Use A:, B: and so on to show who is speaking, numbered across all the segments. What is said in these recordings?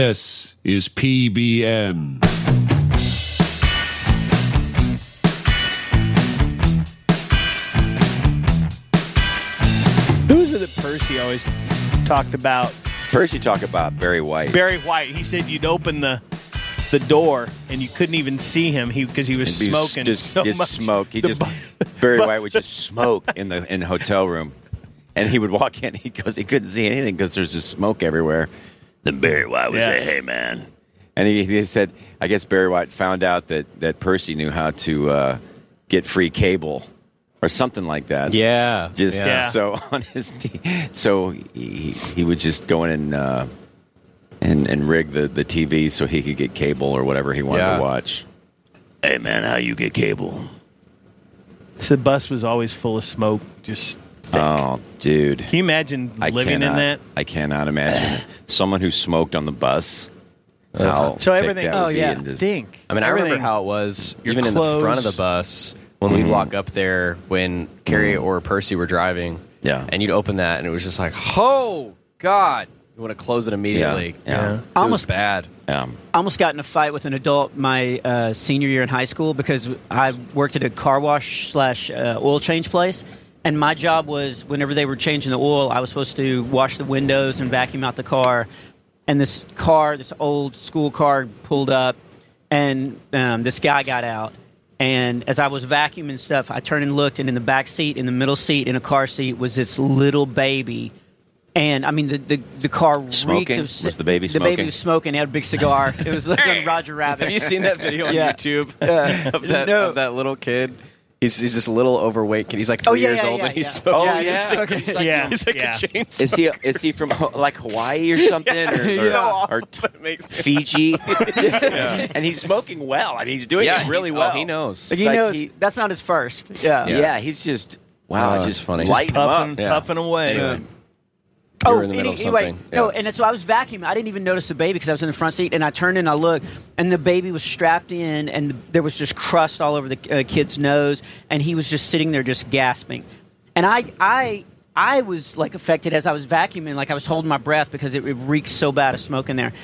A: This is PBN.
B: Who is it that Percy always talked about?
C: First, you talk about Barry White.
B: Barry White. He said you'd open the the door and you couldn't even see him he because he was
C: It'd be s-
B: smoking
C: just,
B: so
C: just
B: much.
C: smoke. He
B: The
C: just
B: bu-
C: Barry
B: bus-
C: White would just smoke in the in the hotel room, and he would walk in. He goes, he couldn't see anything because there's just smoke everywhere. Then Barry White would
B: Yeah.
C: say, "Hey, man," and he, he said, "I guess Barry White found out that that Percy knew how to uh, get free cable or something like that."
D: Yeah.
C: Just
B: Yeah.
C: so on his, t- so he, he would just go in and uh, and and rig the, the TV so he could get cable or whatever he wanted
D: Yeah.
C: to watch. Hey man, how you get cable?
B: So the bus was always full of smoke. Just thick.
C: Oh, dude,
B: can you imagine
C: I
B: living
C: cannot,
B: in that?
C: I cannot imagine it. someone who smoked on the bus. How
B: So
C: thick
B: everything.
C: that
B: Oh
C: would be
B: yeah,
C: and just-
B: dink.
D: I mean, I remember
B: Everything.
D: how it was
B: Your
D: even in the front of
B: clothes.
D: the bus when we walk up there when Carrie or Percy were driving.
C: Mm. Yeah.
D: And you'd open that and it was just like, oh, God. You want to close it
C: yeah,
D: immediately.
C: yeah,
D: It was
E: Almost-
D: bad.
C: yeah.
E: I almost got in a fight with an adult my uh, senior year in high school because I worked at a car wash slash uh, oil change place, and my job was whenever they were changing the oil, I was supposed to wash the windows and vacuum out the car. And this car, this old school car, pulled up, and um, this guy got out. And as I was vacuuming stuff, I turned and looked, and in the back seat, in the middle seat, in a car seat, was this little baby. And I mean, the, the, the car
C: Smoking?
E: reeked of.
C: Was the baby
E: The baby
C: smoking?
E: was smoking. He had a big cigar. It was like on Roger Rabbit.
D: Have you seen that video on
E: Yeah.
D: YouTube
E: Yeah.
D: of, that,
E: No.
D: of that little kid? He's, he's this little overweight kid. He's like three
E: Oh, yeah,
D: years
E: yeah,
D: old
E: yeah,
D: and he's
E: yeah.
D: smoking.
C: Oh, yeah.
D: He's like,
B: Okay. Yeah,
D: He's like
B: yeah.
D: a chainsaw.
C: Is he is he from like Hawaii or something or, or, or
D: It makes me-
C: Fiji? And he's smoking well. I mean, he's doing
D: Yeah,
C: it really
D: he's- oh,
C: well.
D: he knows.
E: Like, he
C: It's like
E: knows
C: he-
E: that's not his first. Yeah.
C: Yeah,
D: Yeah.
C: he's just wow.
D: Oh,
C: I
D: it's
C: just
D: funny.
C: funny.
D: Just
C: Light him
B: puffing,
C: up.
D: Yeah.
B: puffing away.
D: Anyway.
E: Oh,
D: You were in the middle of
E: anyway,
D: something.
E: no,
D: Yeah.
E: and so I was vacuuming. I didn't even notice the baby because I was in the front seat, and I turned and I looked, and the baby was strapped in, and there was just crust all over the uh, kid's nose, and he was just sitting there just gasping, and I, I. I was like affected as I was vacuuming, like I was holding my breath because it, it reeked so bad of smoke in there,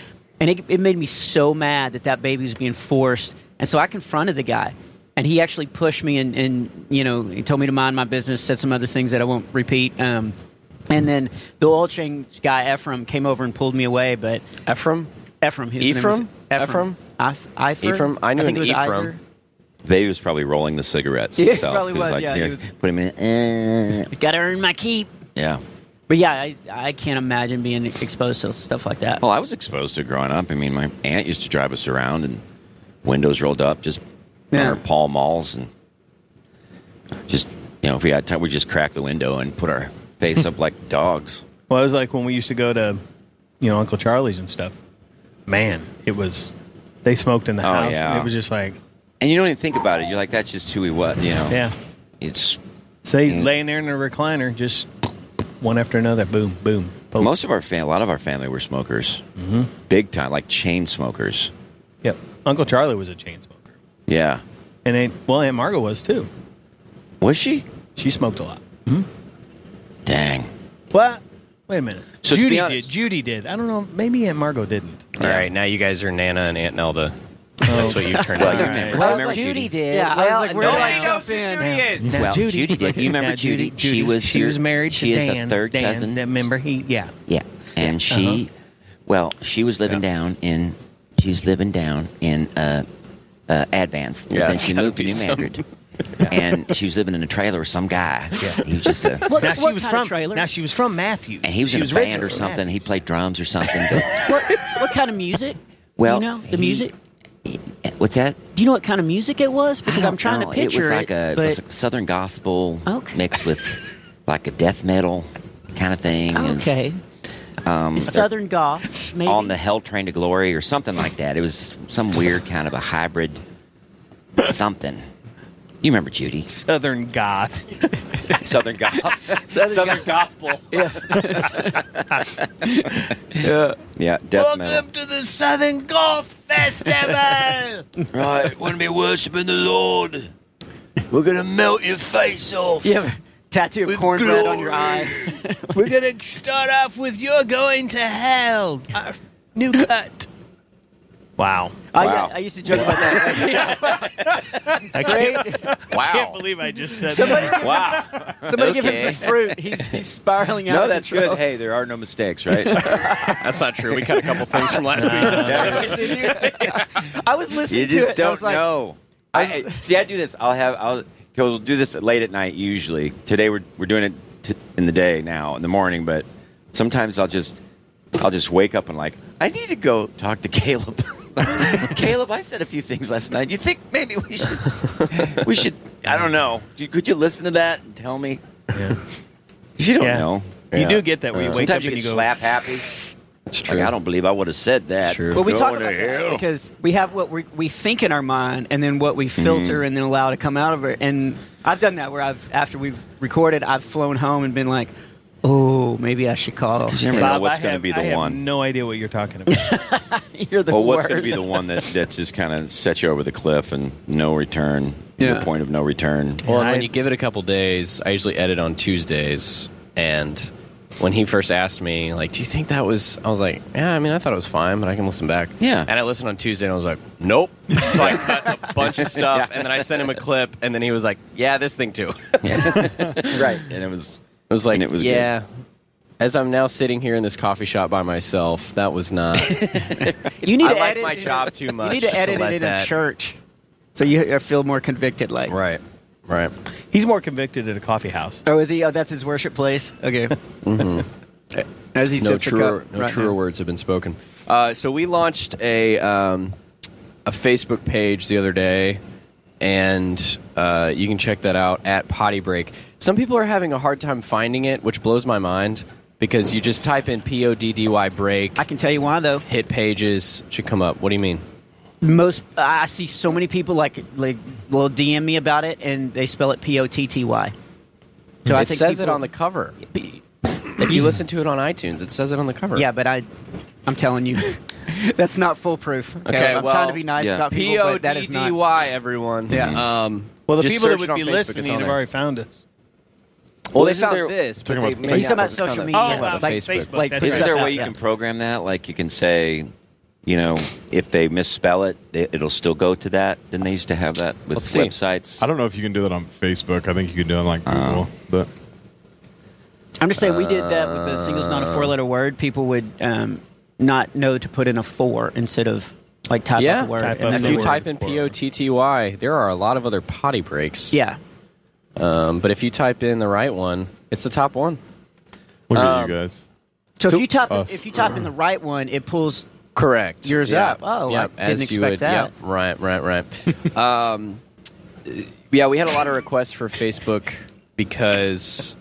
E: and it, it made me so mad that that baby was being forced. And so I confronted the guy, and he actually pushed me and, and you know he told me to mind my business, said some other things that I won't repeat. Um, and then the oil change guy Ephraim came over and pulled me away, but
D: Ephraim?
E: Ephraim, his name was-
D: Ephraim? Ephraim?
E: Eph- Ephraim?
D: Ephraim? I knew
E: think
D: an
E: it was
D: Ephraim.
E: Either.
C: They was probably rolling the cigarettes
E: Yeah, he
C: himself.
E: probably was,
C: like,
E: yeah,
C: he
E: he
C: was-
E: was-
C: put him in. eh,
E: Gotta earn my keep.
C: yeah.
E: But yeah, I, I can't imagine being exposed to stuff like that.
C: Well, I was exposed to it growing up. I mean, my aunt used to drive us around and windows rolled up, just
E: Yeah.
C: on our Pall Malls, and just you know, if we had time, we just crack the window and put our face up like dogs.
B: Well, it was like when we used to go to, you know, Uncle Charlie's and stuff. Man, it was. They smoked in the
C: Oh,
B: house.
C: yeah.
B: And it was just like,
C: And you don't even think about it. You're like, that's just who he was. You know,
B: yeah.
C: It's
B: So they
C: Mm.
B: laying there in a recliner, just one after another, boom, boom. boom.
C: most of our family. A lot of our family were smokers, mm-hmm. big time, like chain smokers.
B: Yep. Uncle Charlie was a chain smoker,
C: Yeah,
B: and Aunt, well, Aunt Margot was too.
C: was she? Hmm?
B: She smoked a lot.
C: Dang.
B: What? Wait a minute.
C: So to
B: Judy
C: be
B: did.
C: honest-
B: Judy did. I don't know. Maybe Aunt Margot didn't.
D: All right, now you guys are Nana and Aunt Nelda. That's what you've turned
C: Well,
D: out.
C: you remember,
E: Well,
C: I remember
E: Judy
C: Judy.
E: Yeah, I was like, where did I jump in?
D: is.
C: Well, Judy, did. You remember
B: Now,
C: Judy? She
B: Judy,
C: was
B: she
C: your-
B: was married
C: She
B: to
C: is
B: Dan.
C: a third
B: Dan,
C: cousin.
B: that- Remember he? Yeah.
C: Yeah, Uh-huh. and she, well, she was living down in, she was living down in uh, uh, Advance.
D: Yeah,
C: Yeah, then
D: it's
C: she
D: gotta
C: moved to
D: be
C: New
D: some-
C: Madrid, and she was living in a trailer with some guy. Yeah, he was just a,
E: What,
B: Now
E: what
B: she was
E: kind
B: from.
E: of trailer?
B: Now she was from Matthew.
C: and he was
B: she
C: in a
B: originally
C: band or
B: from
C: something.
B: Matthews.
C: He played drums or something. But,
E: what, what kind of music?
C: well,
E: you know the
C: he-
E: music.
C: What's that?
E: Do you know what kind of music it was? Because
C: I
E: I'm
C: don't
E: trying
C: know.
E: to picture
C: It was like a, it was
E: but-
C: like southern gospel
E: Okay.
C: mixed with like a death metal kind of thing. and- um,
E: okay. Southern goth, maybe.
C: on the Hell Train to Glory or something like that. It was some weird kind of a hybrid something. You remember Judy?
B: Southern goth.
C: Southern Goth.
E: Southern,
B: gospel.
C: yeah, death metal.
B: to the Southern Golf Festival.
C: Right, we're gonna be worshiping the Lord. We're gonna melt your face off.
E: You have a tattoo of
C: With
E: cornbread on your
C: glory.
E: eye.
B: We're gonna start off with "You're going to hell." New cut. Wow.
E: I,
C: Wow.
E: I used to joke about that.
B: I can't, I can't
D: Wow.
B: believe I just said
E: somebody
C: Wow.
E: somebody give him
D: Okay.
E: some fruit. He's, he's spiraling out.
C: No,
E: of
C: that's
E: control.
C: good. Hey, there are no mistakes, right?
D: That's not true. We cut a couple things from last week.
E: I was listening
C: you
E: to it.
C: just
E: and I
C: don't
E: was like,
C: know. I, I- see, I do this. I'll have I'll 'cause we'll do this late at night usually. Today we're we're doing it t- in the day now in the morning, but sometimes I'll just I'll just wake up and like I need to go talk to Caleb. Caleb, I said a few things last night. You think maybe we should we should I don't know. You- Could you listen to that and tell me?
B: Yeah.
C: You don't
B: Yeah.
C: know.
B: You
C: Yeah. Uh,
B: do get that where you wake
C: Sometimes
B: up
C: you
B: and
C: get
B: you go,
C: slap happy.
D: It's
C: Like, I don't believe I would have said that.
D: It's true.
E: Well, we
C: Going
E: talk
C: to
E: about that
C: hell.
E: because we have what we, we think in our mind, and then what we
C: Mm-hmm.
E: filter and then allow to come out of it. And I've done that where I've after we've recorded, I've flown home and been like, "Oh, maybe I should call."
C: You never know
B: Bob,
C: what's
B: I
C: going to
B: have-
C: be
B: I
C: the
B: have
C: one.
B: no idea what you're talking about.
E: You're the
C: Well, what's
E: worst.
C: going to be the one that, that just kind of sets you over the cliff and no return,
E: Yeah.
C: your point of no return?
D: Well, and
B: I-
D: when you give it a couple days, I usually edit on Tuesdays. And when he first asked me, like, do you think that was, I was like, yeah, I mean, I thought it was fine, but I can listen back.
C: Yeah.
D: And I listened on Tuesday and I was like, nope. So I cut a bunch of stuff. And then I sent him a clip and then he was like, yeah, this thing too. It
C: right. And it was,
D: was like,
C: And it was
D: yeah. As I'm now sitting here in this coffee shop by myself, that was not.
E: you need
D: I
E: to
D: like
E: edit
D: my
E: it in-
D: job too
E: You
D: much.
E: need to edit
D: let
E: it in
D: that-
E: a church, so you I feel more convicted. Like,
D: Right. Right.
B: He's more convicted at a coffee house.
E: oh, is he? Oh, that's his worship place. Okay.
C: Mm-hmm.
E: As he
D: no
E: sips a
D: truer,
E: cup
D: no
E: right
D: truer
E: now.
D: words have been spoken. Uh, so we launched a um, a Facebook page the other day, and uh, you can check that out at Potty Break. Some people are having a hard time finding it, which blows my mind because you just type in P O D D Y break,
E: I can tell you why though.
D: hit pages should come up. What do you mean?
E: Most I see so many people like like will DM me about it and they spell it P O T T Y. So I
D: it
E: think
D: says it
E: people-
D: on the cover.
E: P-
D: If you listen to it on iTunes, it says it on the cover.
E: Yeah, but I, I'm telling you, that's not foolproof. Okay,
D: Okay,
E: I'm
D: well,
E: trying to be nice
C: yeah.
E: about
D: P
E: people,
D: O
E: but that
D: D
E: is
D: D
E: not.
D: Y. Everyone.
E: Yeah.
D: Um,
B: Well, the
D: just
B: people that
D: search
B: would
D: it on
B: be
D: Facebook, it's
B: listening
D: on
B: have
D: there.
B: already found us.
D: Well, they
C: Isn't
D: found
C: there-
D: this, but
F: Talking
D: they
F: about
D: may
F: Facebook.
E: He's talking
D: not
E: about
D: have
E: social
D: found it.
E: media.
B: Oh, about
E: like,
B: Facebook.
E: Like,
B: That's
C: is
B: right.
C: there a
E: Yeah.
C: way you can program that? Like you can say, you know, if they misspell it, they, it'll still go to that. Then they used to have that with
D: Let's see.
C: websites. Uh,
F: I don't know if you can do that on Facebook. I think you can do it on like Google, but
E: I'm just saying we did that with the singles not a
D: Uh.
E: four letter word. People would um, not know to put in a four instead of like type
D: Yeah.
E: up a word.
B: Type
E: and
B: up
E: then
D: If
B: the
E: they
D: you
B: word.
E: would-
D: type in P O T T Y, there are a lot of other potty breaks.
E: yeah,
D: Um, but if you type in the right one, it's the top one. Um,
F: look at you guys.
E: so if you type in-
F: us.
E: if you type in the right one, it pulls.
D: Correct.
E: Yours up. Oh, I didn't expect that.
D: Yep. Right. Right. Right. um, uh, yeah, we had a lot of requests for Facebook because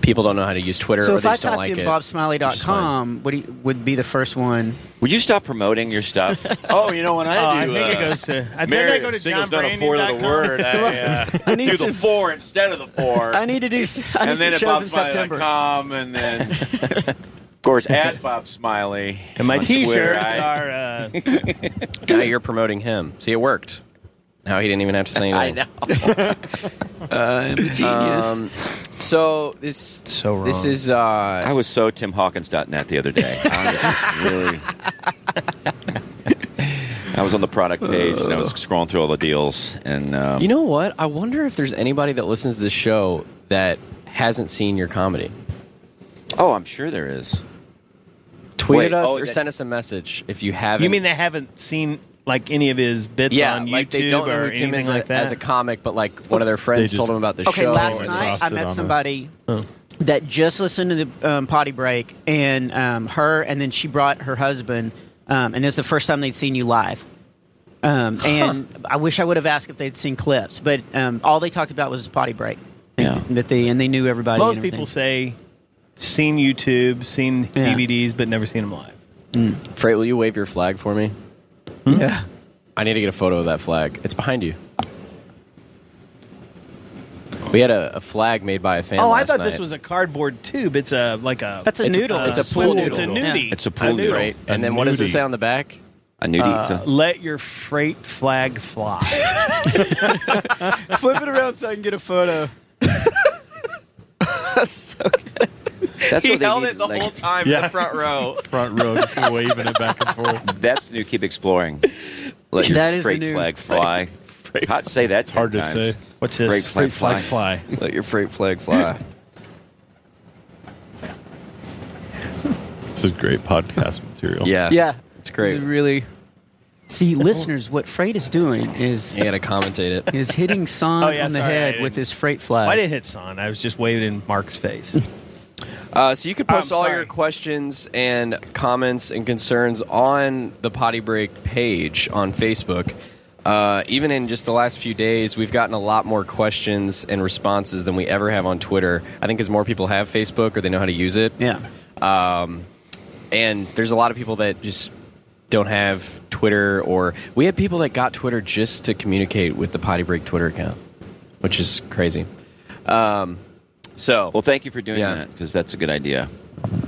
D: people don't know how to use Twitter
E: So
D: or
E: if
D: they
E: I
D: just don't
E: typed
D: like
E: in
D: it.
E: bobsmiley.com, what do you, would be the first one?
C: Would you stop promoting your stuff? oh, you know when
B: Oh,
C: I
B: I
C: do.
B: think it
C: uh,
B: goes to. I think I
C: Mary,
B: go to
C: single's
B: John
C: not a four-letter word. I, uh,
E: I need
C: do
E: some-
C: the four instead of the four.
E: I need to do. s- I need
C: and then
E: some
C: at
E: shows in September.
C: BobSmiley.com, and then of course at Bob Smiley.
B: And my
C: on Twitter,
B: T-shirts
C: I-
B: are. Uh,
D: now you're promoting him. See, it worked. Now he didn't even have to say anything. Um, so this
B: So wrong.
D: this is uh,
C: I was so TimHawkins.net the other day. I was just really. I was on the product page and I was scrolling through all the deals and um,
D: You know what? I wonder if there's anybody that listens to this show that hasn't seen your comedy.
C: oh, I'm sure there is.
D: Tweet
C: Wait,
D: at us
C: oh,
D: or
C: that-
D: send us a message if you haven't.
B: you mean they haven't seen like any of his bits
D: yeah,
B: on YouTube
D: like they don't know
B: or
D: who Tim
B: anything
D: is
B: like
D: a-
B: that?
D: as a comic, but like one of their friends
F: just-
D: told them about the
E: Okay,
D: show.
E: last
D: and-
E: night I
F: Frosted
E: met
F: on a-
E: somebody that just listened to the um, potty break, and um, her, and then she brought her husband, um, and it's the first time they'd seen you live. Um, And I wish I would have asked if they'd seen clips, but um, all they talked about was potty break.
C: Yeah.
E: That they and they knew everybody.
B: Most
E: and everything.
B: people say seen YouTube, seen
E: Yeah.
B: DVDs, but never seen them live.
C: Hmm.
D: Freight, will you wave your flag for me?
B: Hmm?
E: yeah.
D: I need to get a photo of that flag. It's behind you. We had a, a flag made by a fan.
B: Oh, I
D: last
B: thought
D: night.
B: this was a cardboard tube. It's a like a
E: That's a
D: It's a-
E: noodle.
D: it's a
E: Swim
D: pool
B: it's a
D: noodle.
B: nudie.
C: It's a pool
B: noodle.
C: noodle.
D: Right, and then what does it
F: nudie.
D: say on the back?
C: A nudie.
B: Uh, let your freight flag fly.
E: Yeah. Flip it around so I can get a photo.
C: That's
E: he
C: what they
E: held
C: need,
E: it the
C: like-
E: whole time in
F: Yeah.
E: the front row.
F: Front row, just waving it back and forth.
C: That's the new keep exploring. Let your
E: That is the
C: freight
E: new-
C: flag fly. Hot to say that.
F: hard to
C: ten times.
F: say.
B: What's this?
C: Great flag
B: Flag
C: fly.
B: fly.
D: Let your freight flag fly.
F: This is great podcast material.
D: Yeah.
E: Yeah,
D: It's great.
E: It's really. See, listeners, what Freight is doing is
D: You got to commentate it.
E: is hitting Son
B: Oh, yeah,
E: on the
B: sorry, I
E: head
B: didn't-
E: with his freight flag.
B: I didn't hit son. I was just waving in Mark's face.
D: Uh, so you can post
B: I'm
D: all
B: sorry.
D: your questions and comments and concerns on the Potty Break page on Facebook. Uh, even in just the last few days, we've gotten a lot more questions and responses than we ever have on Twitter. I think because more people have Facebook or they know how to use it. Um,
E: Yeah.
D: and there's a lot of people that just don't have Twitter or we had people that got Twitter just to communicate with the Potty Break Twitter account, which is crazy. Um, so
C: Well, thank you for doing
D: Yeah.
C: that because that's a good idea.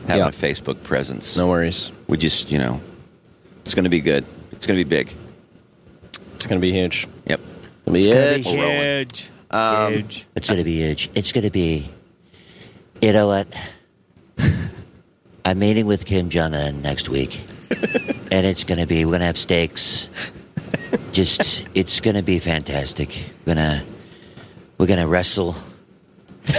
C: Having a
D: Yeah.
C: Facebook presence.
D: no worries,
C: We just, you know, it's going to be good. It's going to be big.
D: it's gonna be huge.
C: Yep.
D: It's gonna be Um,
G: gonna be
D: huge.
C: We're rolling.
B: Huge. Huge.
G: It's gonna be huge. It's gonna be. You know what? I'm meeting with Kim Jong Un next week, and it's gonna be. We're gonna have steaks. Just, it's gonna be fantastic. We're gonna, we're gonna wrestle.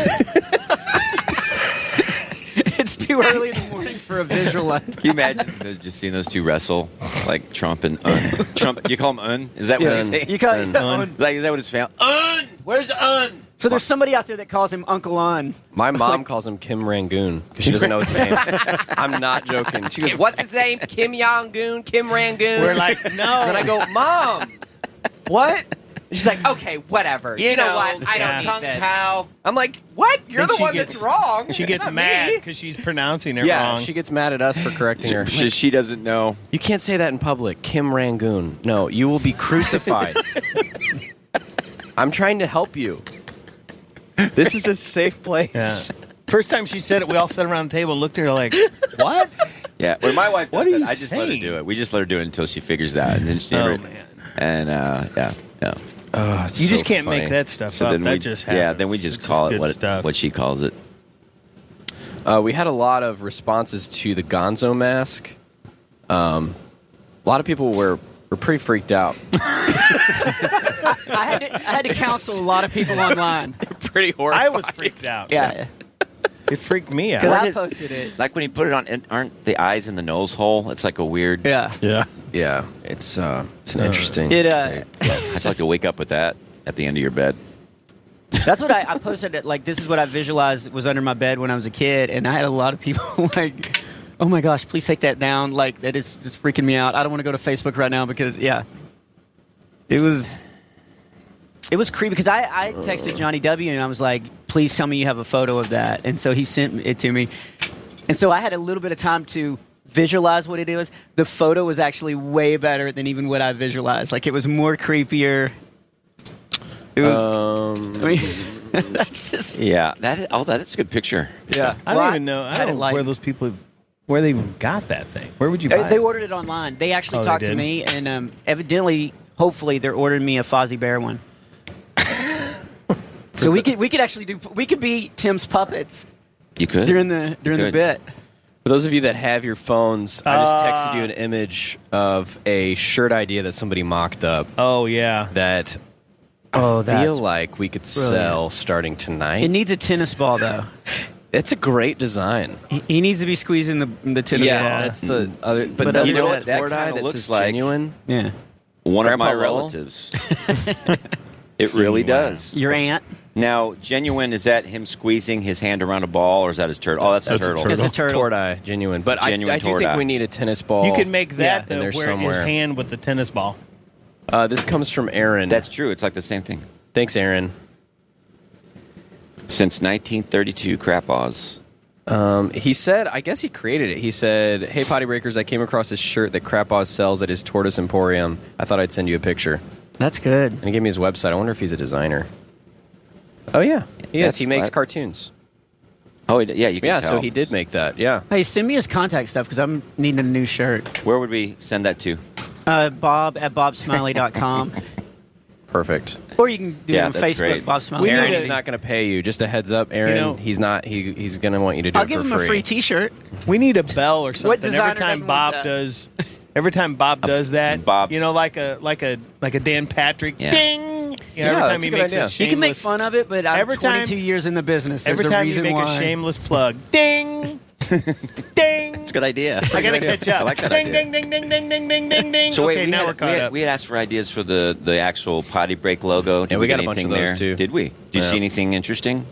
E: It's too early in the morning for a visual like that.
C: Can you imagine those- just seeing those two wrestle, like Trump and Un? Trump, you call him Un? Is that what
D: Yeah.
C: you say?
E: You can't-
C: Is that- is that what his family? Un, where's Un?
E: So there's somebody out there that calls him Uncle On.
D: My mom calls him Kim Rangoon because she doesn't know his name. I'm not joking. She goes, "What's his name? Kim Yangoon? Kim Rangoon?"
B: We're like, no.
D: and I go, "Mom, what?" She's like, "Okay, whatever. You, know, what? I
B: yeah.
D: don't
C: Kung
D: need this."
C: Pao.
D: I'm like, "What? You're
B: Then
D: the
B: she
D: one
B: gets-
D: that's wrong."
B: She
D: It's
B: gets
D: not
B: mad
D: me."
B: because she's pronouncing it
D: Yeah,
B: wrong.
D: she gets mad at us for correcting her.
C: She, she doesn't know.
D: You can't say that in public, Kim Rangoon. No, you will be crucified. I'm trying to help you. This is a safe place.
B: Yeah. First time she said it, we all sat around the table, looked at her like, "What?"
C: Yeah. When my wife does
B: What are
C: that,
B: you
C: I just let her
B: saying?
C: do it. We just let her do it until she figures it out, and then she
B: Oh,
C: never.
B: man.
C: And uh, yeah, yeah.
D: Oh, it's
B: You
D: so
B: just can't
D: funny.
B: make that stuff up. that
C: we,
B: just happens.
C: yeah, then we just
B: It's
C: call it
B: good
C: what
B: stuff.
C: what she calls it.
D: Uh, we had a lot of responses to the Gonzo mask. Um, a lot of people were were pretty freaked out,
E: I had, to, I had to counsel a lot of people online.
D: pretty horrified.
B: I was freaked out.
E: Yeah,
B: it freaked me
E: because
B: out.
E: I
C: is-
E: posted it.
C: Like when you put it on, and aren't the eyes in the nose hole? It's like a weird.
E: Yeah,
F: Yeah.
D: yeah, it's uh, it's an interesting.
E: it. Uh,
C: I just like to wake up with that at the end of your bed.
E: that's what I, I posted. It like this is what I visualized was under my bed when I was a kid, and I had a lot of people like, "Oh my gosh, please take that down!" Like that is just freaking me out. I don't want to go to Facebook right now because yeah, it was. It was creepy because I, I texted Johnny W and I was like, please tell me you have a photo of that. And so he sent it to me. And so I had a little bit of time to visualize what it is. The photo was actually way better than even what I visualized. Like it was more creepier. It was. I mean, that's just.
C: Yeah, that is, oh, that is a good picture.
E: Yeah.
B: I don't even know.
E: had
B: I
E: it
B: don't
E: like-
B: where those people, where they even got that thing. Where would you buy
E: They, they
B: it?
E: ordered it online. They actually
B: Oh, they
E: talked to
B: did?
E: me, and um, evidently, hopefully, they're ordering me a Fozzie Bear one. so we could we could actually do we could be Tim's puppets
C: You could
E: during the during the
C: Good.
E: bit.
D: For those of you that have your phones, I
B: Uh.
D: just texted you an image of a shirt idea that somebody mocked up
B: Oh yeah.
D: that
E: Oh,
D: I feel like we could sell starting tonight.
E: It needs a tennis ball though.
D: it's a great design.
E: he, he needs to be squeezing the the tennis
D: Yeah,
E: ball.
D: that's the other. But,
E: But
D: you
E: other
D: know
E: than
D: what?
E: that,
C: that
D: Toward
C: kinda
D: eye that
C: looks
D: says
C: like-
D: genuine.
E: yeah.
C: One
D: Grandpa
C: of my
D: Lowell?
C: relatives. it really does.
E: Your aunt
C: Now, genuine is that him squeezing his hand around a ball, or is that his turtle? Oh, that's,
F: That's
C: a
F: a
C: turtle.
E: is a turtle.
D: Toward eye, genuine. But
C: Genuine
D: I, I do
C: toward
D: think
C: eye.
D: we need a tennis ball.
B: You could make
E: Yeah.
B: that
D: And
B: though, where
D: there's
B: his
D: somewhere.
B: hand with the tennis ball.
D: Uh, this comes from Aaron.
C: That's true. It's like the same thing.
D: Thanks, Aaron.
C: Since 1932, crap Oz.
D: Um, He said, I guess he created it. He said, Hey, Potty Breakers, I came across this shirt that Crapaw sells at his Tortoise Emporium. I thought I'd send you a picture.
E: That's good.
D: And he gave me his website. I wonder if he's a designer. Oh, yeah. He is.
C: That's-
D: He makes
C: that-
D: cartoons.
C: Oh, it- yeah, you can
D: Yeah,
C: tell.
D: so he did make that. Yeah.
E: Hey, send me his contact stuff because I'm needing a new shirt.
C: Where would we send that to?
E: Uh, Bob at bobsmiley.com.
D: Perfect.
E: Or you can do
C: Yeah,
E: it on
C: that's
E: Facebook,
C: great.
E: Bob Smiley.
B: We
D: Aaron,
B: need
D: he's
B: a-
D: not going to pay you. Just a heads up, Aaron.
B: know-
D: he's not. He, he's going to want you to do
E: I'll
D: it
E: give
D: for
E: him
D: free.
E: a free T-shirt.
B: We need a bell or something.
E: designer
B: every time
E: doesn't want
B: Bob
E: that?
B: does, every time Bob does that,
C: Bob's-
B: you know, like a like a like a Dan Patrick
G: Yeah.
B: ding. You know,
D: Yeah,
B: every time
D: that's
B: he
D: a good
B: makes
D: idea.
B: a shameless,
E: You can make fun of it, but I'm
B: Every time-
E: 22 years in the business. There's
B: Every
E: a
B: time you
E: reason
B: make
E: why.
B: a shameless plug, ding, ding.
C: It's a good idea.
B: I gotta catch up.
C: I like that
B: ding,
C: idea.
B: ding, ding, ding, ding, ding, ding, ding, ding.
C: So wait,
B: okay,
C: we,
B: now
C: had,
B: we're
C: we,
B: caught
C: had,
B: up.
C: we had asked for ideas for the, the actual potty break logo. Did
D: Yeah, we
C: get
D: got a bunch
C: anything
D: of those,
C: there?
D: too.
C: Did we? Did you
D: Yeah.
C: see anything interesting?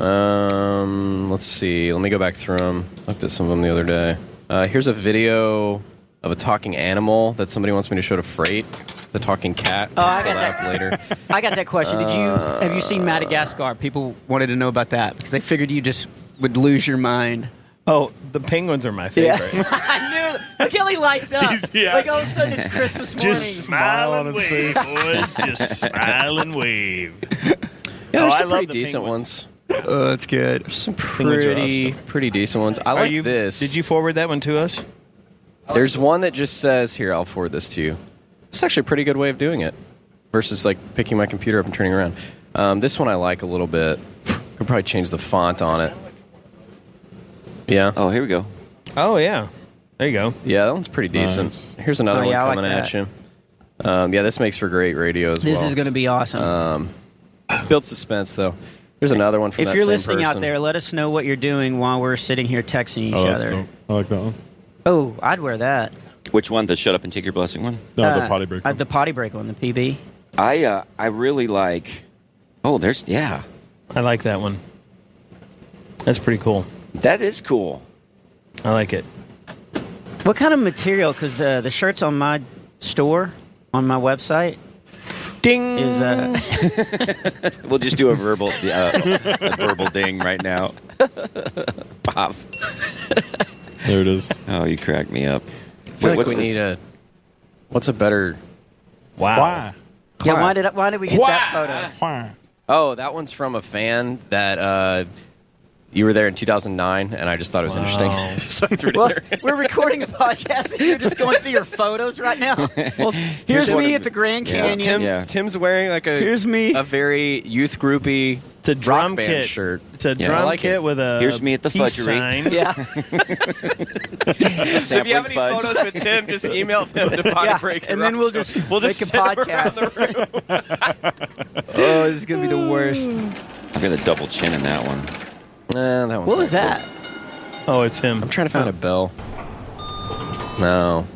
D: Um, let's see. Let me go back through them. Looked at some of them the other day. Uh, here's a video of a talking animal that somebody wants me to show to Freight. The talking cat.
E: Oh, I got
D: Pull up later.
E: I got that question. Did you have you seen Madagascar? People wanted to know about that because they figured you just would lose your mind.
B: oh, the penguins are my favorite.
E: I knew. Look how he lights up.
B: yeah.
E: Like all of a sudden it's Christmas morning.
B: Just smile and wave, boys. Just smile and wave.
D: Yeah, there's
B: Oh, I
D: some
B: love
D: pretty
B: the
D: decent
B: penguins.
D: ones. Oh,
C: Uh,
D: that's good. There's some
B: Penguins are
D: pretty pretty decent ones. I
B: Are
D: like
B: you,
D: this.
B: Did you forward that one to us?
D: There's one that just says, "Here, I'll forward this to you." It's actually a pretty good way of doing it, versus like picking my computer up and turning around. Um, this one I like a little bit. Could probably change the font on it. Yeah,
C: Oh, here we go.
B: Oh yeah, there you go.
D: yeah, that one's pretty decent.
F: Nice.
D: Here's another
E: Oh,
D: one
E: yeah, I like
D: coming at
E: that.
D: you. Um, yeah, this makes for great radio as
E: This
D: well. Um,
E: is going to be awesome.
D: Built suspense though. Here's another one from
E: if
D: that
E: you're
D: same
E: listening out
D: person.
E: there, let us know what you're doing while we're sitting here texting each
F: Oh, that's
E: other.
F: dope. I like that one.
E: Oh, I'd wear that.
C: Which one? The shut up and take your blessing one?
F: No,
E: Uh,
F: the potty break.
E: uh,
F: one.
E: the potty break on the PB.
C: I uh, I really like. Oh, there's yeah,
B: I like that one. That's pretty cool.
C: that is cool.
B: I like it.
E: What kind of material? Because uh, the shirts on my store, on my website,
B: Ding.
E: is uh,
C: We'll just do a verbal uh, a verbal ding right now. Pop.
F: there it is.
C: Oh, you cracked me up.
D: I feel like we
C: this?
D: need a. What's a better?
B: wow.
E: yeah. Why did I, why did we get that photo?
F: Why?
D: Oh, that one's from a fan that uh, you were there in 2009, and I just thought it was interesting. so I threw it in
E: Well,
D: there.
E: we're recording a podcast. And you're just going through your photos right now. Well, here's,
C: one
E: me
C: of
E: at the Grand
C: yeah.
E: Canyon.
D: Tim,
C: Yeah.
D: Tim's wearing like a
E: Here's me.
D: a very youth groupy.
B: It's a drum
D: band
B: kit
D: shirt.
B: It's a
C: Yeah, I
B: drum
D: like
B: kit
D: it.
B: with a
C: Here's me at the
B: peace
C: fudgery.
B: sign.
E: Yeah,
C: So
D: if you have any photos with Tim, just email them to Potty
E: yeah.
D: Break.
E: and then we'll just
D: We'll
E: make
D: just
E: a
D: sit around
E: podcast. oh, this is gonna be the worst.
C: I'm gonna double chin in that one.
D: Nah, Uh, that one's
E: What
D: not
E: was
D: cool.
E: that?
B: Oh, it's him.
D: I'm trying to find a bell. No.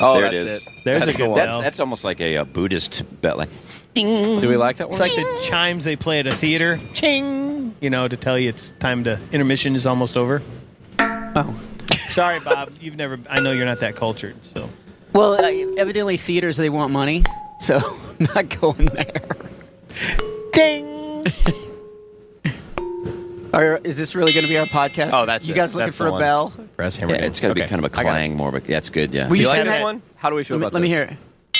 D: Oh,
C: There it
D: that's
C: is.
B: There's
D: That's
B: a good
D: the one.
C: That's
B: bell.
C: that's almost like a, uh Buddhist bet. Like,
D: Do we like that one?
B: it's like the chimes they play at a theater. Ching. You know, to tell you it's time to intermission is almost over.
E: Oh.
B: Sorry, Bob. You've never. I know you're not that cultured. So
E: Well, uh, evidently theaters they want money, so not going there.
B: ding.
E: Or is this really going to be our podcast?
D: Oh, that's
E: you
D: it.
E: guys looking
D: That's
E: for
D: the
E: a
D: one.
E: bell?
D: Press hammer.
C: yeah,
D: down.
C: it's gotta be
D: Okay.
C: kind of a
D: I got it.
C: clang more, but that's good. Yeah.
E: We
D: Do you like
E: send
D: this
E: that-
D: one? How do we feel
E: Let me,
D: about
E: let me
D: this?
E: hear it.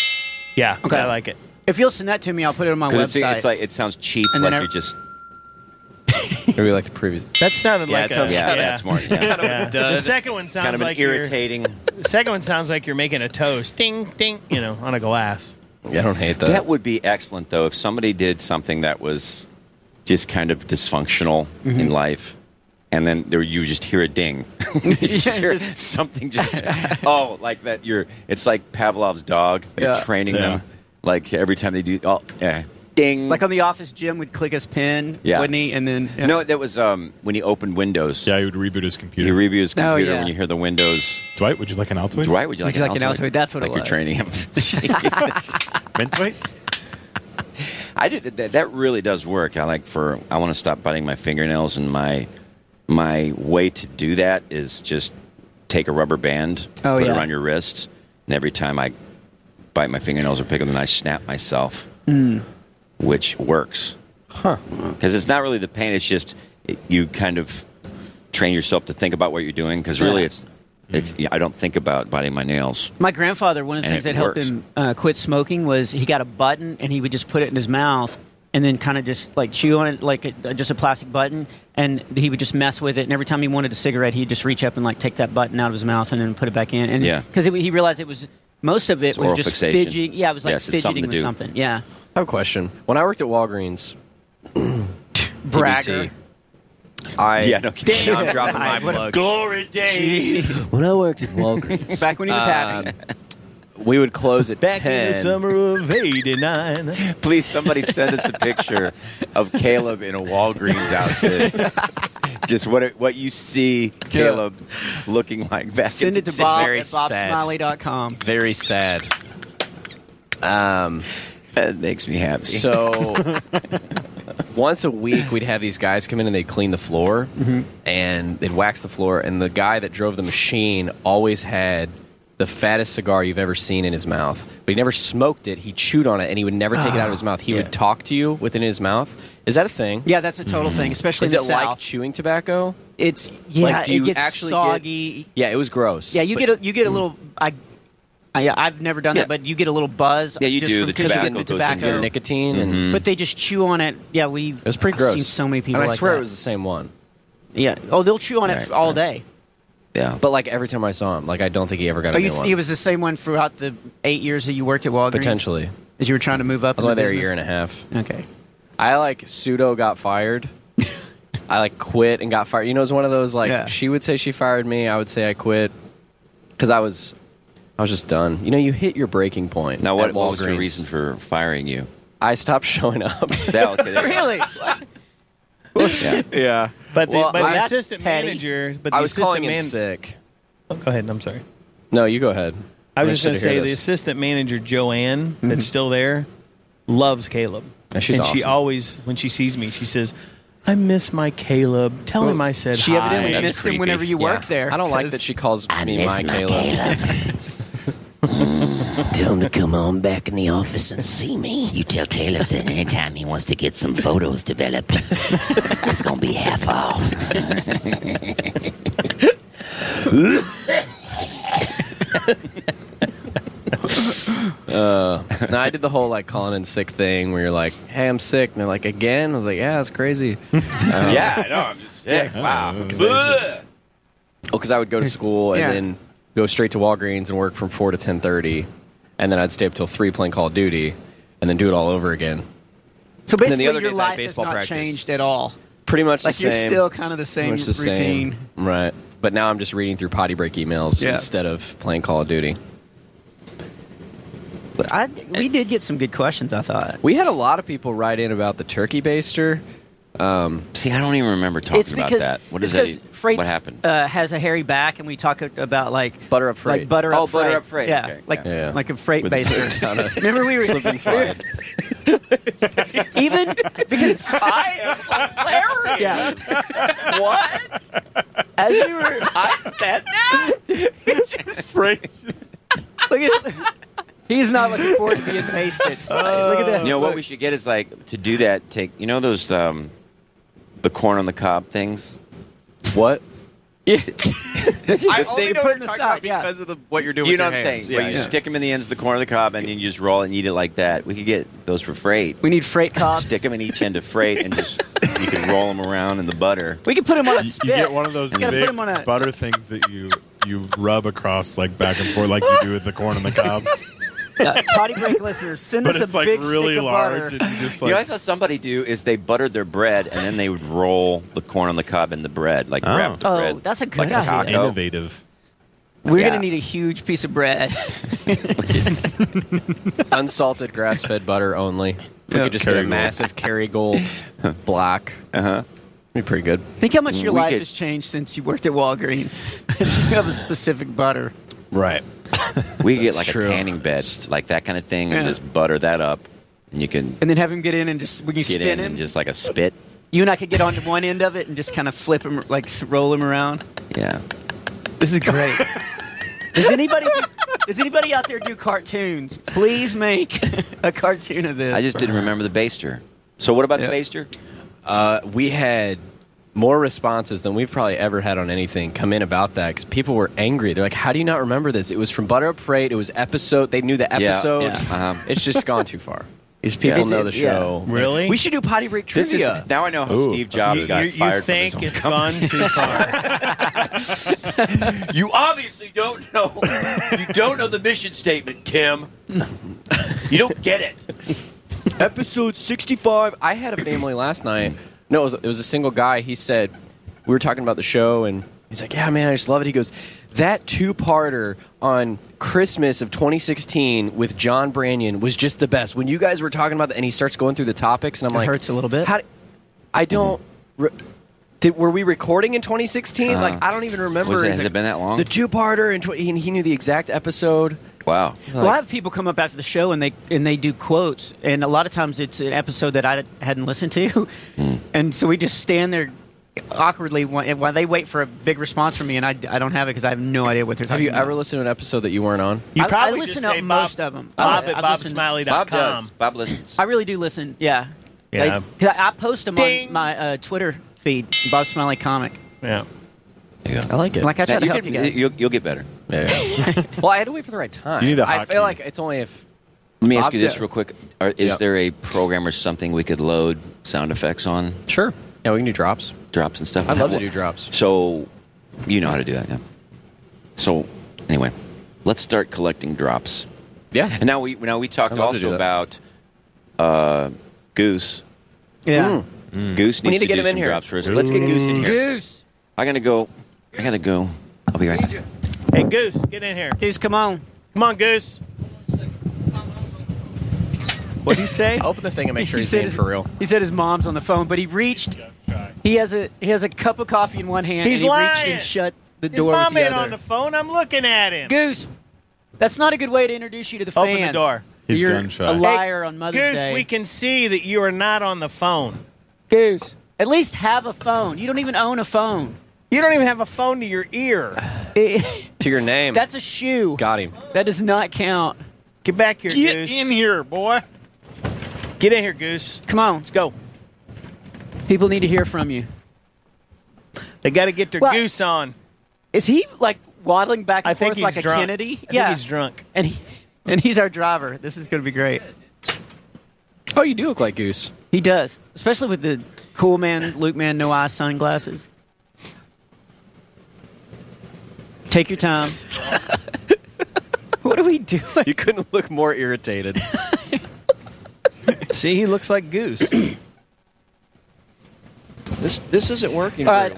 B: Yeah.
E: Okay.
B: I like it.
E: If you'll send that to me, I'll put it on my
C: 'Cause it's,
E: website.
C: it's like it sounds cheap,
E: And then
C: like
E: I-
C: you're just
D: Maybe like the previous.
B: That sounded
D: Yeah,
B: like a,
D: it sounds
C: yeah, that's more yeah.
B: Yeah. The second one sounds
C: kind of an
B: like you're,
C: irritating.
B: the second one sounds like you're making a toast. Ding ding. You know, on a glass.
D: Yeah, I don't hate that.
C: That would be excellent though if somebody did something that was just kind of dysfunctional
D: Mm-hmm.
C: in life, and then there you just hear a ding, you just hear something just oh like that. You're it's like Pavlov's dog. You're
E: Yeah.
C: training them
F: Yeah.
C: like every time they do oh yeah ding
E: Like on the office, Jim would click his pen,
C: Yeah.
E: wouldn't he? And then yeah.
C: no that was um when he opened Windows.
F: Yeah, he would reboot his
C: You
F: computer.
C: review his
E: Oh,
C: computer
E: yeah.
C: when you hear the Windows.
F: Dwight, would you like an Altoid?
C: Dwight, would you like,
E: Would you like an Altoid? That's what it
C: like
E: was.
C: you're training him.
F: Mint Dwight?
C: I do that. That really does work. I like for. I want to stop biting my fingernails, and my my way to do that is just take a rubber band,
E: Oh,
C: put it
E: yeah.
C: around your wrist, and every time I bite my fingernails or pick them, then I snap myself, which works. Huh? Because it's not really the pain. It's just it, you kind of train yourself to think about what you're doing. Because really,
E: Yeah.
C: it's it's. yeah, I don't think about biting my nails.
E: My grandfather, one of the
C: And
E: things
C: it
E: that helped
C: works.
E: him uh, quit smoking was he got a button and he would just put it in his mouth and then kind of just like chew on it like a, uh, just a plastic button and he would just mess with it and every time he wanted a cigarette he'd just reach up and like take that button out of his mouth and then put it back in and
C: Yeah.
E: because he realized it was Most of it was
C: oral
E: just
C: fixation.
E: fidgeting. Yeah, it was like
C: Yes, it's
E: fidgeting
C: something to
E: with
C: do.
E: something. Yeah.
D: I have a question. When I worked at Walgreens,
E: Bragger.
D: TBT, I
C: Yeah, no kidding.
D: Now I'm dropping my plugs.
C: Glory days.
G: When I worked at Walgreens,
E: Back when he was happy.
D: Um, We would close at
B: Back in the
D: ten.
B: summer of '89.
C: Please, somebody send us a picture of Caleb in a Walgreens outfit. Just what it, what you see Caleb looking like back.
E: Send
C: in
E: it
C: the
E: to Bob
D: very
E: at
D: sad.
E: bobsmiley.com.
D: Very sad. Um,
C: That makes me happy.
D: So once a week, we'd have these guys come in and they'd clean the floor and they'd wax the floor. And the guy that drove the machine always had the fattest cigar you've ever seen in his mouth. But he never smoked it. He chewed on it and he would never take it out of his mouth. He would talk to you within his mouth. Is that a thing? Mm.
E: Yeah, that's a total thing, especially
D: Is
E: in
D: it
E: the
D: like
E: South.
D: chewing tobacco?
E: it's yeah,
D: like, do you
E: it gets
D: actually get-
E: soggy.
D: Yeah, it was gross.
E: yeah, you
D: But- mm.
E: get a, you get a little. I, I I've never done
C: Yeah.
E: that, but you get a little buzz.
C: Yeah, you
E: just
C: do.
E: from-
C: The
E: 'cause of
C: tobacco
E: the
C: goes in there.
E: tobacco.
D: the nicotine and
E: But they just chew on it. Yeah, we.
D: it was pretty gross.
E: I've seen so many people.
D: And I
E: like
D: swear
E: that.
D: it was the same one.
E: Yeah. Oh, they'll chew on it f- all day.
C: yeah,
D: But like every time I saw him, like I don't think he ever got
E: Oh,
D: a
E: you
D: new
E: th-
D: one.
E: it was the same one throughout the eight years that you worked at Walgreens.
D: potentially. I
E: as you were trying to move up.
D: was only there a year and a half.
E: a half. Okay.
D: I like pseudo got fired. I like quit and got fired. You know, it was one of those like
E: Yeah.
D: she would say she fired me. I would say I quit because I was, I was just done. You know, you hit your breaking point.
C: Now, what,
D: at
C: what was your
D: Walgreens.
C: reason for firing you?
D: I stopped showing up.
C: That, okay, there you go.
E: really?
C: Yeah.
D: yeah,
B: But the,
D: Well,
B: but
D: I-
B: the
D: that's
B: assistant
E: petty.
B: manager, but the
D: I was
B: assistant
D: calling in
B: manager.
D: sick.
B: Oh, go ahead. I'm sorry.
D: No, you go ahead.
B: I was just
D: going
B: gonna
D: to
B: say the
D: this.
B: assistant manager Joanne that's still there loves Caleb,
D: Mm-hmm. Yeah, she's
B: and she
D: awesome.
B: always when she sees me, she says, "I miss my Caleb. Tell him I said
E: She
B: hi."
E: evidently
D: That's
E: missed him whenever you
D: Yeah.
E: worked there.
D: I don't like
E: 'cause-
D: that she calls
G: I
D: me
G: miss
D: my Caleb.
G: Tell him to come on back in the office and see me. You tell Caleb that anytime he wants to get some photos developed, it's gonna be half off.
D: Uh, No, I did the whole like calling in sick thing where you're like, "Hey, I'm sick," and they're like, "Again?" I was like, "Yeah, that's crazy."
C: yeah, I know. I'm just sick. Wow. Ugh.
D: because I would go to school and
E: Yeah.
D: then go straight to Walgreens and work from four to ten thirty, and then I'd stay up till three playing Call of Duty, and then do it all over again.
E: So
D: then the
E: basically,
D: other
E: your
D: days I had
E: life has
D: baseball
E: not
D: practice.
E: changed at all.
D: Pretty much
E: Like
D: the
E: you're
D: same.
E: still kind of the
D: pretty
E: same
D: much the
E: routine.
D: same, right? But now I'm just reading through potty break emails
E: Yeah.
D: instead of playing Call of Duty.
E: But I, we did get some good questions. I thought.
D: We had a lot of people write in about the turkey baster. Um,
C: See, I don't even remember talking
E: it's
C: about
E: because
C: that. What
E: it's
C: is that?
E: because
C: even-
E: Freight's,
C: What happened?
E: Uh, has a hairy back, and we talk a- about like
D: Butter Up Freight.
E: like butter up
C: Oh,
E: freight.
C: Butter Up Freight,
E: Yeah,
C: okay,
E: like
D: yeah.
E: like a freight
D: With
E: baser.
D: Down a-
E: Remember we were
D: slip and slide.
E: even because
C: Larry,
E: yeah
C: what?
E: as we were
C: I said that.
E: look at he's not looking forward to being basted. look at that.
C: You know what we should get is like to do that. Take you know those um, the corn on the cob things.
D: what?
E: I
C: only know
E: putting aside. Yeah.
F: of the, what you're doing.
C: you know what I'm saying? Where you stick them in the ends of the corner of the cob, and then you just roll it and eat it like that. We could get those for freight.
E: We need freight cops.
C: Stick them in each end of freight, and just you can roll them around in the butter.
E: We could put him on a spit.
F: You get one of those
E: You gotta put
F: big
E: him on a-
F: butter things that you you rub across like back and forth like you do with the corn on the cob,
E: Yeah, Uh, potty break listeners, send
F: but
E: us
F: it's
E: a
F: like
E: big
F: really
E: stick of
F: large
E: butter.
F: and you just
C: you know, I
F: like
C: saw somebody do is they buttered their bread and then they would roll the corn on the cob in the bread, like
F: Oh.
C: wrap the
E: Oh,
C: bread.
E: that's a good
C: like
E: idea.
C: A taco.
F: innovative.
E: We're
C: Yeah.
E: gonna need a huge piece of bread.
D: Unsalted grass-fed butter only. If we could just get a
F: Kerrygold.
D: massive Kerrygold block. Uh
F: Uh-huh.
D: huh. Be pretty good.
E: Think how much your
C: We
E: life
C: could-
E: has changed since you worked at Walgreens. you have a specific butter.
D: Right.
C: We could get like
D: true.
C: a tanning bed, like that kind of thing, and
E: Yeah.
C: just butter that up, and you can
E: And then have him get in and just we can
C: get
E: spin
C: in
E: him.
C: and just like a spit.
E: you and I could get onto one end of it and just kind of flip him, like s- roll him around.
C: Yeah.
E: This is great. does anybody does anybody out there do cartoons? Please make a cartoon of this.
C: I just didn't remember the baster. So what about the baster?
D: Uh, we had more responses than we've probably ever had on anything come in about that because people were angry. They're like, "How do you not remember this? It was from Butter Up Freight. It was episode. They knew the
C: Yeah,
D: episode.
C: yeah, uh-huh.
D: It's just gone too far." Is people
C: It's-
D: know the
C: it-
D: show?
B: yeah. Really?
D: We should do potty break
C: This is
D: trivia.
C: now I know how
F: Ooh.
C: Steve Jobs
B: you,
C: got
B: you- you
C: fired. from his
B: think
C: own
B: it's
C: company.
B: gone too far.
C: You obviously don't know. you don't know the mission statement, Tim. You don't get it.
D: episode 65 i had a family last night no it was, it was a single guy he said we were talking about the show and he's like yeah man i just love it he goes that two-parter on christmas of 2016 with john branyan was just the best when you guys were talking about that and he starts going through the topics and i'm
E: It
D: like
E: hurts a little bit.
D: how, d- i don't re- did, were we recording in 2016 like i don't even remember
C: Uh, Was it-
D: He's
C: has
D: like,
C: it been that long?
D: the two-parter and, tw- and he knew the exact episode
C: Wow.
E: well, I have people come up after the show and they and they do quotes, and a lot of times it's an episode that I hadn't listened to,
C: Hmm.
E: and so we just stand there awkwardly while while they wait for a big response from me, and I, I don't have it because I have no idea what they're
D: have
E: talking
D: you
E: about.
D: ever listened to an episode that you weren't on
B: You
E: I- I
B: probably
E: listen
B: just
E: to
B: say
E: most
B: Bob-
E: of 'em.
B: Bob
E: I-
B: at
E: I listen-
C: Bob
B: bobsmiley.com.
C: does. Bob listens.
E: I really do listen. Yeah.
B: Yeah.
E: Like, 'cause I, I post them
B: Ding.
E: on my uh, Twitter feed, Bob Smiley Comic.
B: Yeah.
D: i like it
E: Like I try
C: Now,
E: to
C: you
E: help
C: can-
E: you guys.
C: you'll, you'll get better.
D: Yeah. well, I had to wait for the right time.
F: You need a
D: I
F: hot
D: feel
F: key.
D: like it's only if
C: Let me ask
D: Bob's
C: you this
D: it.
C: real quick: Are, Is
D: Yeah.
C: there a program or something we could load sound effects on,
D: sure. Yeah, we can do drops.
C: drops and stuff?
D: I'd love to do drops.
C: So, you know how to do that, yeah. So, anyway, let's start collecting drops.
D: Yeah.
C: And now we now we talked
D: I'd love to do
C: also
D: that.
C: about uh, Goose. Hmm.
E: yeah.
C: Goose needs
D: Hmm. We need to get
C: do
D: him in
C: some
D: here.
C: drops for us. Let's get Goose in here.
E: Goose.
C: I gotta go. I gotta go. I'll be right back.
B: Hey, Goose, get in here.
E: Goose, come on.
B: Come on, Goose. What do you say?
D: Open the thing and make sure
E: He
D: he's
E: said
D: being
E: his-
D: for real.
E: He said his mom's on the phone, but he reached. He has a he has a cup of coffee in one hand.
B: He's
E: and he reached
B: lying.
E: and shut the
B: His
E: door
B: mom
E: with the
B: ain't
E: other.
B: on the phone. I'm looking at him.
E: Goose, that's not a good way to introduce you to the
B: Open the
E: fans.
B: door.
F: He's
E: You're
F: gun shy.
E: a
F: Hey,
E: liar on Mother's
B: Goose,
E: Day.
B: we can see that you are not on the phone.
E: Goose, at least have a phone. You don't even own a phone.
B: You don't even have a phone to your ear.
E: It-
D: To your
E: Mm.
D: name.
E: that's a shoe.
D: Got him.
E: That does not count.
B: Get back here,
F: Get
B: Goose.
F: in here, boy.
B: Get in here, Goose.
E: Come on,
B: Let's go.
E: people need to hear from you.
B: They got to get their
E: Well,
B: goose on.
E: Is he like waddling back and
B: I think
E: forth
B: he's
E: like
B: drunk.
E: a Kennedy?
B: I
E: yeah,
B: think he's drunk.
E: and he, and he's our driver. This is going to be great.
D: Oh, you do look like Goose.
E: He does, especially with the cool man, Luke man, no eye sunglasses. Take your time. what are we doing?
D: You couldn't look more irritated.
B: See, he looks like Goose.
D: this this isn't working.
E: All right.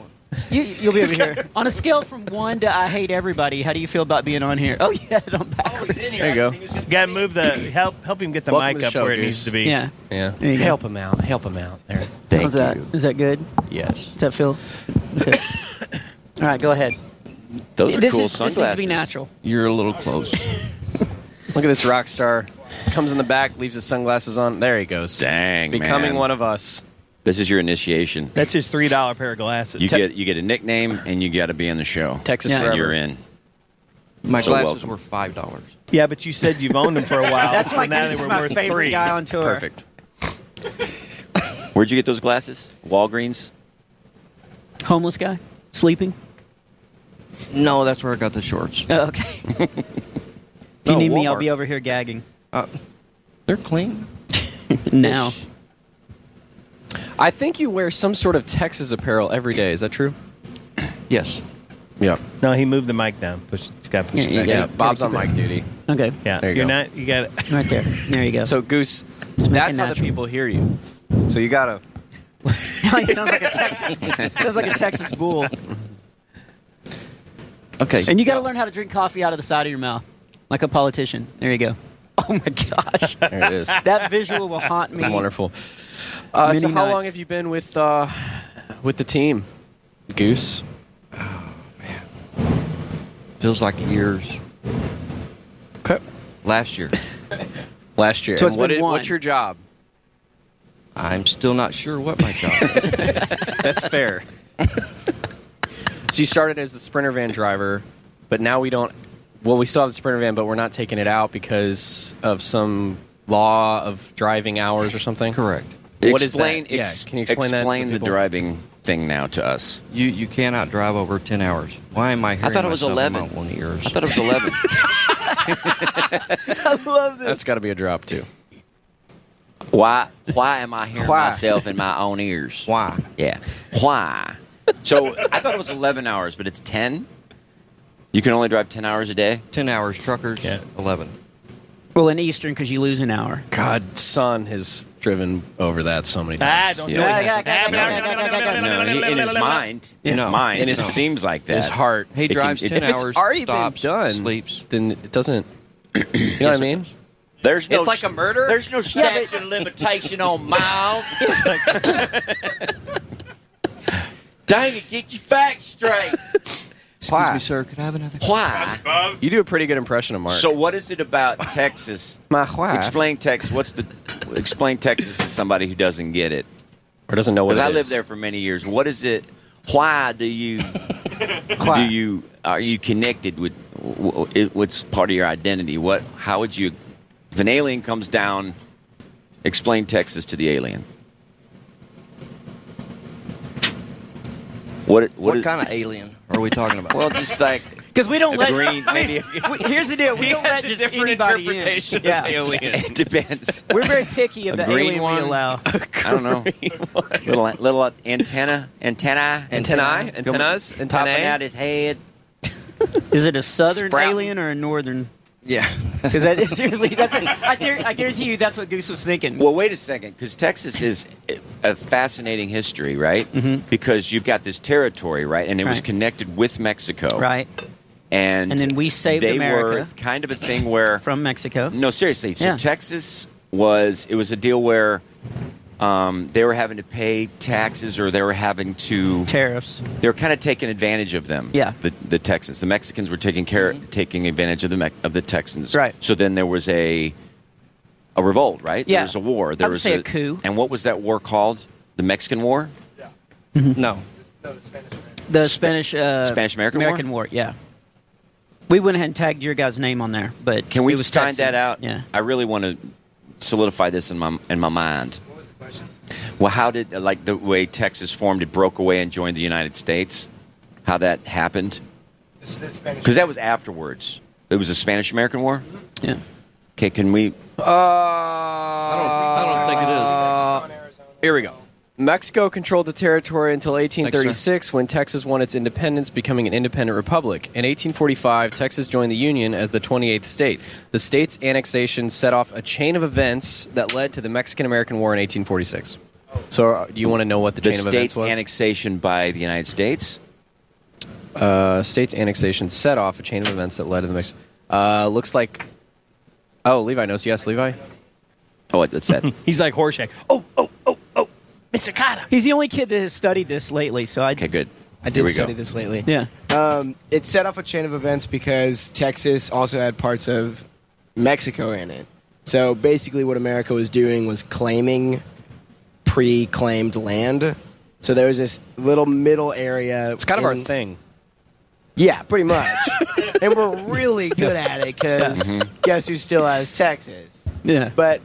E: You, you'll be over here. On a scale from one to I hate everybody, how do you feel about being on here? Oh, you had it on backwards.
D: There you go.
B: got to move the help. Help him get the
D: Welcome to
B: mic
D: the
B: up
D: show,
B: where it
D: Goose.
B: needs to be.
E: Yeah.
D: Yeah.
E: There you go.
D: Help him out. Help him out there.
G: Thank
E: How's that?
G: you.
E: Is that good?
G: Yes.
E: Does that feel? Okay. All right, go ahead.
C: Those are
E: this
C: cool
E: is,
C: sunglasses.
E: This needs to be natural.
C: You're a little close.
D: Look at this rock star. Comes in the back, leaves his sunglasses on. There he goes.
C: Dang,
D: Becoming
C: man.
D: one of us.
C: This is your initiation.
B: That's his three dollar pair of glasses.
C: You get you get a nickname and you got to be on the show.
D: Texas
E: Yeah.
C: and
D: forever.
C: you're in.
H: My
C: So
H: glasses
C: welcome.
H: were five dollars.
B: yeah, but you said you've owned them for a while.
E: That's
B: so
E: my,
B: now they
E: this is
B: were
E: my
B: worth
E: favorite
B: three.
E: guy on tour.
D: Perfect.
C: Where'd you get those glasses? Walgreens.
E: Homeless guy, sleeping.
H: No, that's where I got the shorts.
E: Oh, okay. if you
C: No,
E: need me, I'll
C: Oh, Walmart.
E: be over here gagging.
H: Uh, They're clean.
E: Now.
D: I think you wear some sort of Texas apparel every day. Is that true?
H: Yes.
D: Yeah.
B: No, he moved the mic down. Push, he's got to push it
E: Yeah,
B: back
D: Yeah.
B: up.
D: Bob's on mic duty.
E: Okay.
B: Yeah,
D: There you
B: are
D: go.
B: not. You got it.
E: Right there. There you go.
D: So Goose,
E: make it
D: that's how the
E: natural.
D: people hear you. So you gotta.
E: now he sounds like a Texas. sounds like a Texas bull.
H: Okay.
E: And you got to learn how to drink coffee out of the side of your mouth, like a politician. There you go. Oh my gosh,
D: There it is.
E: that visual will haunt me.
D: Wonderful. Uh, so
E: Many
D: how long
E: nights.
D: have you been with uh, with the team, Goose?
H: Feels like years.
D: Okay.
H: Last year.
D: Last year.
E: So
D: And
E: it's
D: what
E: been
D: did-
E: one.
D: What's your job?
H: I'm still not sure what my job. is.
D: That's fair. so you started as the sprinter van driver, but now we don't. Well, we still have the sprinter van, but we're not taking it out because of some law of driving hours or something.
H: Correct.
D: What is
C: explain,
D: that? Yeah,
C: ex-
D: can you explain that
C: Explain
D: for
C: the
D: people?
C: driving thing now to us.
H: You you cannot drive over ten hours. Why am I hearing
C: thought it was
H: myself in
C: 11.
H: my own ears?
C: I thought it was eleven.
E: I love this.
D: That's got to be a drop too.
C: Why? Why am I hearing
D: Why?
C: myself in my own ears?
H: Why?
C: Yeah. Why? So I thought it was 11 hours, but it's 10. You can only drive 10 hours a day.
H: Ten hours, truckers.
B: Yeah.
H: Eleven.
E: Well, in Eastern, because you lose an hour.
D: God, son has driven over that so many
B: Ah,
D: times.
B: don't
C: Yeah.
B: do it.
E: Yeah, yeah, yeah, yeah, yeah, yeah, yeah, yeah,
C: No, he- in his mind, in
H: No.
C: his mind,
D: In
C: it
D: his-
C: seems like that.
D: His heart.
H: He
C: It can-
H: drives
C: it-
H: ten
C: if
D: it's
H: hours.
D: already been
H: stops.
D: done.
H: Sleeps.
D: Then it doesn't. You know what I mean?
C: There's no
D: It's like a murder?
C: There's no statute of limitation on miles. Dang it, get your facts straight.
H: Excuse
D: Why?
H: me, sir. Could I have another?
C: Why?
D: You do a pretty good impression of Mark.
C: So what is it about Texas?
D: my wife
C: Explain Texas. What's the explain Texas to somebody who doesn't get it?
D: or doesn't know what
C: Because I
D: it
C: lived
D: is.
C: there for many years. What is it? Why do you
D: Why?
C: do you are you connected with wh- wh- it- what's part of your identity? What? How would you? If an alien comes down, explain Texas to the alien. What?
H: What,
C: What, is-
H: kind of alien are we talking about?
C: Well, just like
E: Because we don't
C: a
E: let.
C: green, maybe
E: We- Here's the deal. We don't let just anybody in. Yeah.
C: it depends.
E: We're very picky of
C: A
E: the
C: green
E: alien
C: one?
E: we allow.
C: I don't know. little little antenna, antenna,
D: Antennae?
C: Come-
D: Antennas?
C: popping
D: Antennae?
C: out his head.
E: Is it a southern
C: Sprouting.
E: alien or a northern?
H: yeah.
E: Because that seriously, that's. A, I, guar- I guarantee you, that's what Goose was thinking.
C: Well, wait a second, because Texas is a fascinating history, right? Mm-hmm. Because you've got this territory, right, and it was
E: Right.
C: connected with Mexico,
E: right
C: And
E: And then we saved
C: they
E: America.
C: were kind of a thing where
E: from Mexico.
C: no, seriously. So
E: Yeah.
C: Texas was it was a deal where um, they were having to pay taxes or they were having to
E: Tariffs.
C: they were kind of taking advantage of them.
E: Yeah. Mm-hmm.
C: the, the Texans, the Mexicans were taking care taking advantage of the Mex- of the Texans.
E: Right.
C: So then there was a a revolt, right?
E: Yeah.
C: There was a war.
E: I
C: There
E: would
C: was
E: say a coup.
C: And what was that war called? The Mexican War,
H: No.
E: The Spanish. Uh,
C: Spanish-American War?
E: American War. Yeah. We went ahead and tagged your guy's name on there, but
C: Can we
E: it was
C: find
E: Texan.
C: that out?
E: Yeah.
C: I really want to solidify this in my in my mind. What was the question? Well, how did like the way Texas formed, it broke away and joined the United States? How that happened? Because that was afterwards. It was the Spanish American War.
E: Yeah.
C: Okay, can we?
D: Uh,
H: I don't. I don't think it is.
D: Here we go. Mexico controlled the territory until 1836 when Texas won its independence, becoming an independent republic. In 1845, Texas joined the Union as the 28th state. The state's annexation set off a chain of events that led to the Mexican American War in 1846. So, uh, do you want to know what the,
C: The
D: chain of events
C: state's
D: was?
C: annexation by the United States.
D: uh, state's annexation set off a chain of events that led to the Mexican. Uh, looks like. Oh, Levi knows. Yes, Levi.
C: Oh, what- what's that?
B: He's like Horseshack. Oh, oh, oh, oh, Mr. Carter.
E: He's the only kid that has studied this lately, so I.
C: okay, good.
I: I
C: Here
I: did
C: we
I: study
C: go.
I: this lately. Um,
E: Yeah.
I: It set off a chain of events because Texas also had parts of Mexico in it. So basically, what America was doing was claiming pre claimed land. So there was this little middle area.
D: It's kind of our thing.
I: Yeah, pretty much. and we're really good at it because
D: Mm-hmm.
I: guess who still has Texas?
E: Yeah.
I: But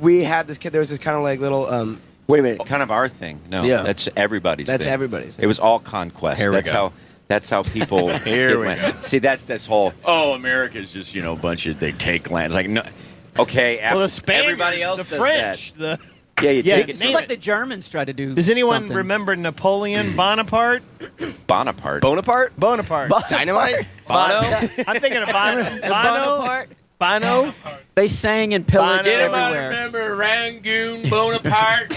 I: we had this kid. There was this kind of like little. Um,
C: Wait a minute. Kind of our thing. No,
D: Yeah.
C: that's everybody's.
I: That's
C: thing.
I: everybody's.
C: It was all conquest.
D: Here we
C: that's
D: go.
C: how. That's how people.
F: Here
C: it
F: we
C: went. See, that's this whole. Oh, America's just you know a bunch of they take land. It's like no. Okay,
B: Well, the
C: after-
B: Spaniards,
C: everybody else
B: the
C: does
B: French, the
C: That. Yeah, you
B: Yeah,
C: take it.
E: It's
B: name
E: like
B: it.
E: the Germans tried to do.
B: Does anyone
E: something.
B: remember Napoleon Bonaparte?
C: Bonaparte.
D: Bonaparte.
B: Bonaparte.
I: dynamite?
B: Bono. I'm thinking of Bono. Bono.
E: Bonaparte?
B: Bono.
E: They sang and pillaged
B: Bonaparte.
E: everywhere.
C: remember Rangoon Bonaparte.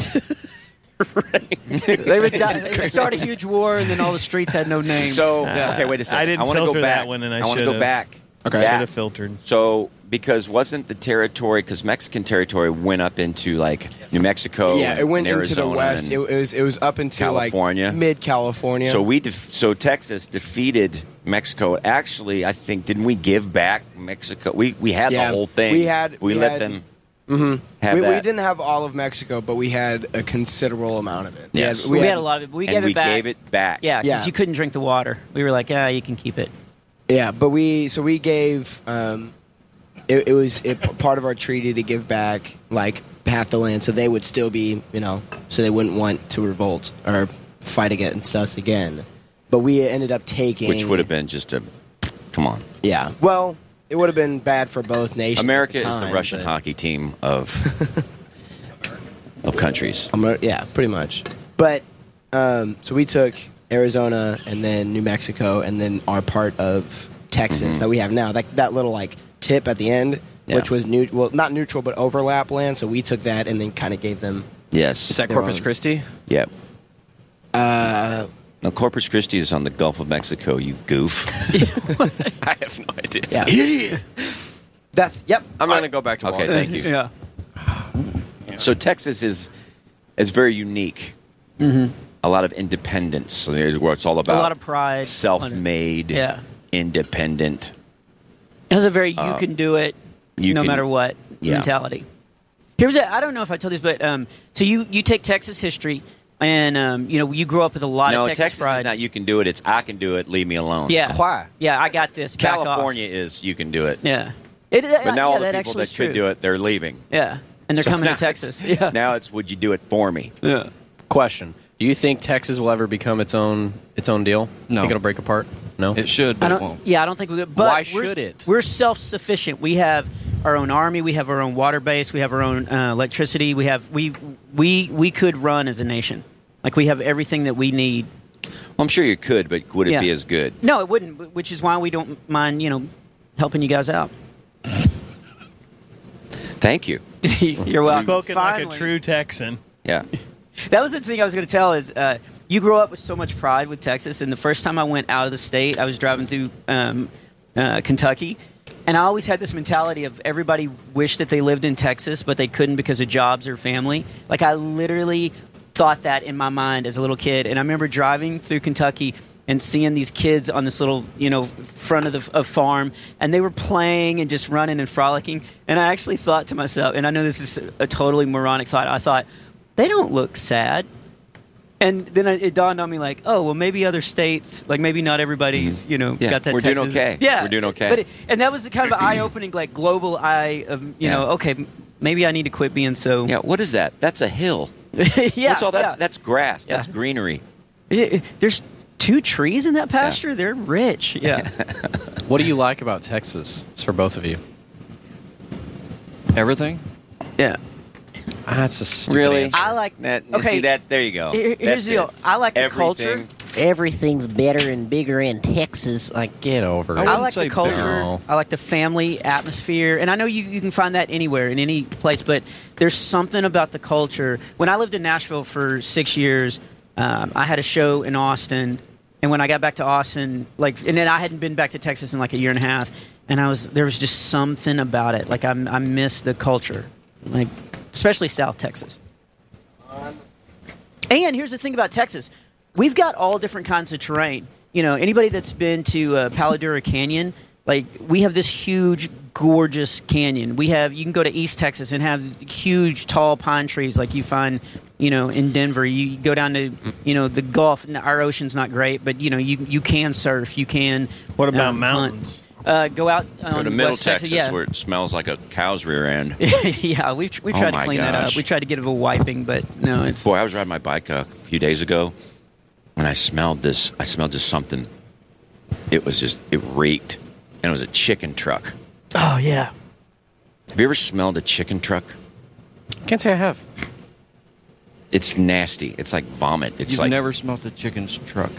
E: They would die. They would start a huge war, and then all the streets had no names. Uh,
C: so okay, wait a second.
B: I didn't
C: want to go
B: filter that
C: back.
B: one and I
C: want to go
B: should've.
C: back.
B: I
C: Okay.
B: should have filtered.
C: So, because wasn't the territory because Mexican territory went up into like New Mexico?
I: yeah, it went
C: and
I: into the
C: Arizona
I: west.
C: and-
I: It, was it was up into
C: California.
I: like mid California.
C: So we def- so Texas defeated Mexico. Actually, I think didn't we give back Mexico? We we had
I: Yeah,
C: the whole thing.
I: we had-
C: we,
I: we
C: let
I: had-
C: them have
I: Mm-hmm. we,
C: that.
I: we didn't have all of Mexico, but we had a considerable amount of it.
C: Yes.
E: we had a lot of it. but We
C: and
E: gave
C: we
E: it back.
C: gave it back.
E: Yeah, because
I: Yeah.
E: you couldn't drink the water. We were like, yeah, you can keep it.
I: Yeah, but we so we gave um, it, it was it, part of our treaty to give back like half the land, so they would still be you know so they wouldn't want to revolt or fight against us again. But we ended up taking
C: which would have been just a come on.
I: yeah. Well, it would have been bad for both nations. at
C: America
I: the
C: is
I: time,
C: the Russian
I: but-
C: hockey team of of countries.
I: I'm a- yeah, pretty much. But um, so we took Arizona and then New Mexico and then our part of Texas
D: Mm-hmm.
I: that we have now. That that little like tip at the end,
C: Yeah.
I: which was new, well, not neutral but overlap land. So we took that and then kind of gave them.
C: Yes.
D: Is that
I: They're
D: Corpus
I: on-
D: Christi?
C: Yeah. Uh,
I: Uh,
C: now, Corpus Christi is on the Gulf of Mexico, you goof.
D: I have no idea.
I: Yeah, that's yep.
D: I'm going to go back to
C: Okay,
D: Walmart.
C: thank you.
E: Yeah.
C: So Texas is is very unique.
B: Mm-hmm.
C: A lot of independence. So there's where it's all about.
E: lot of pride.
C: Self-made.
E: Yeah.
C: Independent.
E: It has a very you can do it
C: Uh, you
E: no
C: can-
E: matter what
C: yeah.
E: mentality. Here's a, I don't know if I told this, but um, so you, you take Texas history and um, you know you grew up with a lot
C: no,
E: of
C: Texas,
E: Texas, pride.
C: is not you can do it. It's I can do it. Leave me alone.
E: yeah,
D: Why?
E: yeah, I got this. Back off.
C: California is you can do it.
E: Yeah, it, uh,
C: But now
E: yeah,
C: all the
E: that actually
C: people that
E: is
C: could
E: true.
C: do it, they're leaving.
E: Yeah, and they're
C: So
E: coming
C: now
E: to Texas.
C: it's-
E: Yeah,
C: Now it's would you do it for me?
E: yeah.
D: Question: Do you think Texas will ever become its own its own deal?
H: No.
D: Think it'll break apart? No.
H: It should,
E: I
H: but it
E: don't.
H: won't.
E: Yeah, I don't think we. But
D: Why
E: we're-
D: should it?
E: We're self-sufficient. We have our own army. We have our own water base. We have our own uh, electricity. We have we we we could run as a nation. Like we have everything that we need.
C: Well, I'm sure you could, but would it
E: Yeah.
C: be as good?
E: No, it wouldn't. wh- Which is why we don't mind. You know, helping you guys out.
C: Thank you.
E: You're welcome.
B: Spoken like
E: Finally.
B: a true Texan.
C: Yeah.
E: That was the thing I was going to tell is uh, you grow up with so much pride with Texas, and the first time I went out of the state, I was driving through um, uh, Kentucky, and I always had this mentality of everybody wished that they lived in Texas, but they couldn't because of jobs or family. Like I literally thought that in my mind as a little kid, and I remember driving through Kentucky. And seeing these kids on this little, you know, front of the of farm, and they were playing and just running and frolicking. And I actually thought to myself, and I know this is a totally moronic thought. I thought, they don't look sad. And then I- it dawned on me, like, oh, well, maybe other states, like maybe not everybody's, you know,
C: Mm-hmm. Yeah,
E: got that.
C: we're doing
E: Texas-
C: okay.
E: Yeah,
C: We're doing okay.
E: But it, and that was the kind of eye-opening, like global eye of, you
C: Yeah.
E: know, oh, okay, m- maybe I need to quit being so.
C: Yeah. What is that? That's a hill.
E: yeah,
C: What's all that's
E: yeah.
C: that's grass.
E: Yeah.
C: That's greenery.
E: It- it- there's two trees in that pasture. They're rich. Yeah,
D: What do you like about Texas? It's for both of you.
H: Everything?
E: yeah.
D: Ah, That's a stupid answer.
E: I like
C: that. you
E: Okay,
C: See that? There you go.
E: here- here's
C: That's
E: the deal.
C: it.
E: I like the
C: Everything-
E: culture.
J: Everything's better and bigger in Texas. Like,
D: Like, get over it.
H: I
E: I
H: wouldn't
E: like
H: say
E: the culture.
D: no.
E: I like the family atmosphere, and I know you, you can find that anywhere in any place. But there's something about the culture. When I lived in Nashville for six years, um, I had a show in Austin, and when I got back to Austin, like, and then I hadn't been back to Texas in like a year and a half, and I was there was just something about it. Like I, I miss the culture, like especially South Texas. And here's the thing about Texas we've got all different kinds of terrain. You know, anybody that's been to uh, Paladura Canyon, like we have this huge, gorgeous canyon. We have, you can go to East Texas and have huge, tall pine trees like you find, you know, in Denver. You go down to, you know, the Gulf. and Our ocean's not great, but, you know, you, you can surf. You can.
B: What about
E: um, hunt.
B: mountains?
E: Uh, go out on
C: Go to Middle
E: West
C: Texas,
E: yeah.
C: where it smells like a cow's rear end.
E: yeah, we've, tr- we've
C: Oh
E: tried to
C: my
E: clean that up.
C: gosh.
E: We tried to get it a wiping, but no, it's.
C: Boy, I was riding my bike uh, a few days ago, and I smelled this. I smelled just something. It was just it reeked, and it was a chicken truck.
E: Oh, yeah.
C: Have you ever smelled a chicken truck?
D: Can't say I have.
C: It's nasty. It's like vomit. It's
H: You've
C: like
H: never smelt a chicken's truck.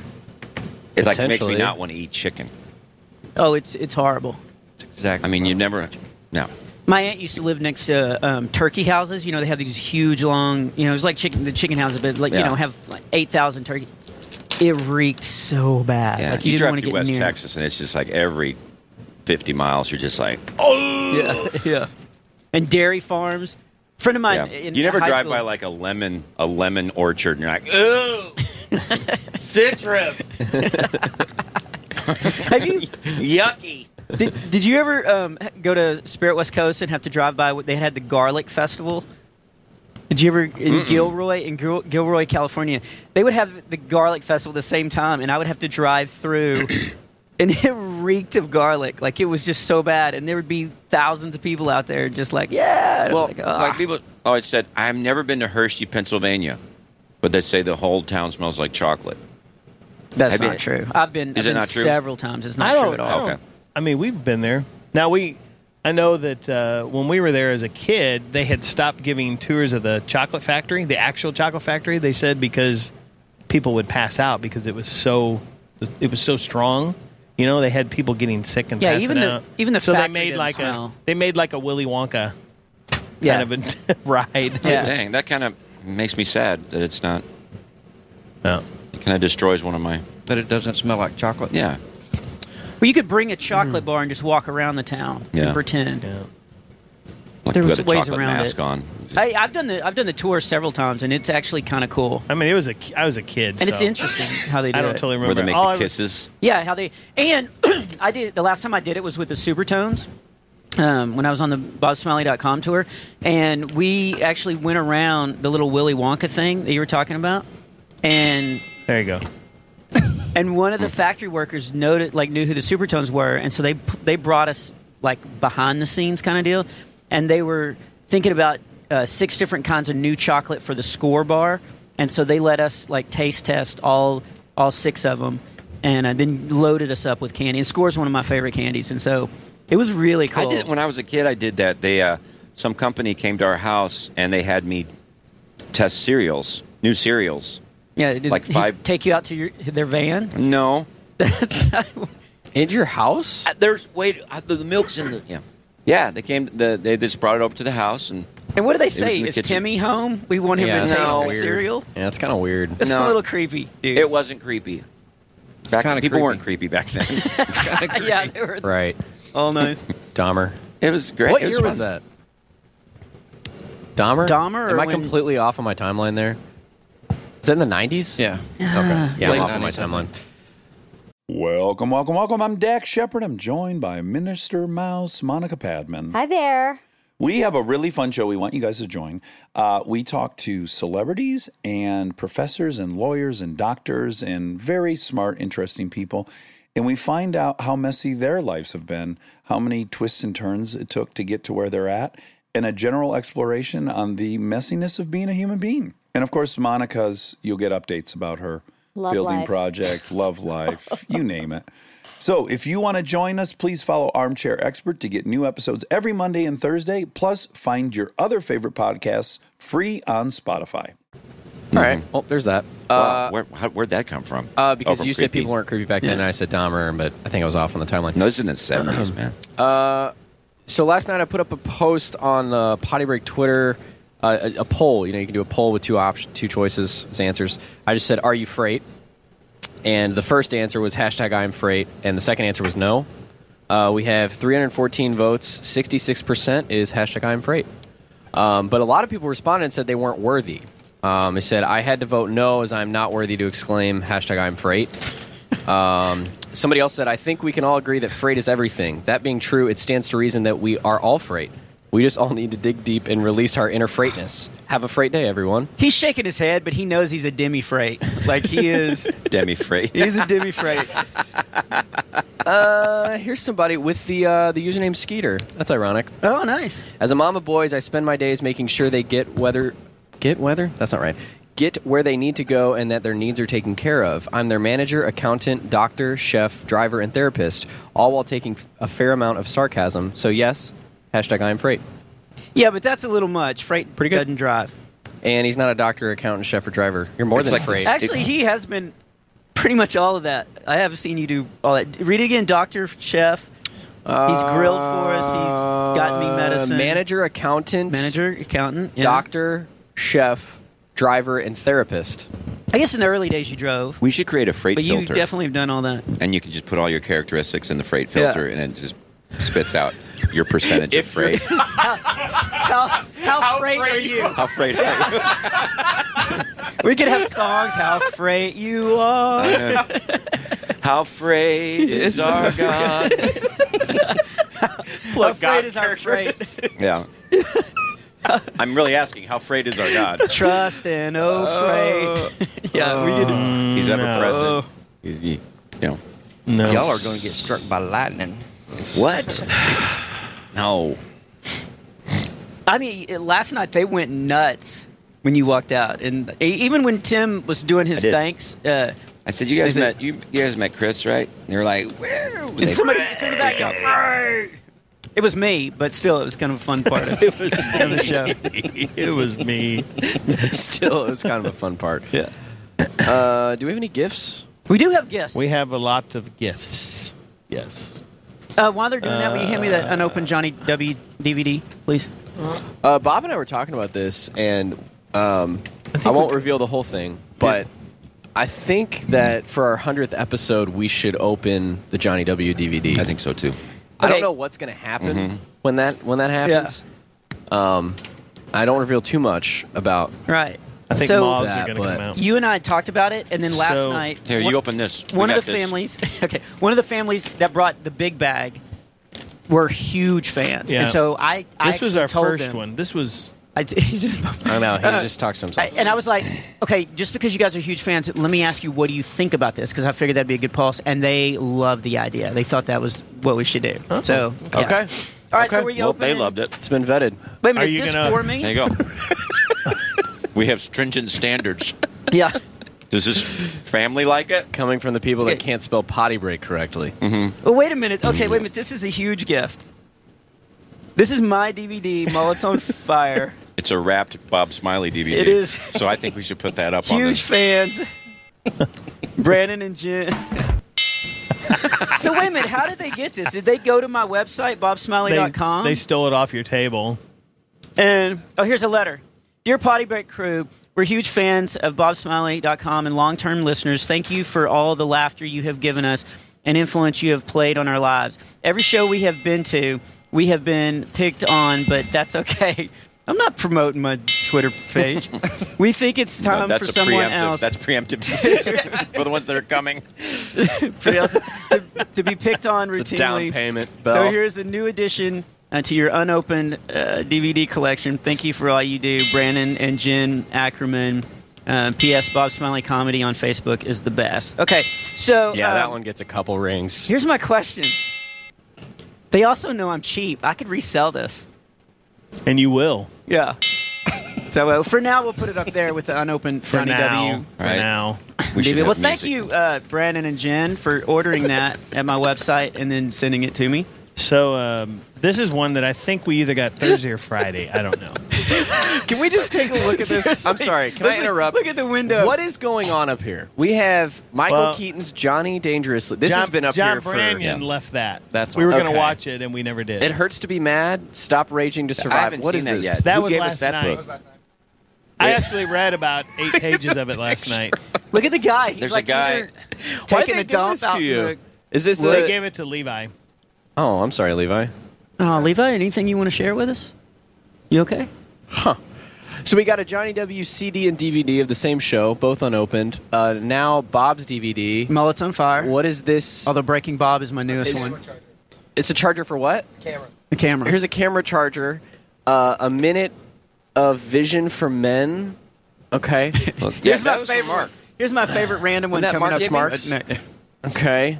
C: it like makes me
D: Potentially.
C: not want to eat chicken.
E: Oh, it's, it's horrible.
H: It's exactly.
C: I mean, you
H: right.
C: never. No,
E: My aunt used to live next to um, turkey houses. You know, they have these huge, long. You know, it's like chicken, the chicken houses, but like you
C: Yeah.
E: know, have like eight thousand turkey. It reeked so bad.
C: yeah.
E: Like you, didn't
C: drive
E: want
C: to
E: to get
C: West
E: near.
C: Texas, and it's just like every fifty miles, you're just like,
E: Yeah,
C: Oh!
E: yeah. And dairy farms. Friend of mine.
C: Yeah.
E: In
C: you never
E: high
C: drive
E: school-
C: by like a lemon a lemon orchard and you're like, ooh, citrus,
E: Have you?
C: yucky.
E: Did, did you ever um, go to Spirit West Coast and have to drive by? what They had the garlic festival. Did you ever in Gilroy in Gil- Gilroy, California? They would have the garlic festival at the same time, and I would have to drive through, and it reeked of garlic. Like it was just so bad, and there would be thousands of people out there just like, yeah. and I'm
C: Well,
E: like,
C: like,
E: "Ah."
C: people always said, I've never been to Hershey, Pennsylvania, but they say the whole town smells like chocolate.
E: that's
C: have you-
E: not true. I've been, I've
C: Is it
E: been
C: not true?
E: several times. It's
B: I
E: not
B: don't
E: true at all.
C: Okay.
B: I mean, we've been there. Now we I know that uh, when we were there as a kid, they had stopped giving tours of the chocolate factory, the actual chocolate factory. They said because people would pass out because it was so it was so strong. You know, they had people getting sick and
E: Yeah,
B: passing
E: even the-
B: out.
E: even the
B: so they
E: factory
B: made
E: didn't
B: like
E: smell.
B: a they made like a Willy Wonka kind
E: Yeah.
B: of a ride.
C: Dang, that kind of makes me sad that it's not.
B: No.
C: It kind of destroys one of my.
H: That it doesn't smell like chocolate.
C: Yeah.
E: Well, you could bring a chocolate bar and just walk around the town
C: Mm. Yeah.
E: and pretend.
C: Like
E: There
C: you
E: was
C: got a
E: ways
C: chocolate
E: around
C: mask
E: it.
C: on.
E: I, I've done the I've done the tour several times, and it's actually kind of cool.
B: I mean, it was a I was a kid,
E: and it's
B: so-
E: interesting how they do
B: I don't
E: it.
B: totally
C: Where
B: remember.
C: they make
B: All I
C: the
B: was-
C: kisses.
E: Yeah, how they and I did the last time I did it was with the Supertones um, when I was on the BobSmiley.com tour, and we actually went around the little Willy Wonka thing that you were talking about, and
B: there you go.
E: and one of the factory workers noted like knew who the Supertones were, and so they they brought us like behind the scenes kind of deal, and they were thinking about uh, six different kinds of new chocolate for the score bar, and so they let us like taste test all all six of them, and uh, then loaded us up with candy. And score is one of my favorite candies, and so it was really cool.
C: I did when I was a kid. I did that. They uh, some company came to our house and they had me test cereals, new cereals.
E: yeah, did
C: like
E: he
C: five-
E: take you out to your their van.
C: No,
D: In your house?
C: Uh, there's wait. uh, The, the milk's in the yeah. Yeah, they came. The, they just brought it over to the house and
E: And what do they
C: was
E: say?
C: in the
E: Is
C: kitchen.
E: Timmy home? We want him to
D: Yeah, that's
E: taste
C: kinda
E: the
C: weird.
E: cereal.
D: Yeah, that's kind of weird.
E: That's
C: No.
E: a little creepy, dude.
C: it wasn't creepy. Back,
H: kinda
C: people
H: creepy.
C: weren't creepy back then.
E: yeah, they were
D: Right.
E: all nice.
D: Dahmer.
C: it was great.
D: What
C: it was
D: year was
C: fun.
D: that? Dahmer?
E: Dahmer or
D: Am I
E: when-
D: completely off on my timeline there? Is that in the 90s?
H: Yeah.
D: Okay. Yeah,
H: Late
D: I'm off on my
H: 90s, I
D: timeline.
H: think.
F: Welcome, welcome, welcome. I'm Dak Shepard. I'm joined by Minister Mouse Monica Padman.
K: Hi there.
F: We have a really fun show we want you guys to join. Uh, we talk to celebrities and professors and lawyers and doctors and very smart, interesting people. And we find out how messy their lives have been, how many twists and turns it took to get to where they're at, and a general exploration on the messiness of being a human being. And of course, Monica's, you'll get updates about her
K: Love
F: building
K: life.
F: project, love life, you name it. So, if you want to join us, please follow Armchair Expert to get new episodes every Monday and Thursday. Plus, find your other favorite podcasts free on Spotify.
D: All right. Well, there's that.
C: Mm-hmm. Wow,
D: Uh,
C: where, how, where'd that come from?
D: uh, because
C: Oh,
D: you
C: from
D: said people
C: creepy.
D: weren't creepy back then, and I said Dahmer, but I think I was off on the timeline. Uh,
C: No, this is in the seventies, man.
D: So last night I put up a post on the Potty Break Twitter, uh, a, a poll. You know, you can do a poll with two options, two choices as answers. I just said, "Are you freight?" And the first answer was hashtag I'm freight, and the second answer was no. Uh, we have 314 votes. 66 percent is hashtag I'm freight. Um, but a lot of people responded and said they weren't worthy. Um, they said I had to vote no as I'm not worthy to exclaim hashtag I'm freight. Um, Somebody else said, I think we can all agree that freight is everything. That being true, it stands to reason that we are all freight. We just all need to dig deep and release our inner freightness. Have a freight day, everyone.
E: He's shaking his head, but he knows he's a demi freight. Like he is,
C: Demi Frey.
E: he's a demi freight.
D: Uh, here's somebody with the uh, the username Skeeter. That's ironic.
E: Oh, nice.
D: As a mom of boys, I spend my days making sure they get whether get weather. That's not right. Get where they need to go and that their needs are taken care of. I'm their manager, accountant, doctor, chef, driver, and therapist, all while taking a fair amount of sarcasm. So yes, hashtag I am freight.
E: Yeah, but that's a little much. Freight
D: Pretty good.
E: doesn't drive.
D: And he's not a doctor, accountant, chef, or driver. You're more
C: It's
D: than
C: like
D: freight.
C: this-
E: Actually, he has been pretty much all of that. I have seen you do all that. Read it again, Doctor Chef. He's grilled for us. He's got me medicine.
D: Uh, manager, accountant,
E: manager, accountant, yeah.
D: doctor, chef, driver, and therapist.
E: I guess in the early days you drove,
C: We should create a freight
E: but you
C: filter,
E: definitely have done all that.
C: and you can just put all your characteristics in the freight
E: Yeah.
C: filter, and it just spits out your percentage of freight.
E: How, how, freight, are you?
C: How freight are you?
E: We could have songs. How freight you are.
C: How freight is our God?
E: How freight is our freight.
C: Yeah. I'm really asking, how freight is our God?
E: Trust and oh, freight. yeah, we
D: Oh.
E: could.
C: He's ever
B: No.
C: present. He's, he, you know.
B: No,
H: Y'all are going to get struck by lightning.
C: What? No.
E: I mean, it- last night they went nuts when you walked out, and e- even when Tim was doing his
C: I did.
E: thanks, uh,
C: I said, you guys met you, you guys met Chris, right? And they were like, where?
E: somebody, somebody back up. It was me, but still, it was kind of a fun part of, it was of the show.
B: it was me.
D: Still, it was kind of a fun part.
F: Yeah.
D: Uh, do we have any gifts?
E: We do have guests.
B: We have a lot of gifts. Yes.
E: uh, while they're doing that, will you hand me
B: Uh,
E: that unopened Johnny W DVD, please?
D: Uh, Bob and I were talking about this, and um, I, won't reveal the whole thing, but I think that for our hundredth episode, we should open the Johnny W DVD.
H: I think so too.
D: I don't
E: Okay.
D: know what's going to happen
B: Mm-hmm.
C: Mm-hmm.
D: when that when that happens. Um, I don't reveal too much about.
E: Right.
B: I think
E: so
B: mobs
D: that,
B: are going to
D: but-
B: come out.
E: you and I talked about it, and then last
B: So-
E: night,
C: Here,
E: one-
C: you open this. We
E: one of
C: got
E: the
C: this.
E: families okay one of the families that brought the big bag were huge fans
B: Yeah.
E: and so i I
B: this was
E: actually
B: our
E: told
B: first
E: them-
B: one. This was
E: I, he's just,
D: I don't know. He
E: Uh,
D: just talks to
E: I,
D: himself.
E: and i was like okay just because you guys are huge fans let me ask you what do you think about this because i figured that'd be a good pulse and they loved the idea they thought that was what we should do so yeah.
D: okay.
E: all right so
D: Okay.
E: were you
C: Well, they
E: opening-
C: loved it.
D: It's been vetted.
E: wait a minute
B: Are
E: is
B: you
E: this
B: gonna-
E: for
C: There
E: me
C: you go. we have stringent standards.
E: yeah
C: Does this family like it?
D: Coming from the people that
E: Okay.
D: can't spell potty break correctly.
E: well Oh, wait a minute okay wait a minute this is a huge gift this is my dvd mullet's on fire
C: It's a wrapped Bob Smiley DVD.
E: It is.
C: so I think we should put that up on
E: huge
C: this.
E: fans. Brandon and Jen. so wait a minute, how did they get this? Did they go to my website,
B: they,
E: bobsmiley.com?
B: they stole it off your table.
E: and oh, here's a letter. Dear Potty Break crew, we're huge fans of bobsmiley.com and long-term listeners. Thank you for all the laughter you have given us and influence you have played on our lives. Every show we have been to, we have been picked on, but that's okay. I'm not promoting my Twitter page. we think it's time
C: that's
E: for
C: a
E: someone
C: preemptive.
E: else.
C: That's preemptive for the ones that are coming.
E: for else to, to be picked on routinely.
D: Down payment.
E: so
D: Bell.
E: here's a new addition uh, to your unopened uh, DVD collection. Thank you for all you do, Brandon and Jen Ackerman. Uh, P.S. Bob Smiley comedy on Facebook is the best. Okay, so
D: yeah, that
E: um,
D: one gets a couple rings.
E: Here's my question. They also know I'm cheap. I could resell this.
B: And you will.
E: Yeah. So uh, for now, we'll put it up there with the unopened
B: For
E: Johnny
B: now.
E: W.
B: For
C: Right.
B: now.
C: We should
E: Maybe.
C: have
E: Well, thank
C: music.
E: you, uh, Brandon and Jen, for ordering that at my website and then sending it to me.
B: So um, this is one that I think we either got Thursday or Friday. I don't know.
D: Can we just take a look at this? I'm sorry. Can
E: Look
D: I
E: at-
D: interrupt?
E: Look at the window.
D: What is going on up here? We have Michael
B: Well-
D: Keaton's Johnny Dangerously. This
B: John,
D: has been up
B: John
D: here for.
B: Brannion left that.
H: That's
B: we were
H: all.
B: going to
D: Okay.
B: watch it and we never did.
D: It hurts to be mad. Stop raging to survive.
H: I haven't
D: What
H: seen
D: is
H: that
D: this?
H: yet.
B: that
H: Who
B: was
H: gave
B: last
H: us that
B: night.
H: book?
B: I actually read about eight pages of it last night.
E: Look at the guy. He's
C: There's a
E: like
C: guy-
E: either
D: Why
E: taking
D: did
E: a
D: they give
E: dump
D: this
E: out
D: to
E: in
D: you? Is this?
B: Well,
D: a-
B: they gave it to Levi.
D: Oh, I'm sorry, Levi.
E: the- Oh, Levi, anything you want to share with us? You okay?
D: So we got a Johnny W CD and DVD of the same show, both unopened. Uh, now Bob's DVD.
E: Mullet's on fire.
D: What is this?
E: Although Breaking Bob is my newest
D: It's-
E: one.
D: It's a charger for what?
I: Camera.
E: The camera.
D: Here's a camera charger. Uh, a minute of vision for men. Okay.
E: Here's
C: Yeah,
E: my
C: that was
E: favorite.
C: Mark.
E: Here's my favorite random one
D: that
E: coming
D: Mark Uh,
E: up.
D: Gibbons?
E: Mark's next.
D: Okay.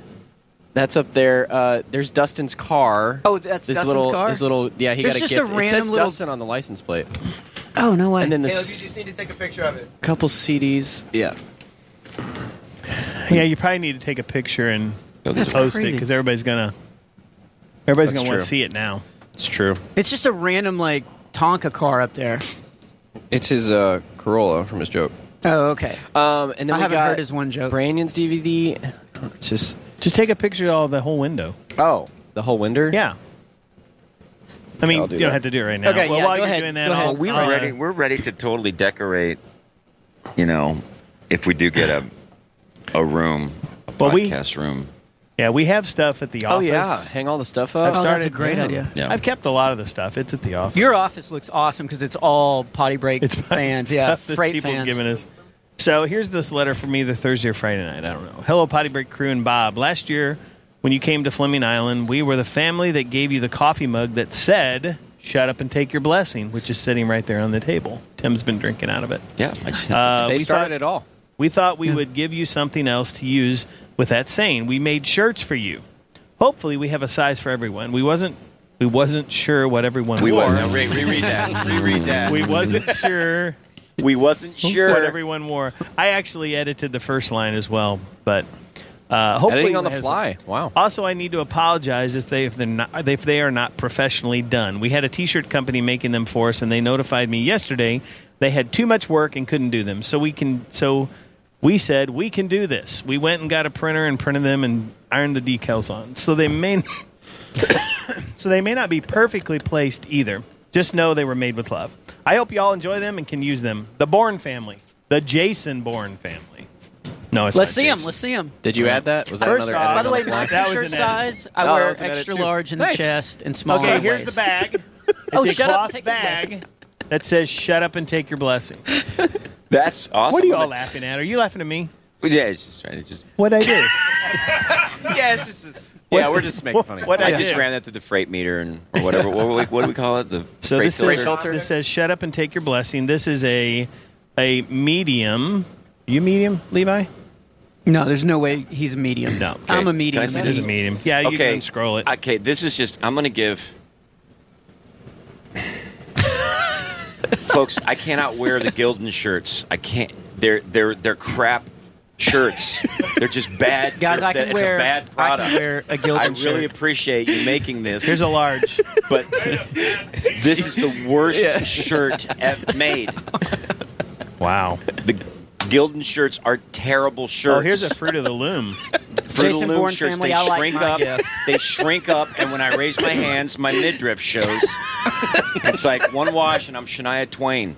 D: That's up there. Uh, there's Dustin's car.
E: Oh, that's
D: this
E: Dustin's
D: little,
E: car?
D: This little, yeah, he
E: There's
D: got a
E: just
D: gift.
E: a
D: it says
E: random little-
D: Dustin on the license plate.
E: Oh no way.
D: And then
I: Caleb, you
D: this
I: just need to take a picture of it.
D: couple CDs. Yeah.
B: Yeah, you probably need to take a picture and
E: That's
B: post it
E: crazy.
B: because everybody's gonna everybody's
D: That's
B: gonna want to
D: true.
B: see it now.
D: It's true.
E: it's just a random like Tonka car up there.
D: It's his uh, Corolla from his joke.
E: Oh okay.
D: Um, and then
E: I
D: we
E: haven't
D: got
E: heard his one joke.
D: Brandon's DVD. It's just
B: Just take a picture of all the whole window.
D: oh, the whole window.
B: Yeah. I mean,
D: I'll do
B: you don't
D: that.
B: have to do it right now.
E: Okay,
B: well,
E: yeah,
B: while
E: go
B: you're
E: ahead,
B: doing that,
E: go ahead.
B: I'll-
E: Well,
C: We
B: I'll,
C: were
B: uh,
C: ready. We're ready to totally decorate. You know, if we do get a a room, a
B: Well, we-
C: podcast room.
B: Yeah, we have stuff at the
D: Oh
B: office.
D: yeah, hang all the stuff
B: I've
D: up.
E: Oh,
B: started.
E: that's a great
B: yeah.
E: idea.
C: Yeah.
B: I've kept a lot of the stuff. It's at the office.
E: Your office looks awesome because it's all potty break
B: it's
E: fans.
B: stuff
E: Yeah,
B: that
E: freight
B: people have
E: fans.
B: given us. So here's this letter from either Thursday or Friday night. I don't know. Hello, Potty Break crew and Bob. Last year, when you came to Fleming Island, we were the family that gave you the coffee mug that said "Shut up and take your blessing," which is sitting right there on the table. Tim's been drinking out of it.
C: Yeah, I just-
B: Uh,
D: they
B: we
D: started
B: thought-
D: it all.
B: we thought we would give you something else to use with that saying. We made shirts for you. Hopefully, we have a size for everyone. We wasn't we wasn't sure what everyone
C: we
B: wore.
C: wasn't. Now, re- reread that. Reread that.
B: We wasn't sure
C: We wasn't
B: what
C: sure.
B: everyone wore. I actually edited the first line as well, but Uh, hopefully
D: Editing on the
B: has-
D: fly. Wow.
B: Also, I need to apologize if they if they're not if they are not professionally done. We had a T-shirt company making them for us, and they notified me yesterday they had too much work and couldn't do them. So we can so we said we can do this. We went and got a printer and printed them and ironed the decals on. So they may so they may not be perfectly placed either. Just know they were made with love. I hope you all enjoy them and can use them. The Bourne family, the Jason Bourne family. No, it's
E: Let's
B: not
E: see him.
B: Jason.
E: Let's see him.
D: Did you add that? Was that
B: First
D: another
B: off-
D: edit?
E: By the
D: on
E: way,
D: the
E: my
D: fly?
B: That was an
E: t-shirt
B: edit.
E: size, I
B: No, Oh, that
E: wear
B: was an edit
E: extra
B: too.
E: large in the
D: Nice.
E: chest and small.
B: Okay,
E: in
B: here's the
E: waist.
B: bag.
E: Oh,
B: It's a
E: shut up,
B: cloth
E: take your
B: bag that says "Shut up and take your blessing."
C: That's awesome.
B: What are you all laughing at? Are you laughing at me?
C: Yeah, it's just, it's just
B: What I do?
D: yeah, it's just, it's- yeah, we're just making fun of you.
B: What
C: I
B: I
C: just
B: do?
C: ran that through the freight meter and or whatever. what, do we- what do we call it? The
B: So
C: freight
B: this says,
C: filter?
B: this says "Shut up and take your blessing." This is a a medium. You medium, Levi?
E: No, there's no way he's a medium.
B: No.
E: I'm a
C: Can I
E: medium.
C: see
B: It is a medium. Yeah, you can scroll it.
C: Okay, this is just. I'm going to give. Folks, I cannot wear the Gildan shirts. I can't. They're they're they're crap shirts. They're just bad.
E: Guys,
C: they're-
E: I can
C: it's
E: wear.
C: a bad
E: I
C: product.
E: can wear a Gildan
C: I really
E: shirt.
C: appreciate you making this.
B: Here's a large. Oh,
C: but this is the worst shirt ever made.
B: wow.
C: The Gildan shirts are terrible shirts.
B: Oh, here's a fruit of the loom.
C: Fruit of the
E: Jason
C: Loom
E: Bourne
C: shirts.
E: family,
C: they
E: I like
C: shrink
E: my
C: up.
E: gift.
C: They shrink up, and when I raise my hands, my midriff shows. it's like one wash, and I'm Shania Twain.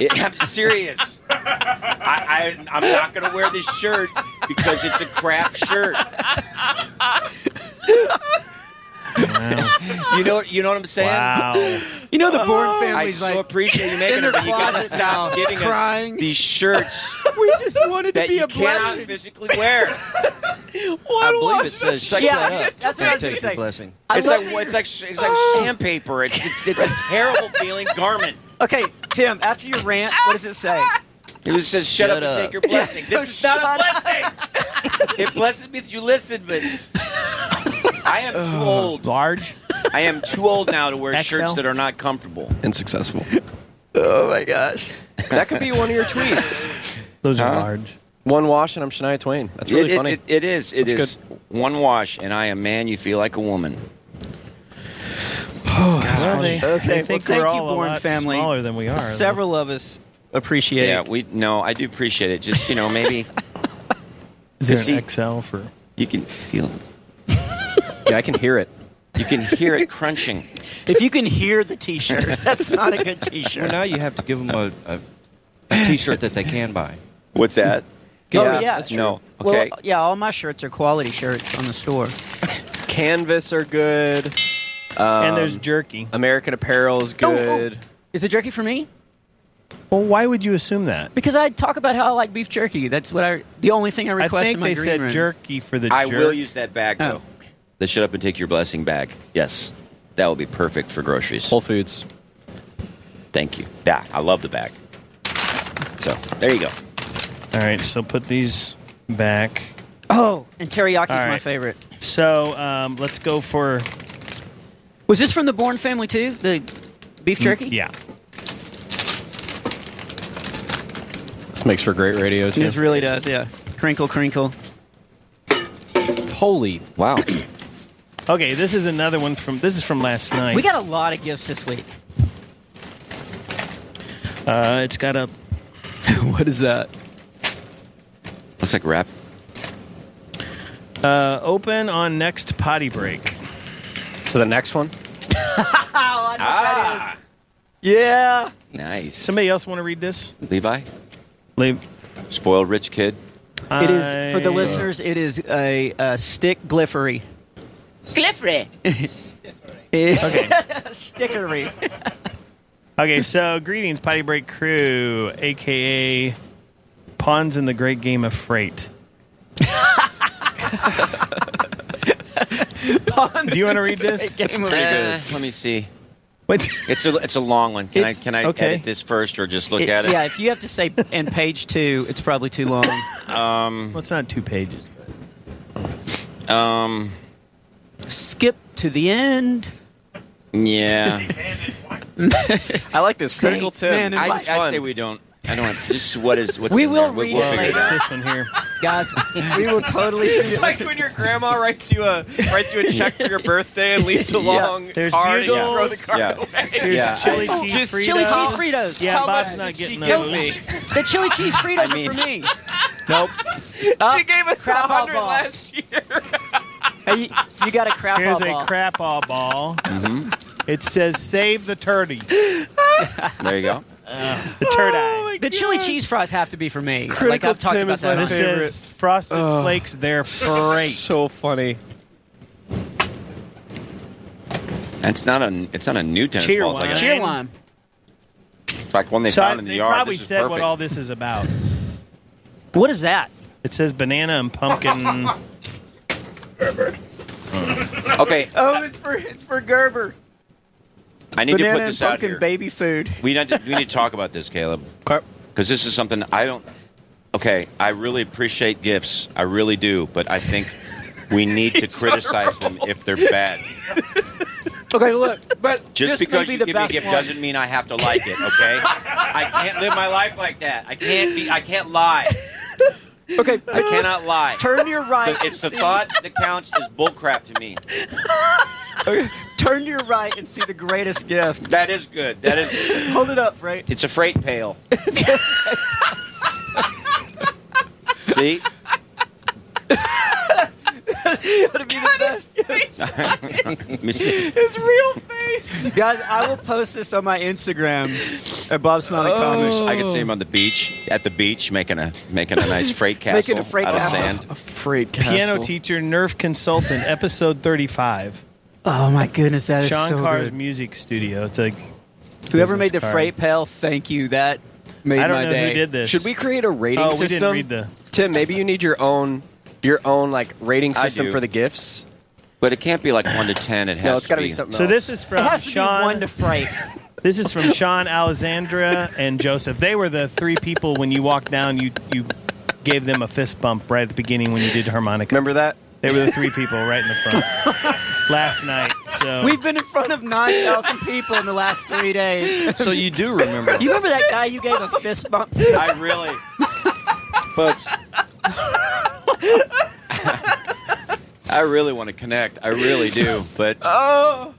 C: It- I'm serious. I, I, I'm not going to wear this shirt because it's a crap shirt. You know, you know what I'm saying?
B: Wow.
E: You know the Bourne
C: Oh. I
E: family's
C: so
E: like.
C: appreciate you making
E: in their
C: it, but you gotta
E: closet
C: stop
E: now,
C: giving
E: crying.
C: us these shirts
E: we just wanted to
C: that
E: be
C: you
E: a
C: cannot
E: blessing.
C: physically wear.
H: I believe it says shut
E: Yeah,
H: up
E: that's what I
H: and
E: was gonna
H: take your
E: say.
H: blessing.
E: I
C: it's
E: love Oh.
C: like
E: that
C: it's like it's like sandpaper. It's it's, it's a terrible feeling garment.
E: you're- Okay, Tim. After your rant, what does it say?
C: It was just shut, up,
H: Shut
C: and
H: up.
C: take your blessing.
E: so
C: this is not
E: shut
C: a blessing. it blesses me that you listen, but I am too old.
B: Large.
C: I am too old now to wear
B: XL?
C: shirts that are not comfortable.
D: and successful.
E: Oh my gosh.
D: That could be one of your tweets.
B: Those are large.
D: One wash and I'm Shania Twain. That's really
C: it,
D: funny.
C: It, it is. It is
D: That's
C: one wash, and I am man. You feel like a woman.
B: Well, they, they think
E: Oh,
B: we're
E: well, thank you,
B: all a
E: Bourne
B: lot
E: family.
B: smaller than we are.
E: Several of us appreciate
C: Yeah,
E: it.
C: we no. I do appreciate it. Just you know, maybe
B: Is there
C: See-
B: an XL for?
C: you can feel.
D: yeah, I can hear it.
C: You can hear it crunching.
E: If you can hear the T-shirt, that's not a good
H: Well,
E: T-shirt.
H: now you have to give them a, a, a T-shirt that they can buy.
C: What's that?
E: Oh, yeah, that's
C: no.
E: Well, uh,
C: Okay.
E: yeah, all my shirts are quality shirts on the store.
D: Canvas are good.
B: and there's
E: um,
B: jerky.
D: Um, American Apparel is
E: Oh, oh.
D: good.
E: Is it jerky for me?
B: Well, why would you assume that?
E: Because I talk about how I like beef jerky. That's what I. The only thing I
B: I
E: request
B: think
E: in my
B: they
E: green
B: said
E: room.
B: jerky for the
C: I
B: jerk.
C: will use that bag
E: Oh.
C: though. The shut up and take your blessing bag. Yes, that will be perfect for groceries.
D: Whole Foods.
C: Thank you. Yeah, I love the bag. So there you go.
B: All right, so put these back.
E: Oh, and teriyaki is
B: All
E: my
B: right.
E: favorite.
B: So um, let's go for
E: Was this from the Bourne family too? The beef jerky.
B: Mm, yeah.
D: This makes for great radio. Too.
E: This really does. Yeah. Crinkle, crinkle.
D: Holy
C: Wow.
B: Okay, this is another one from this is from last night.
E: We got a lot of gifts this week.
B: uh, it's got a
D: What is that?
C: Looks like wrap.
B: uh, open on next potty break.
D: So the next one?
E: Yeah.
C: Ah. Nice.
B: Somebody else want to read this?
C: Levi,
B: Leave.
C: spoiled rich kid.
E: It is for the
B: I-
E: listeners. It is a, a stick gliffery.
J: Slippery.
E: Okay. Stickery.
B: Okay, so greetings, potty break crew, aka pawns in the great game of freight. Do you want to read this?
E: Game of-
C: Uh, let me see.
B: Wait.
C: It's a it's a long one. Can
E: It's-
C: I can I
B: okay.
C: edit this first or just look
E: It-
C: at it?
E: yeah, if you have to say and page two, it's probably too long.
C: Um,
B: Well, it's not two pages.
C: um,
E: Skip to the end.
C: Yeah.
D: I like this
E: Saint Man in
C: I,
E: Black.
C: I say we don't. I don't want just what is what's
E: We
C: in
E: will
C: there.
E: read
C: we'll
E: it
C: figure it
E: later.
C: out.
B: this one here.
E: guys. We will totally.
D: It's like when your grandma writes you a writes you a check for your birthday and leaves a long
B: There's
D: card and you
B: bugles.
D: throw the card
C: Yeah.
D: away.
B: Here's
C: Yeah,
B: chili
C: I-
B: cheese
D: Just
B: Fritos.
E: Oh, chili cheese Fritos.
B: Yeah,
E: How
B: Bob's
E: about-
B: not getting
D: gave
B: those.
D: me-
E: The chili cheese Fritos are for me.
B: Nope.
D: She gave us a
E: Crap out
D: hundred
E: ball.
D: last year.
E: Hey, you, you got a crap
B: Here's
E: ball.
B: a crap ball ball.
C: Mm-hmm.
B: It says save the turdy. The
C: There you go.
B: turd
E: the chili cheese fries have to be for me. like
D: Oh Critical
E: I've talked
D: Tim
E: about
D: is
E: that.
D: my
B: This
E: on-
D: favorite.
B: says frosted flakes. They're great.
D: So funny.
C: And it's not a it's not a new tennis
B: Cheer
C: ball. It's like, a,
E: Cheer lime.
C: it's like one they
B: So I,
C: found in the
B: they
C: yard.
B: probably
C: this is
B: said
C: perfect.
B: what all this is about.
E: What is that?
B: It says banana and pumpkin.
C: okay,
E: Oh, it's for it's for Gerber.
C: I need to put this out here.
E: baby food.
C: we need to, we need to talk about this, Caleb, because this is something I don't. Okay, I really appreciate gifts, I really do, but I think we need to criticize them if they're bad.
E: Okay, look, but
C: Just
E: this
C: because
E: may be
C: you
E: the
C: give me a
E: best
C: gift
E: one.
C: doesn't mean I have to like it. Okay, I can't live my life like that. I can't be. I can't lie.
E: Okay,
C: I cannot lie.
E: turn your right.
C: The- It's the
E: and see-
C: thought that counts is bullcrap to me.
E: okay, turn your right and see the greatest gift.
C: That is good. That is.
E: Hold it up, right?
C: It's a freight pail. See,
E: That'd be the best gift.
C: Let me see.
D: His real face.
E: Guys, I will post this on my Instagram at Bob
B: Oh.
E: Smiley Comics.
C: I could see him on the beach, at the beach, making a making a nice freight castle
E: Making a freight
C: out
E: castle.
C: of sand.
D: Afraid
B: Piano teacher, Nerf consultant, episode 35.
E: Oh my goodness, that is
B: Sean
E: so
B: Carr's
E: good.
B: music studio. It's like
E: Whoever made
B: business
E: the
B: card.
E: freight pail, thank you. That made
B: I don't
E: my
B: know
E: day.
B: who did this.
D: Should we create a rating
B: Oh, we didn't
D: system?
B: read the-
D: Tim, maybe you need your own your own like rating
C: I
D: system
C: do.
D: for the gifts.
C: But it can't be like one to ten. It has
D: No, it's
C: got to
D: be something.
B: So
D: else.
B: this is
E: It
B: from
E: has to be one
B: Sean.
E: to freight.
B: This is from Sean, Alexandra, and Joseph. They were the three people when you walked down. You you gave them a fist bump right at the beginning when you did harmonica.
D: remember that?
B: They were the three people right in the front last night. So
E: We've been in front of 9,000 people in the last three days.
H: So you do remember.
E: You remember that guy you gave a fist bump to?
C: I really, folks. I really want to connect. I really do. But
E: Oh.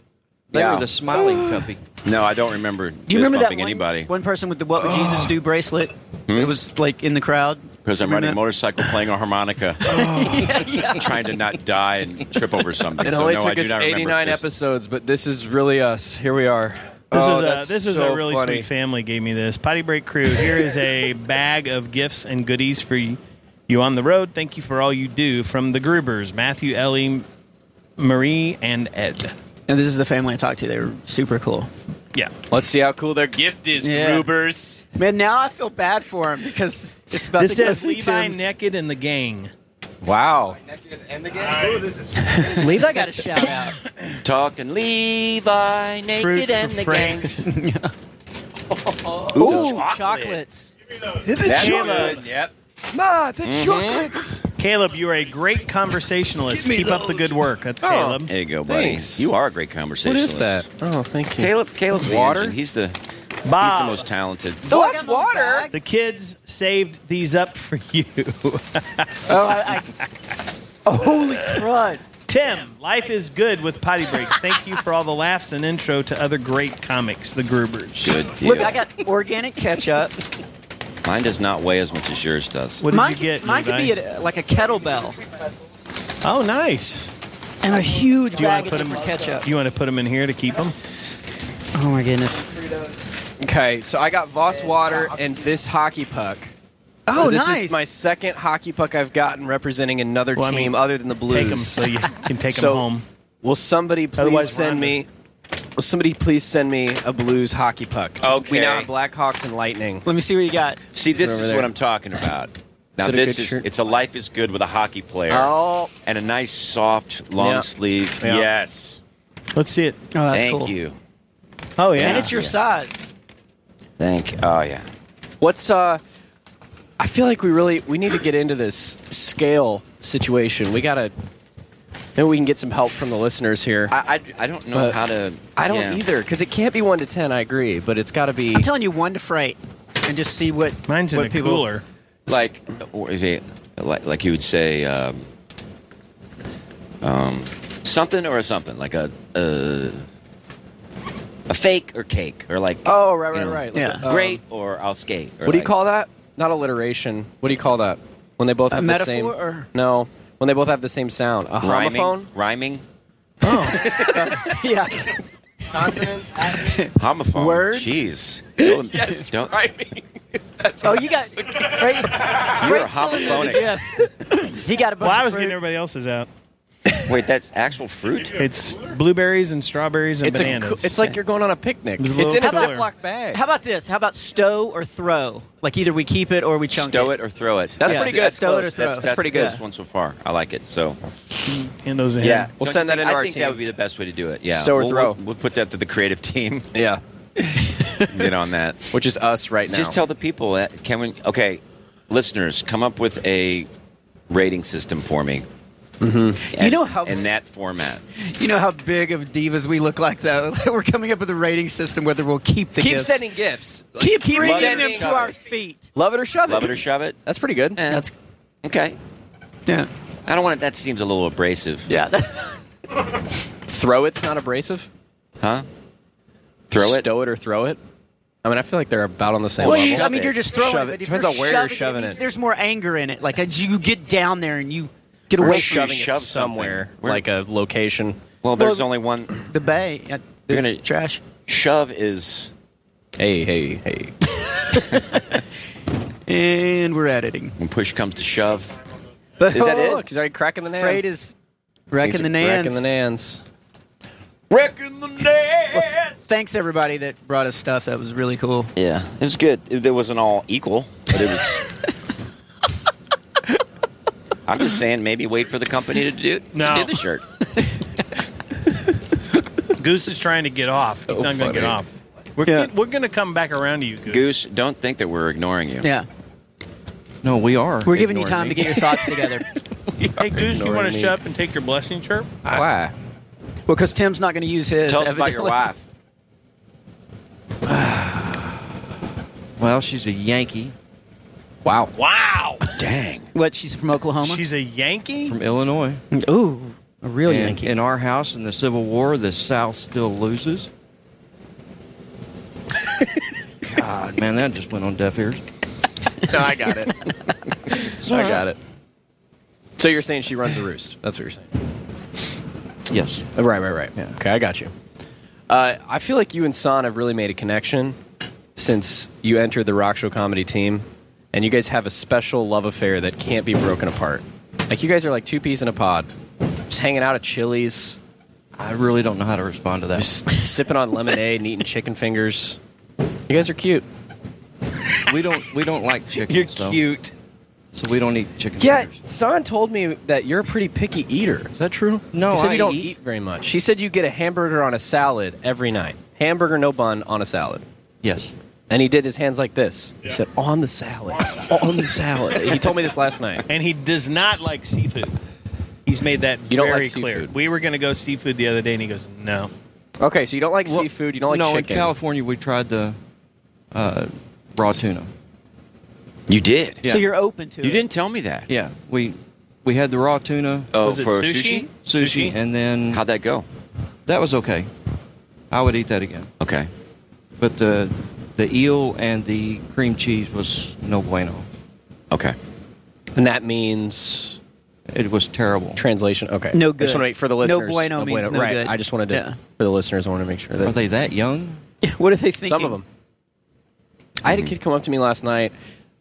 H: They
C: Yeah.
H: were the smiling puppy.
C: no, I don't remember.
E: Do you remember that one,
C: anybody Hmm?
E: one person with the What Would
B: Oh.
E: Jesus Do bracelet? It was like in the crowd.
C: because I'm riding a
E: Remember- Oh.
C: motorcycle, playing a harmonica, trying to not die and trip over something.
D: It
C: so
D: only
C: no, I
D: took
C: do
D: us
C: not remember
D: 89
C: this.
D: episodes, but this is really us. Here we are.
B: This
D: oh,
B: is a
D: that's
B: this is
D: so
B: a really
D: funny.
B: sweet family gave me this potty break crew. Here is a bag of gifts and goodies for you, you on the road. Thank you for all you do from the Grubers, Matthew, Ellie, Marie, and Ed.
E: And this is the family I talked to. They were super cool.
B: Yeah,
D: Let's see how cool their gift is,
E: Yeah.
D: Grubers.
E: Man, now I feel bad for him because it's about
B: this
E: to go
B: says
E: through
B: Levi
E: Tim's.
B: naked and the gang.
D: Wow.
E: Levi got a shout out.
C: Talking Levi
B: Fruit
C: naked
B: for
C: and the gang.
B: Frank.
E: Ooh, chocolates.
C: That's
B: Caleb.
C: good. uh, Yep. Mm-hmm.
D: Ma, the chocolates.
B: Caleb, you are a great conversationalist. Keep up the good work. That's Caleb.
C: Oh. There you go, buddy.
D: Thanks.
C: You are a great conversationalist.
D: What is that? Oh, thank you.
C: Caleb, Caleb
D: Water?
C: Water. He's the he's the
B: Bob,
C: most talented.
E: Oh, I
D: Plus
E: got my
D: water.
E: bag.
B: the kids saved these up for you.
E: Oh, I, I, oh, holy crud.
B: Tim, life is good with potty break. Thank you for all the laughs and intro to other great comics, the Grubers.
C: Good deal.
E: Look, I got organic ketchup.
C: Mine does not weigh as much as yours does.
B: What did
E: mine
B: you get?
E: mine could
B: Levi?
E: be a, like a kettlebell
B: Oh, nice.
E: and a huge
B: Do you want
E: bag
B: to put
E: of
B: them?
E: different ketchup.
B: You want to put 'em in here to keep them?
E: Oh my goodness.
D: Okay, so I got Voss water and this hockey puck.
E: Oh,
D: so this
E: nice.
D: is my second hockey puck I've gotten representing another
B: Well, I
D: team
B: mean,
D: other than the Blues.
B: Take them so you can take them
D: So-
B: home.
D: Will somebody please
B: Otherwise,
D: send
B: Rhonda.
D: me? Will somebody please send me a Blues hockey puck? We
C: Okay.
D: now have Blackhawks and Lightning.
E: Let me see what you got.
C: See, this
D: Over
C: is
D: there.
C: what I'm talking about. Now
D: it a
C: this
D: good
C: is
D: shirt?
C: it's a life is good with a hockey player
D: Oh,
C: and a nice soft long
D: Yeah.
C: sleeve.
D: Yeah.
C: Yes.
B: Let's see it.
E: Oh, that's
C: Thank
E: cool.
C: you.
B: Oh
E: And
B: yeah.
E: it's your
C: Yeah.
E: size.
C: Thank. Oh yeah.
D: what's uh? I feel like we really we need to get into this scale situation. We gotta. Maybe we can get some help from the listeners here.
C: I I, I don't know
D: But
C: how to.
D: I don't
C: yeah.
D: either because it can't be one to ten. I agree, but it's got to be.
E: I'm telling you, one to freight. and just see what
B: Mine's in
E: what
B: a
E: people,
B: cooler.
C: like what is it? Like, like you would say um, um, something or a something like a, a a fake or cake or like
D: Oh, right, right,
C: you know,
D: right.
E: Yeah.
D: uh,
C: great or I'll skate. Or
D: what do you
C: like-
D: call that? Not alliteration. What do you call that? When they both have the
E: metaphor
D: same.
E: or-
D: No, when they both have the same sound. A
C: rhyming?
D: homophone.
C: Rhyming
E: Yeah,
I: Consonants,
C: homophone
E: Words?
C: Jeez, don't, don't
D: Rhyming.
E: oh, you got right.
C: you're a homophonic.
E: Yes, he got a bunch.
B: Well, I
E: of
B: was
E: fruit.
B: getting everybody else's out.
C: Wait, that's actual fruit.
B: It's blueberries and strawberries and
D: It's a.
B: bananas.
D: coo- It's like you're going on a picnic.
B: was
D: It's
B: a
D: in a
B: little cooler.
D: Ziploc bag.
E: How about this? How about stow or throw? Like either we keep it or we chunk
C: Stow
E: it.
C: it or throw it.
D: That's
E: Yeah.
D: pretty good.
C: That's
E: Stow it or
C: close.
E: throw.
C: That's,
E: That's
C: that's
E: pretty
C: the
E: good.
C: best one so far. I like it. So
B: hand those in.
C: yeah,
D: We'll
C: Don't
D: send
C: you
D: that
C: think-
D: into
C: I
D: our
C: think
D: team.
C: that would be the best way to do it. Yeah,
D: Stow or
C: We'll-
D: throw.
C: We'll, we'll put that to the creative team.
D: Yeah,
C: Get on that.
D: which is us right now.
C: Just tell the people that can we okay, listeners, come up with a rating system for me. Mm-hmm.
E: know how-
C: in that format.
E: You know how big of divas we look like, though. We're coming up with a rating system whether we'll keep the
D: Keep
E: gifts.
D: sending gifts.
E: keep, keep
C: loving
E: bringing them
C: each
E: to
C: other.
E: our feet.
D: Love it or shove it.
C: Love it or shove it.
D: That's pretty good.
C: Eh,
E: That's
C: okay.
E: yeah,
C: I don't want it. That seems a little abrasive.
E: yeah.
D: Throw it's not abrasive.
C: Huh? Throw it.
D: Stow it or throw it. I mean, I feel like they're about on the same
E: well,
D: level.
E: you, I mean, you're just throwing
D: Shove
E: it. but if
D: it. Depends
E: you're
D: on where you're
E: it,
D: shoving
E: means
D: it.
E: There's more anger in it. Like as you get down there and you get away
D: We're
E: from
D: shoving
C: shove
D: it somewhere,
C: something. We're-
D: like a location.
C: Well, there's
E: Well,
C: only one.
E: the bay. uh, the
C: You're gonna-
E: trash.
C: Shove is
D: Hey, hey, hey.
E: And we're editing.
C: when push comes to shove.
D: Is that it? He's already cracking the nan.
E: Freight is wrecking the nans.
D: Cracking the nans.
C: Wrecking the net.
E: Thanks everybody that brought us stuff. That was really cool.
C: Yeah, it was good. It, it wasn't all equal, but it was. I'm just saying, maybe wait for the company to do, to
B: No.
C: do the shirt.
B: Goose is trying to get off. He's not going to get off. We're,
E: Yeah.
B: we're going to come back around to you, Goose.
C: Goose, don't think that we're ignoring you.
E: Yeah,
H: No, we are.
E: we're giving you
H: ignoring
E: time
H: me.
E: to get your thoughts together.
B: Hey, Goose, you
D: ignoring
B: want to
D: me.
B: shut up and take your blessing chirp?
D: Why?
E: Well, because Tim's not going to use his.
C: Tell us about your
E: evidently.
C: wife.
H: Well, she's a Yankee
D: Wow.
B: Wow.
C: Dang.
E: What? She's from Oklahoma.
B: She's a Yankee?
H: from Illinois.
E: ooh, a real
H: And
E: Yankee.
H: In our house, in the Civil War, the South still loses. God, man, that just went on deaf ears.
D: No, I got it. I got it. So you're saying she runs a roost? That's what you're saying. Oh,
H: Yes.
D: Right, right, right.
H: Yeah.
D: Okay, I got you. Uh, I feel like you and Son have really made a connection since you entered the Rock Show comedy team, and you guys have a special love affair that can't be broken apart. Like you guys are like two peas in a pod, just hanging out at Chili's,
H: I really don't know how to respond to that.
D: just sipping on lemonade and eating chicken fingers. You guys are cute.
H: we don't we don't like chicken.
E: You're
H: so,
E: cute.
H: So we don't eat chicken.
D: Yeah,
H: fingers.
D: Son told me that you're a pretty picky eater. Is that true?
H: No,
D: he said
H: I
D: you don't
H: eat.
D: eat very much. He said you get a hamburger on a salad every night. Hamburger, no bun, on a salad.
H: Yes.
D: And he did his hands like this. He said, "On the salad, on the salad." he told me this last night.
B: And he does not like seafood. He's made that
D: You don't
B: very
D: like
B: clear.
D: seafood.
B: We were going to go seafood the other day, and he goes, no.
D: Okay, so you don't like
H: Well,
D: seafood. You don't like
H: no,
D: chicken.
H: in California, we tried the uh, raw tuna.
C: You did.
H: Yeah.
E: So you're open to
C: You
E: it.
C: didn't tell me that.
H: Yeah, we we had the raw tuna,
C: Oh,
B: Was it
C: for
B: sushi?
C: sushi?
H: sushi,
B: Sushi?
H: and then
C: How'd that go?
H: that was okay. I would eat that again.
C: Okay.
H: But the the eel and the cream cheese was no bueno.
C: Okay.
D: and that means
H: It was terrible.
D: translation. Okay,
E: No
D: I just
E: good.
D: want to make for the
E: No
D: listeners.
E: bueno means no
D: right.
E: good.
D: I just wanted to
E: Yeah.
D: for the listeners. I want to make sure that
H: Are they that young?
E: What are they thinking?
D: some of them. I had a kid come up to me last night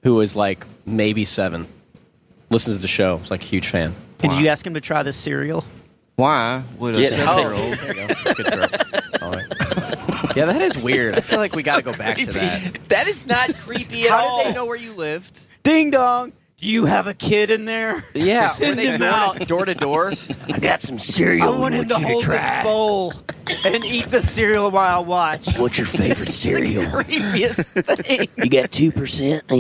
D: who was like maybe seven, listens to the show, was like a huge fan.
E: And did you ask him to try this cereal?
H: Why would a
C: Get out.
H: seven-year-old?
D: There you go. Good throw. All right. Yeah, that is weird. I feel like we got to go back to that.
C: That is not creepy at
D: How did they
C: all.
D: know where you lived?
E: Ding dong. Do you have a kid in there?
D: Yeah,
E: Send
D: were they
E: him
D: door to-
E: out.
D: door to door.
G: I got some cereal.
E: I want him to hold this bowl and eat the cereal while I watch.
G: What's your favorite cereal?
E: Previous thing.
G: You got two percent. Tell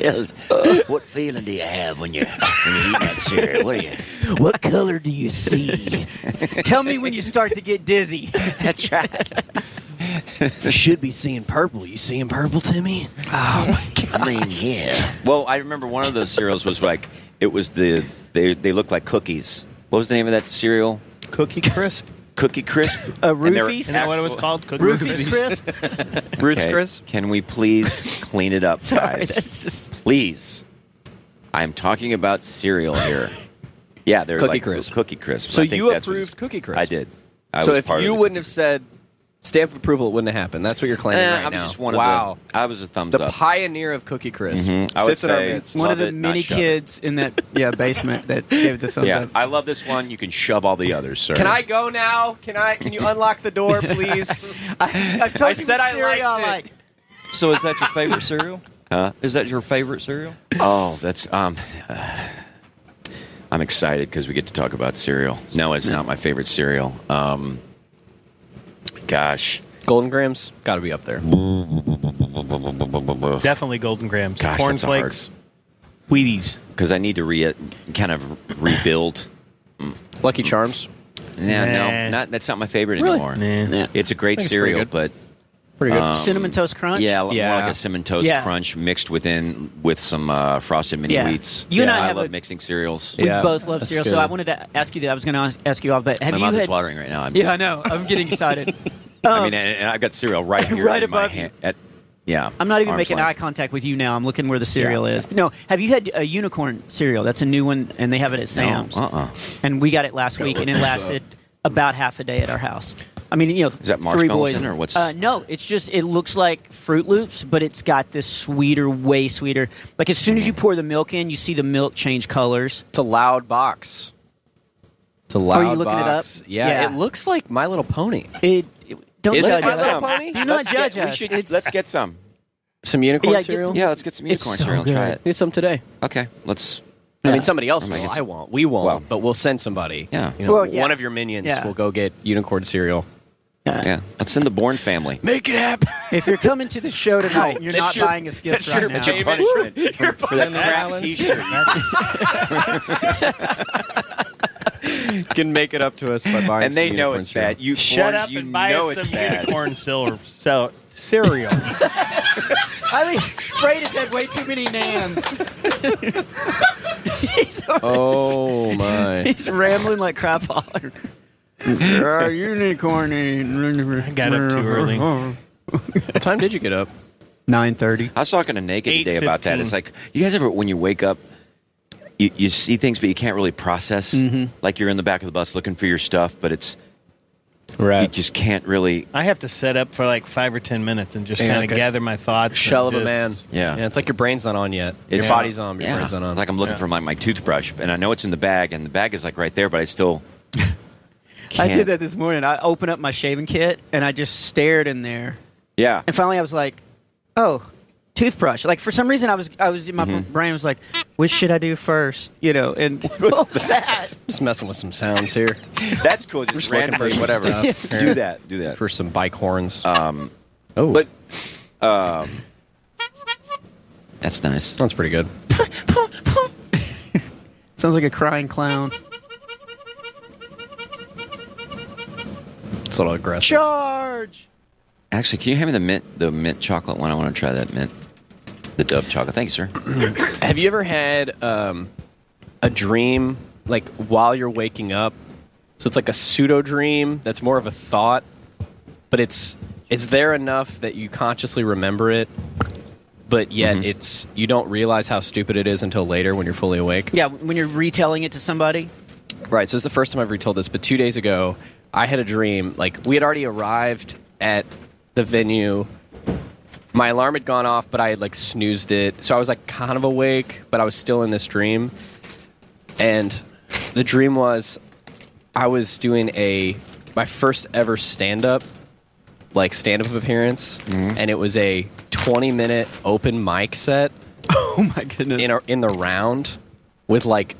G: us, what feeling do you have when you when you eat that cereal? What do you? What color do you see?
E: Tell me when you start to get dizzy.
G: That's right.
H: you should be seeing purple. You seeing purple, Timmy? Oh my god!
G: I mean, yeah.
C: Well, I remember one of those cereals was like it was the they they looked like cookies. What was the name of that cereal?
B: Cookie crisp.
C: Cookie crisp.
E: Uh,
C: And they were
E: Roofies?
B: Isn't that what it was
C: actual-
B: called? Cookie
E: Roofies crisp.
D: Ruth's
C: Okay,
D: Chris.
C: Can we please clean it up,
E: Sorry,
C: guys?
E: that's just-
C: Please. I'm talking about cereal here. yeah, they're
D: Cookie
C: like
D: Crisp.
C: Cookie crisp.
D: So
C: I think
D: you
C: that's what
D: approved
C: it's-
D: Cookie Crisp.
C: I did. I
D: so
C: was
D: if
C: part of
D: you
C: the-
D: wouldn't have said stamp of approval, it wouldn't have happened. That's what you're claiming
C: Eh,
D: right
C: I'm
D: now.
C: just one
D: wow.
C: of the. I was a thumbs
D: the
C: up.
D: pioneer of Cookie Crisp.
C: Uh-huh. I would
D: Sits in our
C: say-
D: midst.
E: One of
C: Love
E: the
C: it, not
E: many
C: shove it.
E: kids in that yeah basement that gave the thumbs
C: yeah,
E: up.
C: I love this one. You can shove all the others, sir.
D: Can I go now? Can I? Can you unlock the door, please?
E: I, told
D: I said I
E: cereal
D: liked it.
E: liked.
H: So is that your favorite cereal? Huh? Is that your favorite cereal?
C: Oh, that's um. I'm excited because we get to talk about cereal. No, it's not my favorite cereal. Um, gosh,
D: Golden Grams got to be up there.
B: Definitely Golden Grams.
C: Gosh,
B: Corn
C: that's a hard-
B: Flakes. Wheaties.
C: because I need to re kind of rebuild.
D: Lucky Charms,
C: Yeah,
B: Nah.
C: no, not that's not my favorite anymore.
B: Nah.
C: It's a great
D: it's pretty
C: cereal,
D: good.
C: but
D: pretty good.
E: Cinnamon Toast Crunch.
C: Um, yeah, li-
D: Yeah.
C: more like a cinnamon toast
E: Yeah.
C: crunch mixed within with some uh, frosted mini
E: Yeah.
C: wheats.
E: You and I have
C: love
E: a-
C: mixing cereals.
E: We
D: Yeah,
E: both love
D: that's
E: cereal,
D: good.
E: so I wanted to ask you that. I was going to ask you all, but have
C: my
E: you
C: mouth
E: had?
C: is watering right now. I'm
E: Yeah, I know. I'm getting excited.
C: I mean, and, and I've got cereal right here
E: Right
C: in my
E: above you.
C: hand. Uh, At, yeah,
E: I'm not even
C: arm's
E: making
C: length.
E: eye contact with you now. I'm looking where the cereal
C: Yeah.
E: is. No, have you had a unicorn cereal? That's a new one, and they have it at Sam's.
C: No, uh-uh.
E: And we got it last week, and it lasted about half a day at our house. I mean, you know,
C: Is that
E: three
C: marshmallows
E: boys
C: in it, or what's-
E: Uh, no, it's just it looks like Fruit Loops, but it's got this sweeter, way sweeter. Like as soon as you pour the milk in, you see the milk change colors.
D: It's a loud box. It's a loud
E: Oh, you looking it up?
D: box. Yeah,
E: Yeah.
D: it looks like My Little Pony.
E: It, it- don't
D: Is
E: judge
D: it My
E: us.
D: Little Pony?
E: Do not
C: Let's
E: judge
C: get- we
E: us.
C: should-
E: It's-
C: let's get some.
D: Some unicorn
E: Yeah, it gets-
D: cereal.
C: Yeah, let's get some
E: It's
C: unicorn
E: so
C: cereal and try
E: good.
C: it.
D: Get some today.
C: Okay, let's.
D: I mean, somebody else.
C: I might
D: will.
C: get
D: I
C: some.
D: won't. We won't.
C: Well.
D: but we'll send somebody.
C: Yeah.
D: You know,
E: Well, yeah.
D: One of your minions
E: Yeah.
D: will go get unicorn cereal.
C: Yeah, let's send the Bourne family.
D: Make it happen.
E: if you're coming to the show tonight, and you're
D: That's
E: not
D: your-
E: buying us gifts right now.
C: punishment for, for that crappy T-shirt.
D: can make it up to us by buying.
C: and they
D: some
C: know
D: unicorn
C: it's
D: cereal.
C: bad. You
B: Shut
C: Bournes,
B: up
C: you
B: and buy
C: know
B: us
C: it's
B: some
C: bad.
B: unicorn silver, so, cereal.
E: I think Freight has had way too many nans. he's,
D: Oh my!
E: he's rambling like crap all over. unicorn. I
B: Got up too early.
D: what time did you get up?
E: Nine thirty.
C: I was talking to Naked today about that.
B: 8:15.
C: It's like you guys ever when you wake up, you, you see things but you can't really process.
D: Mm-hmm.
C: Like you're in the back of the bus looking for your stuff, but it's you
D: Right.
C: just can't really.
B: I have to set up for like five or ten minutes and just
D: Yeah,
B: kind of
D: okay.
B: gather my thoughts. and
D: Shell of a
B: just-
D: man.
C: Yeah.
D: It's like your brain's not on yet. Your
C: It's-
D: body's on. But your
C: Yeah.
D: brain's not on.
C: Like I'm looking for my, my toothbrush, and I know it's in the bag, and the bag is like right there, but I still.
E: I
C: can't-
E: did that this morning. I opened up my shaving kit and I just stared in there.
C: Yeah.
E: And finally, I was like, "Oh, toothbrush!" Like for some reason, I was I was in my
D: Mm-hmm.
E: brain was like, "What should I do first? You know, and what was that?
D: just messing with some sounds here.
C: That's cool. Just,
D: just looking for
C: randomly,
D: some
C: whatever.
D: stuff. Yeah.
C: Do that. Do that.
D: for some bike horns.
C: oh, but um, that's nice.
D: Sounds pretty good.
E: Sounds like a crying clown.
D: It's a little aggressive.
E: Charge!
C: Actually, can you hand me the mint, the mint chocolate one? I want to try that mint, the Dove chocolate. Thank you, sir.
D: Have you ever had um, a dream like while you're waking up? So it's like a pseudo dream that's more of a thought, but it's it's there enough that you consciously remember it, but yet
E: Mm-hmm.
D: it's you don't realize how stupid it is until later when you're fully awake.
E: Yeah, when you're retelling it to somebody,
D: Right. So it's the first time I've retold this, but two days ago, I had a dream. Like we had already arrived at the venue. My alarm had gone off, but I had like snoozed it, so I was like kind of awake, but I was still in this dream. And the dream was, I was doing a my first ever stand up, like stand up appearance,
E: Mm-hmm.
D: and it was a 20 minute open mic set
E: oh my goodness!
D: in a, in the round with like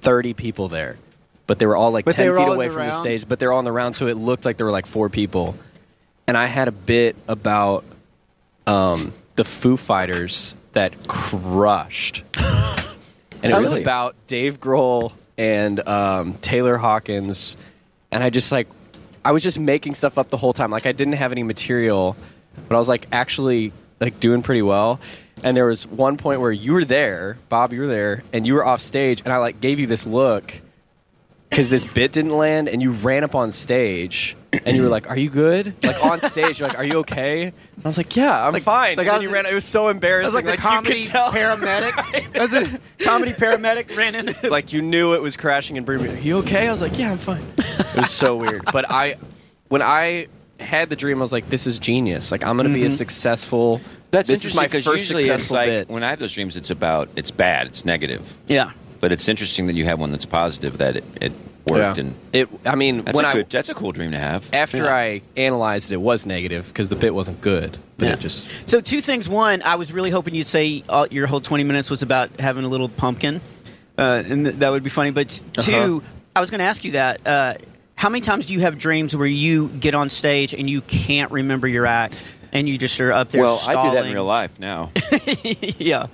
D: 30 people there but they were all like
E: But they
D: 10
E: were
D: feet
E: all in
D: away
E: the
D: from the
E: round?
D: stage but they're all in the round so it looked like there were like four people and i had a bit about um, the foo fighters that crushed and it was
E: Really?
D: about dave grohl and um, taylor hawkins and i just like I was just making stuff up the whole time. Like I didn't have any material, but I was like actually like doing pretty well. And there was one point where you were there, Bob, you were there, and you were off stage, and I like gave you this look because this bit didn't land, and you ran up on stage, and you were like, "Are you good?" Like on stage, you're like, "Are you okay?" And I was like, "Yeah, I'm fine."
H: like,
D: and
H: I
D: then
H: was-
D: you ran. It was so embarrassing.
H: That's like the
D: you could
H: comedy
D: tell-
H: paramedic. That's a comedy paramedic ran into.
D: like you knew it was crashing and booming. Are you okay? I was like, yeah, I'm fine. It was so weird. But I, when I had the dream, I was like, this is genius. Like I'm going to
H: Mm-hmm.
D: be a successful.
C: That's
D: this is my
C: interesting 'cause
D: first
C: usually it's
D: successful
C: like
D: bit.
C: when I have those dreams, it's about it's bad, it's negative.
H: Yeah.
C: But it's interesting that you have one that's positive that it, it
D: Yeah.
C: worked, and
D: It. I mean,
C: that's
D: when
C: a
D: I
C: good, that's a cool dream to have.
D: after I analyzed it, it was negative because the bit wasn't good. But it just
E: So two things. One, I was really hoping you'd say all, your whole twenty minutes was about having a little pumpkin, uh, and th- that would be funny. But
C: Uh-huh.
E: 2 I was going to ask you that. Uh, how many times do you have dreams where you get on stage and you can't remember your act, and you just are up there?
C: well, I do that in
E: stalling?
C: real life now.
E: yeah.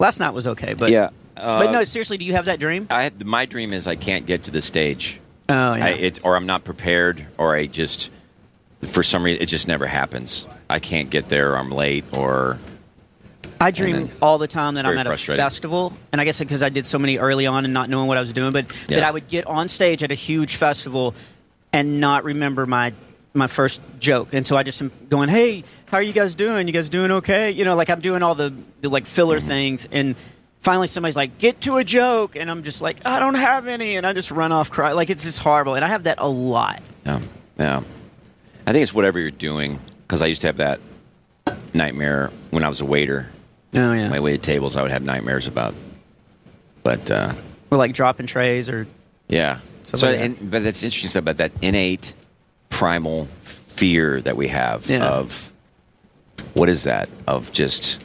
E: Last night was okay, but
C: Yeah, uh,
E: but no, seriously, do you have that dream?
C: I my dream is I can't get to the stage.
E: Oh yeah.
C: I, it, or I'm not prepared, or I just for some reason it just never happens. I can't get there, or I'm late, or
E: I dream
C: And then-
E: all the time that
C: It's very
E: I'm at a
C: frustrating.
E: festival, and I guess because I did so many early on and not knowing what I was doing, but that
C: Yeah.
E: I would get on stage at a huge festival and not remember my my first joke, and so I just am going, "Hey, how are you guys doing? You guys doing okay?" You know, like I'm doing all the, the like filler
C: Mm-hmm.
E: things, and finally somebody's like, "Get to a joke," and I'm just like, "I don't have any," and I just run off crying. Like it's just horrible, and I have that a lot.
C: yeah, yeah. I think it's whatever you're doing because I used to have that nightmare when I was a waiter.
E: Oh yeah,
C: When I waited tables, I would have nightmares about. But uh,
E: or like dropping trays or
C: yeah, so and, but that's interesting stuff about that innate primal fear that we have
E: Yeah.
C: of what is that of just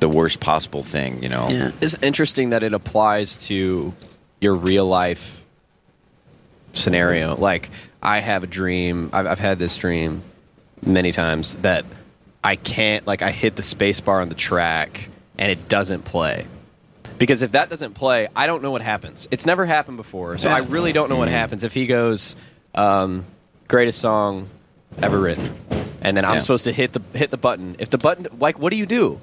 C: the worst possible thing, you know?
E: yeah.
D: it's interesting that it applies to your real life scenario. Like I have a dream. I've, I've had this dream many times that I can't. Like I hit the space bar on the track and it doesn't play. Because if that doesn't play, I don't know what happens. It's never happened before, so I really don't know
C: Mm-hmm.
D: what happens. If he goes, um, greatest song ever written, and then I'm
C: Yeah.
D: supposed to hit the hit the button. If the button, like, what do you do?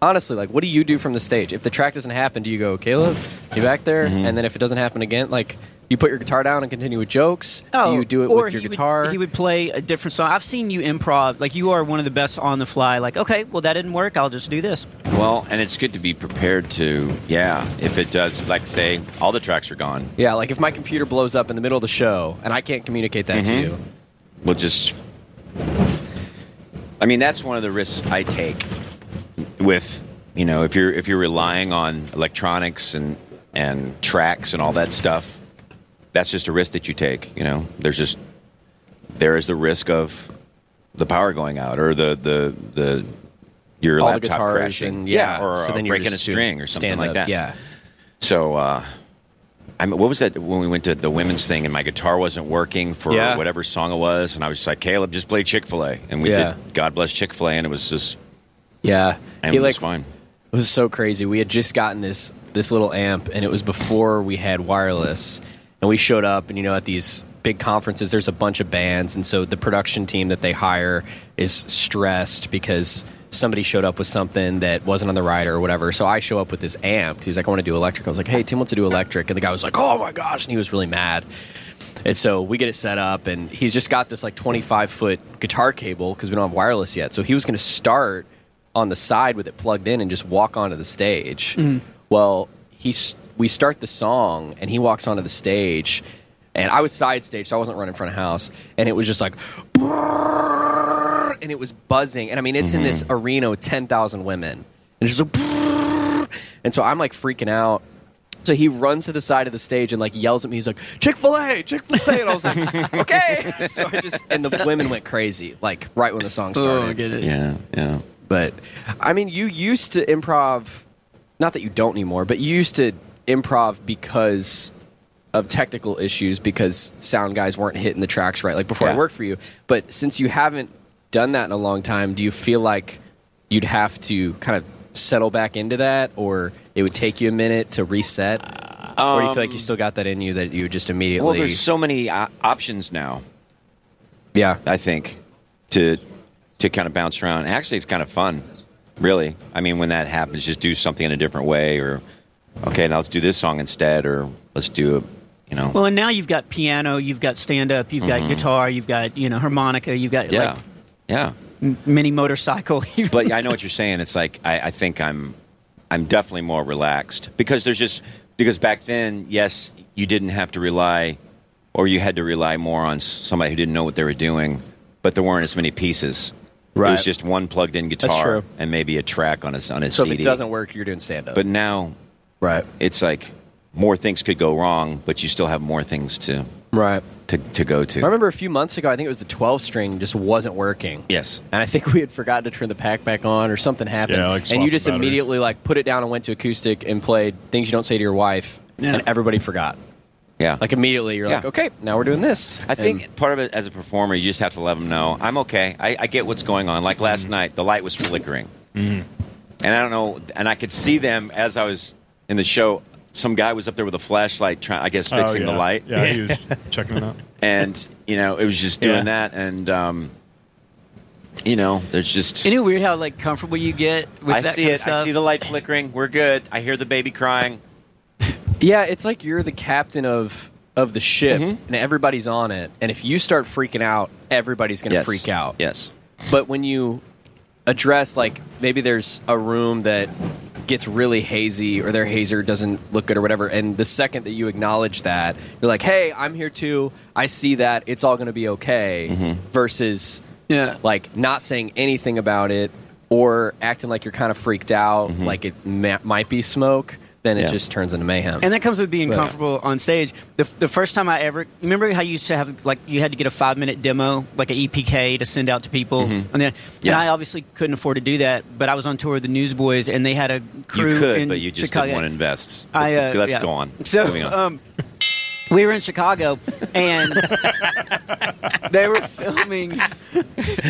D: Honestly, like, what do you do from the stage? If the track doesn't happen, do you go, Caleb, you back there?
C: Mm-hmm.
D: And then if it doesn't happen again, like, you put your guitar down and continue with jokes. do you do it
E: Oh, or
D: with your
E: he would-
D: guitar?
E: he would play a different song. I've seen you improv. Like you are one of the best on the fly. Like okay, well that didn't work. I'll just do this.
C: Well, and it's good to be prepared to, yeah, if it does, like say, all the tracks are gone,
D: yeah, like if my computer blows up in the middle of the show and I can't communicate that
C: Mm-hmm.
D: to you,
C: we'll just. I mean, that's one of the risks I take with, you know, if you're if you're relying on electronics and and tracks and all that stuff, that's just a risk that you take. You know, there's just there is the risk of the power going out or the the the your
D: all the
C: laptop
D: guitars
C: crashing,
D: and yeah,
C: or uh,
D: you're
C: breaking a
D: just
C: string
D: doing
C: or something
D: stand-up,
C: like that.
D: Yeah.
C: So, uh, I mean, what was that when we went to the women's thing and my guitar wasn't working for
D: Yeah.
C: whatever song it was? And I was just like, Caleb, just play Chick fil A. And we
D: Yeah.
C: did God Bless Chick fil A. And it was just,
D: Yeah,
C: and
D: He,
C: it was
D: like,
C: fine.
D: It was so crazy. We had just gotten this this little amp, and it was before we had wireless. And we showed up, and you know, at these big conferences, there's a bunch of bands, and so the production team that they hire is stressed because somebody showed up with something that wasn't on the rider or whatever. So I show up with this amp. 'cause He's like, I want to do electric. I was like, Hey, Tim wants to do electric, and the guy was like, Oh my gosh, and he was really mad. And so we get it set up, and he's just got this like 25 foot guitar cable because we don't have wireless yet. So he was going to start on the side with it plugged in and just walk onto the stage.
H: Mm-hmm.
D: Well, he's we start the song, and he walks onto the stage, and I was side stage, so I wasn't running front of house, and it was just like. And it was buzzing, and I mean, it's in this arena with ten thousand women, and it's just like, and so I'm like freaking out, so he runs to the side of the stage and like yells at me. He's like, "Chick fil A, Chick fil A," and I was like, "Okay." So I just and the women went crazy, like right when the song
C: Oh,
D: started.
E: it.
C: Yeah, yeah.
D: But I mean, you used to improv, not that you don't anymore, but you used to improv because of technical issues because sound guys weren't hitting the tracks right. Like before I
C: Yeah.
D: worked for you, but since you haven't done that in a long time, do you feel like you'd have to kind of settle back into that, or it would take you a minute to reset? or do you feel like you still got that in you that you just
C: Um,
D: immediately?
C: Well, there's so many uh, options now.
D: yeah,
C: I think, to to kind of bounce around. Actually, it's kind of fun, really. I mean, when that happens, just do something in a different way, or okay, now let's do this song instead, or let's do a, you know,
E: Well, and now you've got piano, you've got stand up, you've got guitar, you've got you know harmonica, you've got
C: Mm-hmm. yeah,
E: like
C: yeah.
E: m- mini motorcycle.
C: But I know what you're saying. It's like I, I think I'm I'm definitely more relaxed because there's just because back then, yes, you didn't have to rely, or you had to rely more on s- somebody who didn't know what they were doing, but there weren't as many pieces. It
D: Right.
C: was just one plugged-in guitar
D: true.
C: and maybe a track on a s- on a
D: so
C: CD.
D: if it doesn't work, you're doing stand up.
C: But now
D: right,
C: it's like more things could go wrong, but you still have more things to
D: right.
C: to, to go to.
D: I remember a few months ago, I think it was the 12 string just wasn't working.
C: Yes.
D: And I think we had forgotten to turn the pack back on or something happened.
A: Yeah, like
D: and
A: swapping
D: you just
A: batteries.
D: immediately like put it down and went to acoustic and played things you don't say to your wife.
E: Yeah.
D: And everybody forgot.
C: Yeah.
D: Like immediately you're
C: Yeah.
D: like, okay, now we're doing this.
C: I think part of it as a performer, you just have to let them know I'm okay. I, I get what's going on. Like
K: Mm-hmm.
C: last night, the light was flickering, Mm-hmm. and I don't know, and I could see them as I was in the show. Some guy was up there with a flashlight, trying, I guess, fixing
K: Oh, yeah.
C: the light,
K: Yeah, he was checking it out.
C: and you know, it was just doing
B: Yeah.
C: that, and um, you know, there's just.
E: Isn't it weird how like comfortable you get with
C: I
E: that
C: see
E: kind
C: it.
E: of stuff?
C: I see the light flickering. We're good. I hear the baby crying.
D: Yeah, it's like you're the captain of of the ship
C: Mm-hmm.
D: and everybody's on it. And if you start freaking out, everybody's gonna
C: Yes.
D: freak out.
C: Yes.
D: But when you address, like, maybe there's a room that gets really hazy or their hazer doesn't look good or whatever, and the second that you acknowledge that, you're like, hey, I'm here too. I see that. It's all going to be okay. Versus,
E: Yeah.
D: like, not saying anything about it or acting like you're kind of freaked out, like it ma- might be smoke, then it
C: Yeah.
D: just turns into mayhem.
E: And that comes with being
D: But-
E: comfortable on stage. The, the first time I ever remember how you used to have like you had to get a five minute demo, like an EPK, to send out to people, and then
C: Mm-hmm. Yeah.
E: and I obviously couldn't afford to do that. But I was on tour with the Newsboys, and they had a crew
C: you could,
E: in
C: but you just
E: Chicago.
C: didn't want to invest.
E: I, uh,
C: Let's
E: yeah.
C: go on.
E: So,
C: Moving on.
E: Um, we were in Chicago, and they were filming.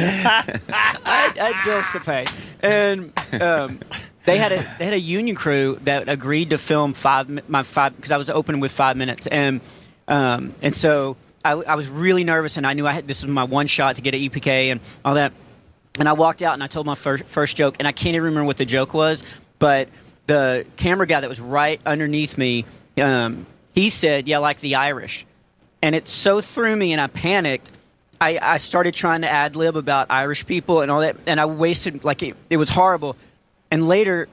E: I, I had bills to pay, and um, they had a they had a union crew that agreed to film five mi- my five because I was opening with five minutes, and um, and so I, I was really nervous, and I knew I had this was my one shot to get an EPK and all that. And I walked out and I told my first, first joke, and I can't even remember what the joke was, but the camera guy that was right underneath me, um, he said, Yeah, like the Irish. And it so threw me, and I panicked. I, I started trying to ad lib about Irish people and all that, and I wasted, like, it, it was horrible. And later,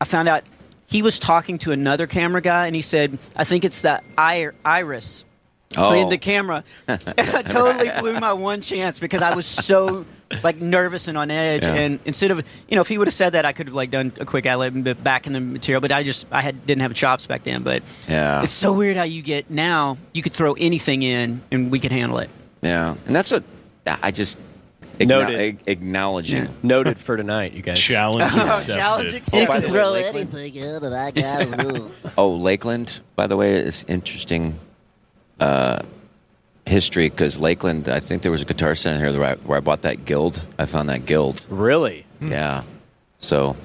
E: I found out he was talking to another camera guy, and he said, I think it's the ir- iris played the camera. And I totally blew my one chance because I was so like nervous and on edge.
C: Yeah.
E: And instead of you know, if he would have said that, I could have like done a quick outlet and bit back in the material. But I just I had didn't have chops back then. But
C: Yeah.
E: it's so weird how you get now. You could throw anything in and we could handle it.
C: Yeah, and that's what I just acknow-
D: Noted.
C: ag- acknowledging.
D: Noted for tonight, you guys.
K: Challenge accepted.
E: Challenge
C: Oh,
E: accepted.
C: by
J: You
C: the
J: can
C: way,
J: throw
C: Lakeland,
J: anything in and I got a little.
C: oh, Lakeland, by the way, is interesting uh, history because Lakeland, I think there was a guitar center here where I, where I bought that guild. I found that guild.
D: Really? Hmm.
C: Yeah. So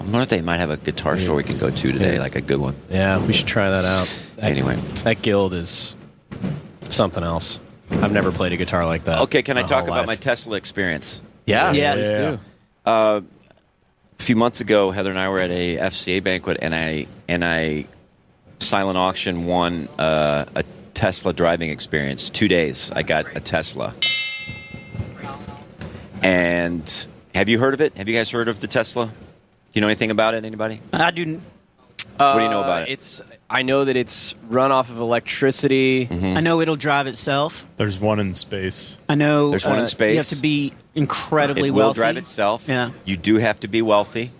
C: I wonder if they might have a guitar store we can go to today, like a good one.
D: Yeah, we should try that out. That-
C: Anyway.
D: that guild is something else. I've never played a guitar like that.
C: Okay, can I
D: my
C: talk
D: whole
C: about
D: life.
C: my Tesla experience? Uh,
D: yeah,
E: Yes.
D: please do.
C: a few months ago, Heather and I were at a FCA banquet, and I and I silent auction won uh, a Tesla driving experience. Two days, I got a Tesla. And have you heard of it? Have you guys heard of the Tesla? Do you know anything about it? Anybody?
E: I do.
C: what do you know about
D: Uh,
C: it?
D: It's I know that it's run off of electricity.
C: Mm-hmm.
E: I know it'll drive itself.
K: There's one in space.
E: I know uh,
C: There's one in
E: You
C: space.
E: have to be incredibly
C: it will
E: wealthy.
C: drive itself.
E: Yeah.
C: You do have to be wealthy.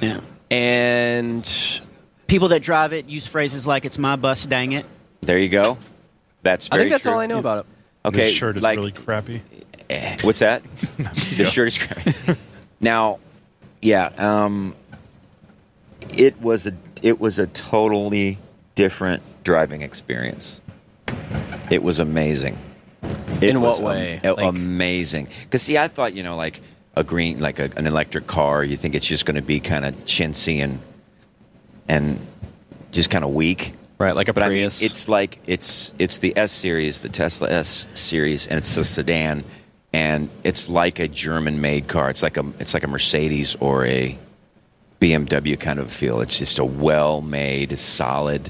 E: Yeah.
D: And
E: People that drive it use phrases like "It's my bus, dang it."
C: There you go. That's
D: I
C: very
D: think that's
C: true.
D: all I know about it.
C: Okay,
K: This shirt is
C: like, eh,
K: really crappy.
C: What's that? the shirt is crappy. now, yeah, um, it was a it was a totally different driving experience. It was amazing. It
D: In what
C: was am-
D: way?
C: a-
D: Like-
C: amazing. Because see, I thought you know like a green like a, an electric car. You think it's just going to be kind of chintzy and and just kind of weak.
D: Right, like a
C: but
D: Prius.
C: I mean, it's like it's it's the S series, the Tesla S series, and it's the sedan, and it's like a German-made car. It's like a it's like a Mercedes or a BMW kind of feel. It's just a well-made, solid,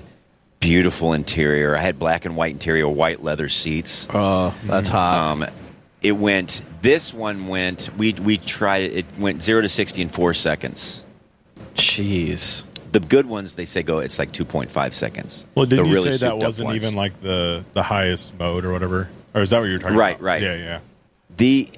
C: beautiful interior. I had black and white interior, white leather seats.
D: Oh, that's hot.
C: Um, it went. This one went. We we tried it. It went zero to sixty in four seconds.
D: Jeez.
C: The good ones, they say, go. It's like two point five seconds.
K: Well, didn't
C: The
K: you
C: really
K: say that
C: souped-up
K: wasn't
C: ones.
K: even like the the highest mode or whatever? Or is that what you're talking
C: Right,
K: about?
C: right.
K: Yeah, yeah.
C: The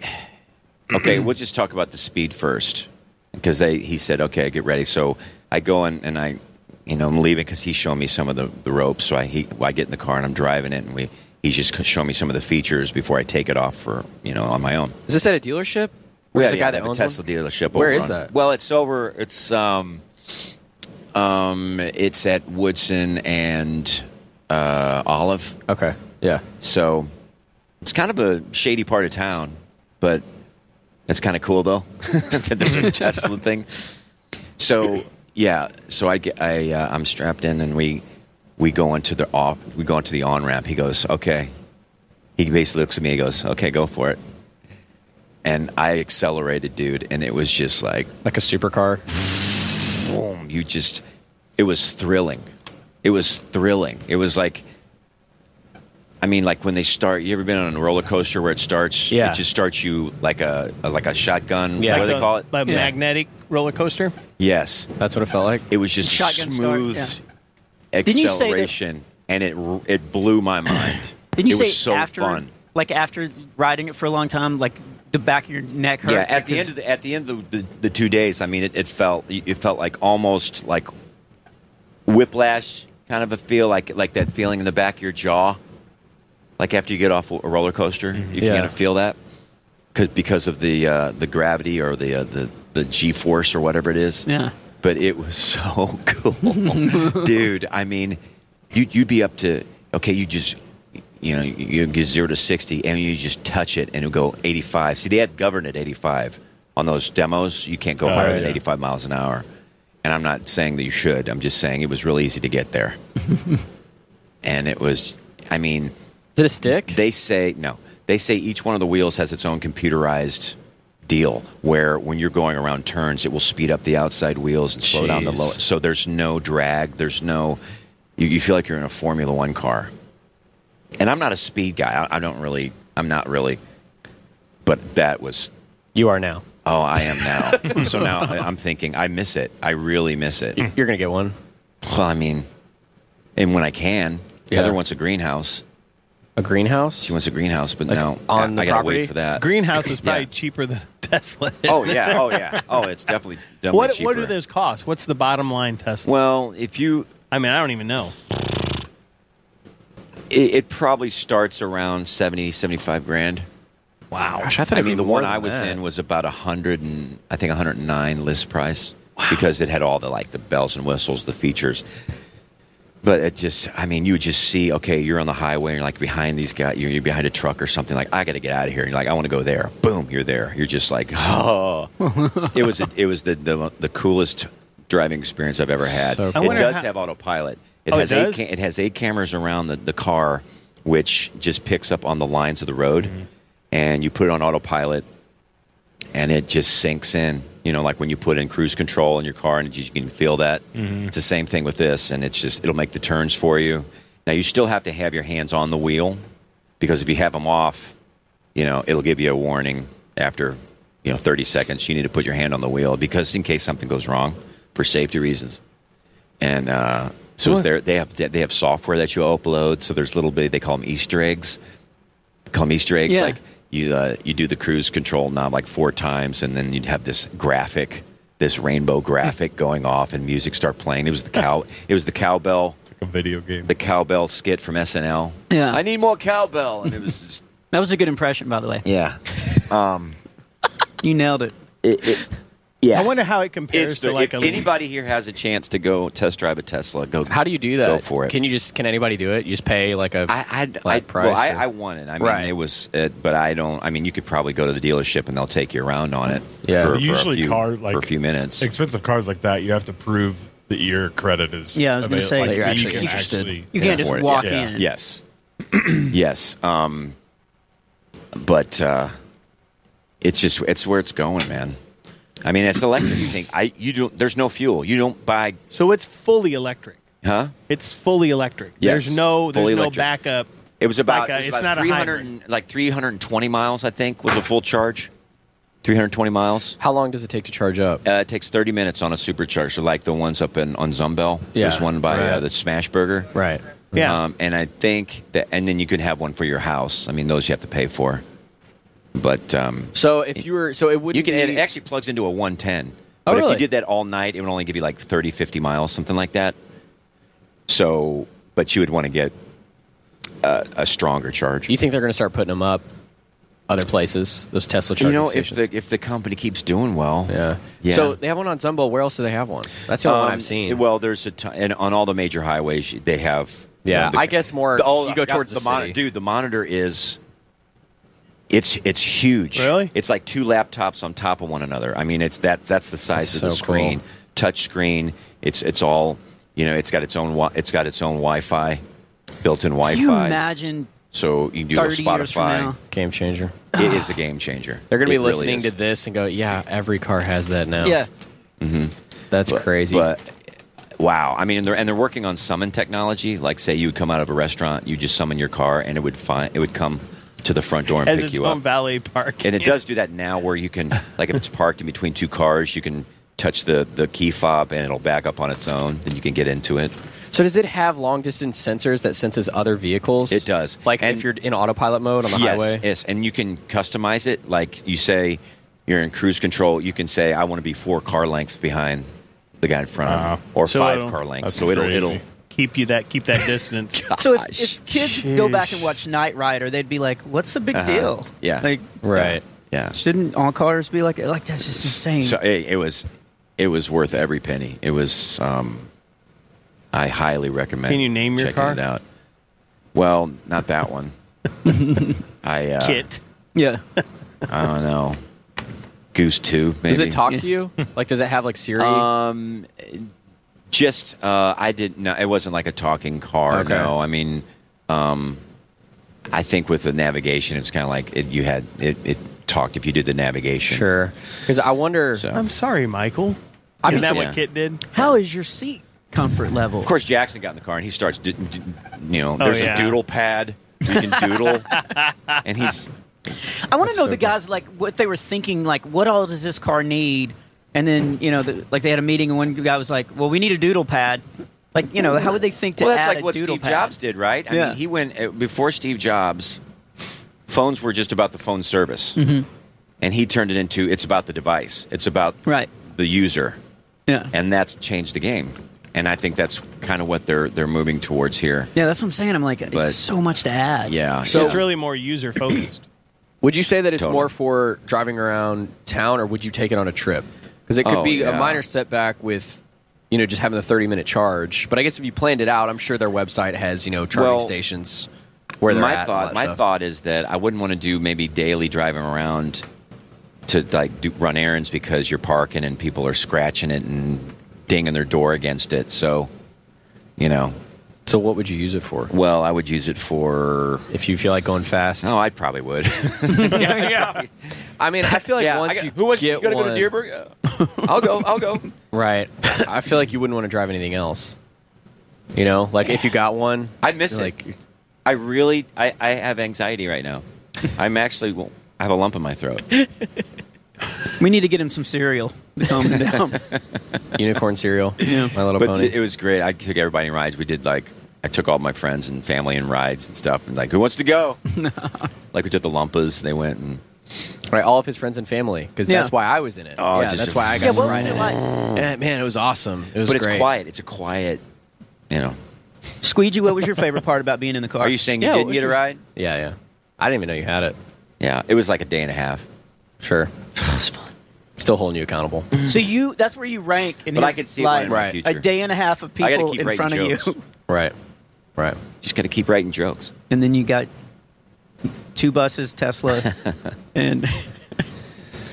C: okay, we'll just talk about the speed first because they he said okay, get ready. So I go in and I, you know, I'm leaving because he's showing me some of the, the ropes. So I he, well, I get in the car and I'm driving it, and we he's just showing me some of the features before I take it off for you know on my own.
D: Is this at a dealership? Where's the guy
C: they
D: that
C: have
D: owns
C: a Tesla
D: one?
C: dealership?
D: Where
C: over
D: is
C: on-
D: that?
C: Well, it's over. It's um, um, it's at Woodson and uh, Olive.
D: Okay. Yeah.
C: So it's kind of a shady part of town, but it's kind of cool though that there's a Tesla thing. So yeah, so I get, I uh, I'm strapped in and we we go into the off we go into the on ramp. He goes okay. He basically looks at me. He goes okay, go for it. And I accelerated, dude, and it was just like
D: Like a supercar.
C: boom, you just it was thrilling. It was thrilling. It was like I mean like when they start you ever been on a roller coaster where it starts
D: Yeah.
C: it just starts you like a like a shotgun
D: Yeah.
C: what do
B: Like
C: they
B: a-
C: call it?
B: like a magnetic roller coaster.
C: Yes.
D: That's what it felt like.
C: It was just
E: Shotgun start,
C: smooth
E: Didn't you say that-
C: acceleration and it it blew my mind.
E: Didn't you
C: it
E: say
C: was so
E: after,
C: fun.
E: like after riding it for a long time, like the back of your neck hurt?
C: Yeah, at the
E: because-
C: end of the at the end of the, the, the two days, I mean, it, it felt it felt like almost like whiplash kind of a feel, like like that feeling in the back of your jaw, like after you get off a roller coaster, you
D: Mm-hmm. Yeah.
C: kind of feel that 'Cause- because of the uh, the gravity or the uh, the the G force or whatever it is.
E: Yeah.
C: But it was so cool, dude. I mean, you you'd be up to okay, you just you know you get zero to sixty, and you just touch it, and it'll go eighty five. See, they had governed at eighty five on those demos. You can't go
K: Oh,
C: higher
K: yeah.
C: than eighty five miles an hour. And I'm not saying that you should. I'm just saying it was really easy to get there. and it was, I mean,
D: Is it a stick?
C: they say no. They say each one of the wheels has its own computerized deal where when you're going around turns, it will speed up the outside wheels and slow down the
D: Jeez.
C: low. So there's no drag. There's no. You, you feel like you're in a Formula One car. And I'm not a speed guy. I, I don't really. I'm not really. But that was.
D: you are now.
C: Oh, I am now. so now I- I'm thinking I miss it. I really miss it.
D: You're gonna get one.
C: Well, I mean, and when I can,
D: Yeah.
C: Heather wants a greenhouse.
D: A greenhouse.
C: She wants a greenhouse, but
D: Like,
C: no,
D: on
C: I,
D: the
C: I gotta
D: property?
C: wait for that.
B: Greenhouse is probably
C: Yeah.
B: cheaper than Tesla.
C: Oh yeah, oh yeah, oh it's definitely definitely
B: what
C: cheaper.
B: what do those cost? What's the bottom line Tesla?
C: Well, if you,
B: I mean, I don't even know.
C: it, it probably starts around 70, 75 grand.
B: Wow.
D: Gosh, I thought
C: I
D: it'd
C: mean,
D: be
C: the
D: more
C: one
D: than
C: I was
D: that.
C: in was about a hundred and I think hundred and nine list price because it had all the like the bells and whistles, the features. But it just, I mean, you would just see, okay, you're on the highway and you're like behind these guys, you're, you're behind a truck or something. Like, I got to get out of here. And you're like, I want to go there. Boom, you're there. You're just like, oh, it was, a, it was the, the the coolest driving experience I've ever had.
D: So
C: it
B: cool. I wonder
C: does
B: how-
C: have autopilot. It
B: Oh, it
C: has eight
B: does?
C: ca- it has eight cameras around the, the car, which just picks up on the lines of the road,
B: Mm-hmm.
C: and you put it on autopilot, and it just sinks in. You know, like when you put in cruise control in your car, and you can feel that.
B: Mm-hmm.
C: It's the same thing with this, and it's just it'll make the turns for you. Now you still have to have your hands on the wheel, because if you have them off, you know it'll give you a warning after you know 30 seconds. You need to put your hand on the wheel because in case something goes wrong for safety reasons and uh, so it's there. They have they have software that you upload. So there's little bit they call them Easter eggs. They call them Easter eggs.
E: Yeah.
C: Like you uh, you do the cruise control knob like four times, and then you'd have this graphic, this rainbow graphic going off, and music start playing. It was the cow. it was the cowbell.
K: A video game.
C: The cowbell skit from SNL.
E: Yeah.
C: I need more cowbell, and it was just,
E: that was a good impression, by the way.
C: yeah,
E: You nailed it.
C: Um, it, it, yeah.
B: I wonder how it compares
C: It's the,
B: to like
C: if
B: a
C: anybody here has a chance to go test drive a Tesla, go.
D: How do you do that?
C: Go for it.
D: Can you just? Can anybody do it? You just pay like a
C: I, I'd-
D: flat
C: I,
D: price.
C: Well, I,
D: or-
C: I won it. I mean,
D: Right.
C: it was, it, but I don't. I mean, you could probably go to the dealership and they'll take you around on it.
D: Yeah.
C: for, for a
K: usually
C: few-
K: car like
C: for a few minutes.
K: Expensive cars like that, you have to prove the ear credit is.
E: Yeah, I was gonna
K: avail-
E: say,
K: like,
E: that you're
K: you
E: actually
K: can
E: interested.
K: actually
E: You can't
K: pay
E: just
K: for it.
E: walk
K: Yeah.
E: in.
C: Yes. yes. Um, but uh, it's just it's where it's going, man. I mean, it's electric. You think I you don't? There's no fuel. You don't buy,
B: So it's fully electric.
C: huh?
B: It's fully electric.
C: Yes.
B: There's no there's
C: Fully
B: no
C: electric.
B: backup.
C: It was about,
B: Like, uh,
C: it was
B: it's
C: about
B: not a
C: 300
B: hybrid.
C: and- like 320 miles, I think, was a full charge. 320 miles.
D: How long does it take to charge up?
C: Uh, it takes 30 minutes on a supercharger, like the ones up in on Zumbel.
D: Yeah.
C: There's one by
D: Right.
C: uh, the Smash Burger.
D: Right.
B: Yeah.
C: Um, and I think that, and then you can have one for your house. I mean, those you have to pay for. But um,
D: So if you were, so it would
C: you can,
D: be,
C: it actually plugs into a 110.
D: Oh,
C: but if
D: really?
C: you did that all night, it would only give you like 30, 50 miles, something like that. So, but you would want to get uh, a stronger charge.
D: You think they're going to start putting them up other places? Those Tesla
C: You
D: charging
C: know, if
D: stations.
C: the if the company keeps doing well,
D: yeah.
C: Yeah.
D: So they have one on Zumbo. Where else do they have one? That's the only one
C: Um,
D: I've seen.
C: Well, there's a ton, and on all the major highways they have.
D: Yeah,
C: you know, the-
D: I guess more
C: oh,
D: you
C: I
D: go
C: forgot
D: towards the,
C: monitor,
D: city.
C: dude. The monitor is. It's it's huge.
B: Really?
C: It's like two laptops on top of one another. I mean, it's that that's the size
D: That's
C: of the
D: so
C: screen,
D: cool.
C: touch screen. It's it's all you know. It's got its own wi- it's got its own Wi-Fi, built-in Wi-Fi.
E: Can you imagine
C: so you can do a
E: 30
C: Spotify.
E: years from now?
D: Game changer.
C: It is a game changer.
D: They're going to
C: It
D: be
C: really
D: listening
C: is.
D: to this and go, yeah, every car has that now.
H: Yeah.
D: That's crazy.
C: Mm-hmm. But wow, I mean, and they're and they're working on summon technology. Like, say you would come out of a restaurant, you just summon your car, and it would find it would come to the front door and
B: As
C: pick
B: its
C: you
B: own
C: up.
B: valet park.
C: and it does do that now, where you can, like, if it's parked in between two cars, you can touch the the key fob and it'll back up on its own. Then you can get into it.
D: so does it have long distance sensors that senses other vehicles?
C: It does.
D: Like
C: And-
D: if you're in autopilot mode on the
C: yes,
D: highway.
C: yes, and you can customize it. Like you say, you're in cruise control. You can say, I want to be four car lengths behind the guy in front of
K: Wow.
C: him, or
B: Uh-huh. So
C: five
B: it'll-
C: car lengths.
K: that's
C: So it'll
K: crazy.
C: it'll
B: keep you that keep that distance.
E: So if,
C: Gosh.
E: if kids go back and watch Knight Rider, they'd be like, "What's the big deal?"
C: Uh-huh. Yeah.
E: like
D: Right.
C: yeah.
E: shouldn't all cars be like like that's just insane?
C: So it, it was, it was worth every penny. It was. Um, I highly recommend.
B: Can you name your
C: checking
B: car?
C: It out. Well, not that one. I uh,
B: Kit.
E: yeah,
C: I don't know. Goose two. Maybe. Um,
D: Does it talk to you? Like, does it have like Siri?
C: Just uh, I didn't. No, it wasn't like a talking car.
D: Okay.
C: No, I mean, um, I think with the navigation, it's kind of like it, you had it, it talked if you did the navigation.
D: sure. Because I wonder.
C: So.
B: I'm sorry, Michael.
D: I'm
B: Isn't that
D: just-
B: what
C: yeah.
B: Kit did?
E: how is your seat comfort level?
C: Of course, Jackson got in the car and he starts, d- d- you
E: Oh,
C: know, there's
B: yeah.
C: a doodle pad. You can doodle. and he's,
E: I want to
C: That's
E: know
C: so
E: the
C: cool.
E: guys like what they were thinking. Like, what all does this car need? And then you know, the, like they had a meeting, and one guy was like, "Well, we need a doodle pad." Like, you know, how would they think to
C: well, that's
E: add
C: like
E: a
C: what
E: doodle
C: Steve
E: pad?
C: Jobs did, right? I
E: Yeah.
C: mean, he went, uh, before Steve Jobs, phones were just about the phone service.
E: Mm.
C: And he turned it into, it's about the device, it's about
E: Right.
C: the user.
E: Yeah,
C: And that's changed the game. And I think that's kind of what they're they're moving towards here.
E: yeah, that's what I'm saying. I'm like,
C: But-
E: it's so much to add.
C: Yeah.
D: So
B: It's really more user focused.
D: Would you say that it's
C: Totally.
D: more for driving around town, or would you take it on a trip? Because it could
C: Oh,
D: be a
C: yeah.
D: minor setback with, you know, just having the thirty-minute charge. But I guess if you planned it out, I'm sure their website has you know charging
C: Well,
D: stations where they're
C: my
D: at and all
C: thought
D: that
C: my
D: stuff.
C: thought is that I wouldn't want to do maybe daily driving around to like do, run errands because you're parking and people are scratching it and dinging their door against it. So, you know,
D: So what would you use it for?
C: well, I would use it for.
D: If you feel like going fast,
C: No, I probably would.
D: I mean, I feel like
C: yeah,
D: once
C: I got-
D: you
C: who wants
D: get
C: you gotta
D: one,
C: go to Deerberg? Uh, I'll go. I'll go.
D: right? I feel like you wouldn't want to drive anything else. You know, like if you got one,
C: I miss
D: you're
C: it.
D: like
C: I really, I, I have anxiety right now. I'm actually, well, I have a lump in my throat.
E: We need to get him some cereal to calm him down.
D: unicorn cereal, My Little
C: but
D: Pony.
C: it was great. I took everybody on rides. We did like I took all my friends and family and rides and stuff. And like, who wants to go? Like we took the Lumpas. And they went and
D: Right, all of his friends and family, because
E: Yeah.
D: that's why I was in it.
C: Oh,
D: yeah,
C: just-
D: that's why I got
E: yeah,
D: to
E: what
D: ride
E: was
D: in
E: it
D: it.
E: like?
D: Yeah, man, it was awesome. It was
C: but
D: great.
C: it's quiet. It's a quiet. You know.
E: Squeegee, what was your favorite part about being in the car?
C: Are you saying you
D: Yeah,
C: didn't
D: which
C: get a
D: is-
C: ride?
D: Yeah, yeah. I didn't even know you had it.
C: Yeah, it was like a day and a half.
D: Sure.
C: it was fun.
D: Still holding you accountable.
E: so you that's where you rank in his
C: But I could see it
E: life.
C: in my
D: Right.
C: future.
E: A day and a half of
C: I gotta
E: people
C: keep
E: in
C: writing
E: front of
C: jokes.
E: you,
D: right. Right.
C: Just got to keep writing jokes.
E: and then you got two buses, Tesla, and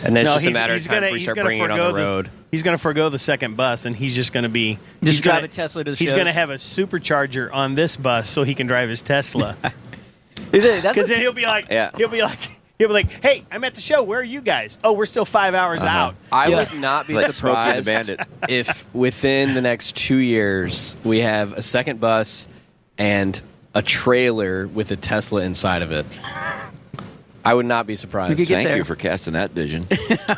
D: And then it's
B: No,
D: just a
B: he's-
D: matter of
B: he's
D: time
B: gonna-
D: before you
B: he's
D: start
B: gonna
D: bringing it on
B: forgo
D: the road.
B: he's going to forego the second bus, and he's just going to be
E: Just
B: he's
E: drive
B: gonna-
E: a Tesla to the
B: He's
E: shows.
B: going to have a supercharger on this bus so he can drive his Tesla.
E: That's
B: Because then he'll be like,
D: Yeah.
B: he'll be like, he'll be like, hey, I'm at the show. Where are you guys? Oh, we're still five hours out.
D: Uh-huh. I would not be
C: Uh-huh. Like Smokey and the
D: surprised
C: Bandit.
D: if within the next two years we have a second bus and a trailer with a Tesla inside of it. I would not be surprised.
C: Thank you for casting that vision.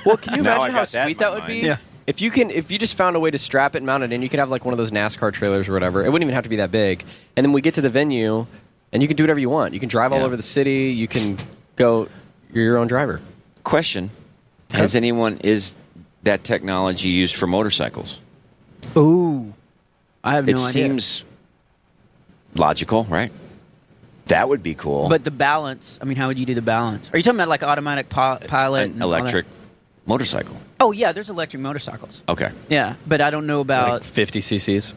D: Well, can you
C: Now
D: imagine
C: I
D: how
C: got that
D: sweet
C: in
D: that
C: my
D: would be?
C: mind. Yeah.
D: If you can, if you just found a way to strap it, and mount it, in, you could have like one of those NASCAR trailers or whatever. It wouldn't even have to be that big. And then we get to the venue, and you can do whatever you want. You can drive all
C: Yeah.
D: over the city. You can go. You're your own driver.
C: Question: Has anyone is that technology used for motorcycles?
E: Ooh, I have
C: it
E: no idea.
C: seems logical, right? That would be cool.
E: but the balance. I mean, how would you do the balance? Are you talking about like automatic pi- pilot,
C: an
E: and all that?
C: electric motorcycle.
E: Oh yeah, there's electric motorcycles.
C: Okay.
E: Yeah, but I don't know about.
D: Like 50 cc's.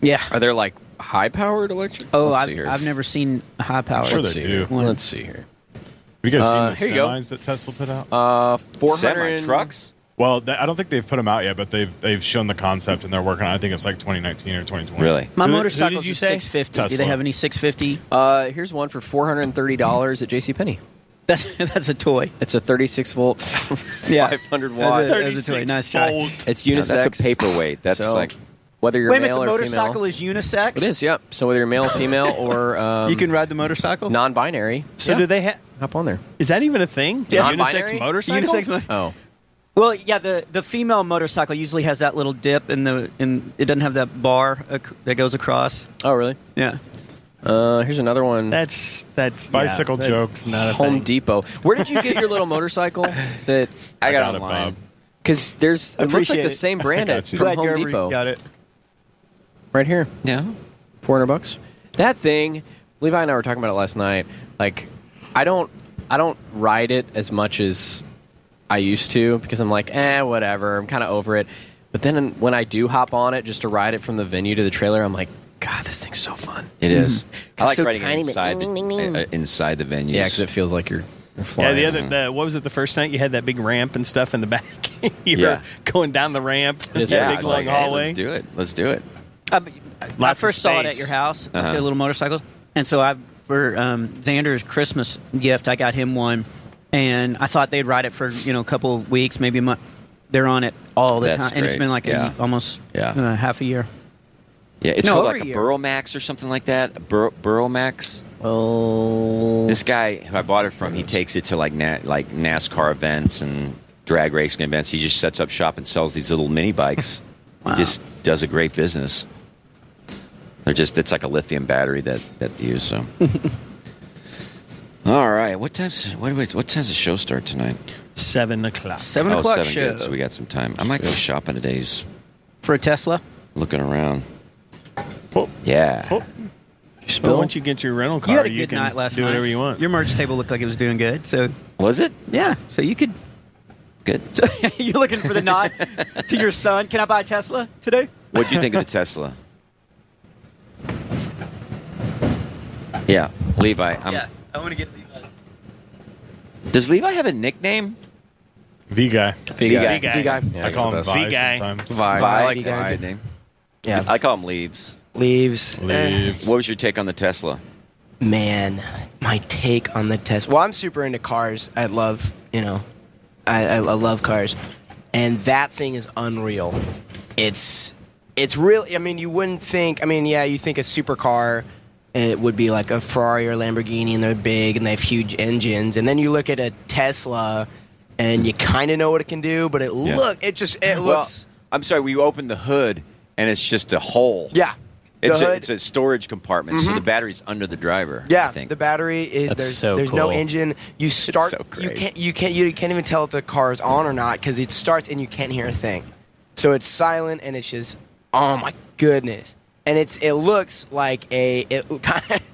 E: yeah.
D: Are there like high powered electric?
E: Oh,
D: Let's
E: I've,
D: see here.
E: I've never seen high power.
K: sure
D: Let's
K: they
D: see here.
K: do.
D: Let's see here.
K: Have you guys
D: Uh, here
K: seen the
D: you go.
K: semis that Tesla put out?
D: Uh, 400
C: Semi trucks.
K: well, th- I don't think they've put them out yet, but they've they've shown the concept and they're working on. it. I think it's like 2019 or 2020.
C: Really?
E: My
B: Who- who
E: motorcycle's
B: did you
E: is
B: say?
E: 650. Do
K: Tesla.
E: they have any 650?
D: Uh, here's one for $430 at JCPenney.
E: That's that's a toy.
D: It's a 36 volt,
E: Yeah.
D: 500
E: That's a,
D: watt.
E: that's a toy. Nice try.
D: It's unisex.
C: No, that's a paperweight. That's
D: So,
C: like
D: whether you're
E: Wait a minute,
D: male
E: the
D: or
E: motorcycle
D: female.
E: is unisex.
D: It is, yep. So whether you're male, female, or um,
E: You can ride the motorcycle.
D: non-binary,
B: So
D: yeah,
B: do they have?
D: hop on there.
B: Is that even a thing?
D: Yeah.
B: A
D: Non-binary?
B: Unisex motorcycle.
E: Unisex mo-
D: Oh,
E: Well, yeah, the, the female motorcycle usually has that little dip in the in it doesn't have that bar ac- that goes across.
D: oh, really?
E: Yeah.
D: Uh, here's another one.
B: That's that's
K: Bicycle
B: yeah, that's
K: jokes.
B: Not a
D: Home
B: thing.
D: Depot. Where did you get your little motorcycle? That
C: I got,
K: got it,
C: online.
K: Bob.
D: because there's it looks like
E: Appreciate
D: the
E: it.
D: same brand at
K: you.
D: from Home Depot.
E: got it.
D: right here.
C: No.
D: four hundred bucks. That thing, Levi and I were talking about it last night. Like, I don't, I don't ride it as much as I used to because I'm like, eh, whatever. I'm kind of over it. But then when I do hop on it just to ride it from the venue to the trailer, I'm like, God, this thing's so fun.
C: It is. Mm-hmm. I like
D: so
C: riding it
D: tiny, but
C: inside
J: ding, ding, ding.
C: the, uh, inside the venues.
D: Yeah, because it feels like you're, you're
B: Yeah,
D: flying.
B: the other the, what was it? The first night you had that big ramp and stuff in the back. you
C: Yeah.
B: were going down the ramp.
D: It is
B: that
D: pretty
B: big
C: it's
D: cool.
B: long
C: like, hey,
B: hallway.
C: let's do it. Let's do it.
E: I, Uh, but- I
B: Lots of
E: first saw it at
B: space.
E: your house,
C: Uh-huh.
E: like the little motorcycles, and so I for um, Xander's Christmas gift, I got him one, and I thought they'd ride it for you know a couple of weeks, maybe a month. They're on it all the
C: That's
E: time, and it's
C: great.
E: been like a-
C: Yeah.
E: almost
C: Yeah.
E: uh, half a year.
C: Yeah, it's
E: No,
C: called
E: over
C: like a
E: a year.
C: Burrow Max or something like that. A Bur- Burrow Max.
D: Oh,
C: This guy who I bought it from, he takes it to like na- like NASCAR events and drag racing events. He just sets up shop and sells these little mini bikes. He just does a great business. They're just it's like a lithium battery that that they use. So, all right, what times what, do we- what times does the show start tonight?
B: Seven o'clock.
E: Seven
C: Oh,
E: o'clock
C: seven,
E: show
C: good, so we got some time. I might go shopping today. Just
E: for a Tesla.
C: looking around.
B: Oh.
C: Yeah.
B: Oh. But
D: spill.
B: once you get your rental car,
E: you had a
B: you
E: good
B: can
E: night last
B: do
E: night.
B: whatever you want.
E: Your merch table looked like it was doing good, so
C: Was it
E: yeah, so you could
C: good?
E: You're looking for the nod to your son. Can I buy a Tesla today?
C: What'd you think of the Tesla? Yeah, Levi. I'm,
E: I want to get Levi's.
C: Does Levi have a nickname?
K: V guy.
D: V
C: guy.
B: V-guy.
I: V guy.
K: I call him
B: the
K: Vi
B: best. V-guy.
K: sometimes.
D: Vi.
I: Vi,
D: I like
I: V
C: That's a
I: guy.
D: Vi.
C: good name.
I: Yeah.
C: I call him Leaves.
I: Leaves. Eh,
K: Leaves.
C: What was your take on the Tesla?
I: man, my take on the test. Well, I'm super into cars. I love, you know, I, I, I love cars, and that thing is unreal. It's it's real. I mean, you wouldn't think. I mean, yeah, you think a supercar. and It would be like a Ferrari or Lamborghini, and they're big and they have huge engines. And then you look at a Tesla, and you kind of know what it can do, but it look it just it looks
C: Well, I'm sorry. We opened the hood, and it's just a hole.
I: yeah. The
C: It's, a,
I: hood- Mm-hmm.
C: it's a storage compartment, so the battery's under the driver.
I: Yeah,
C: I think.
I: the battery is
D: That's
I: there's,
D: so
I: there's no
D: cool.
I: engine. You start
C: so
I: you
C: great.
I: can't you can't you can't even tell if the car is on or not because it starts and you can't hear a thing. So it's silent and it's just oh my goodness. And it's it looks like a it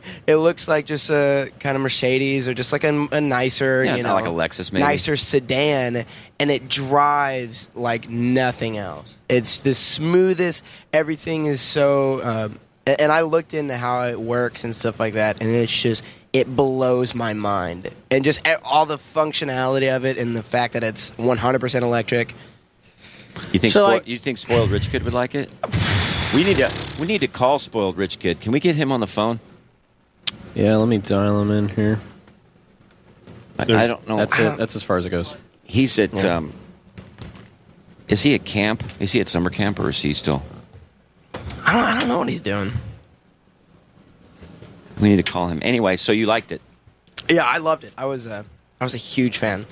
I: it looks like just a kind of Mercedes or just like a, a nicer
C: Yeah,
I: you
C: not
I: know
C: like a Lexus, maybe.
I: nicer sedan and it drives like nothing else. It's the smoothest. Everything is so. Um, a- and I looked into how it works and stuff like that, and it's just it blows my mind. And just a- all the functionality of it and the fact that it's 100% electric.
C: You think
I: So,
C: spoil-
I: like-
C: you think spoiled rich kid would like it? We need to we need to call spoiled rich kid. Can we get him on the phone?
D: Yeah, let me dial him in here.
C: I, I
D: There's-
C: don't know.
D: That's it. That's as far as it goes.
C: He's at.
D: Yeah.
C: Um, is he at camp? Is he at summer camp or is he still?
I: I don't, I don't know what he's doing.
C: We need to call him anyway. So you liked it.
I: Yeah, I loved it. I was uh, I was a huge fan.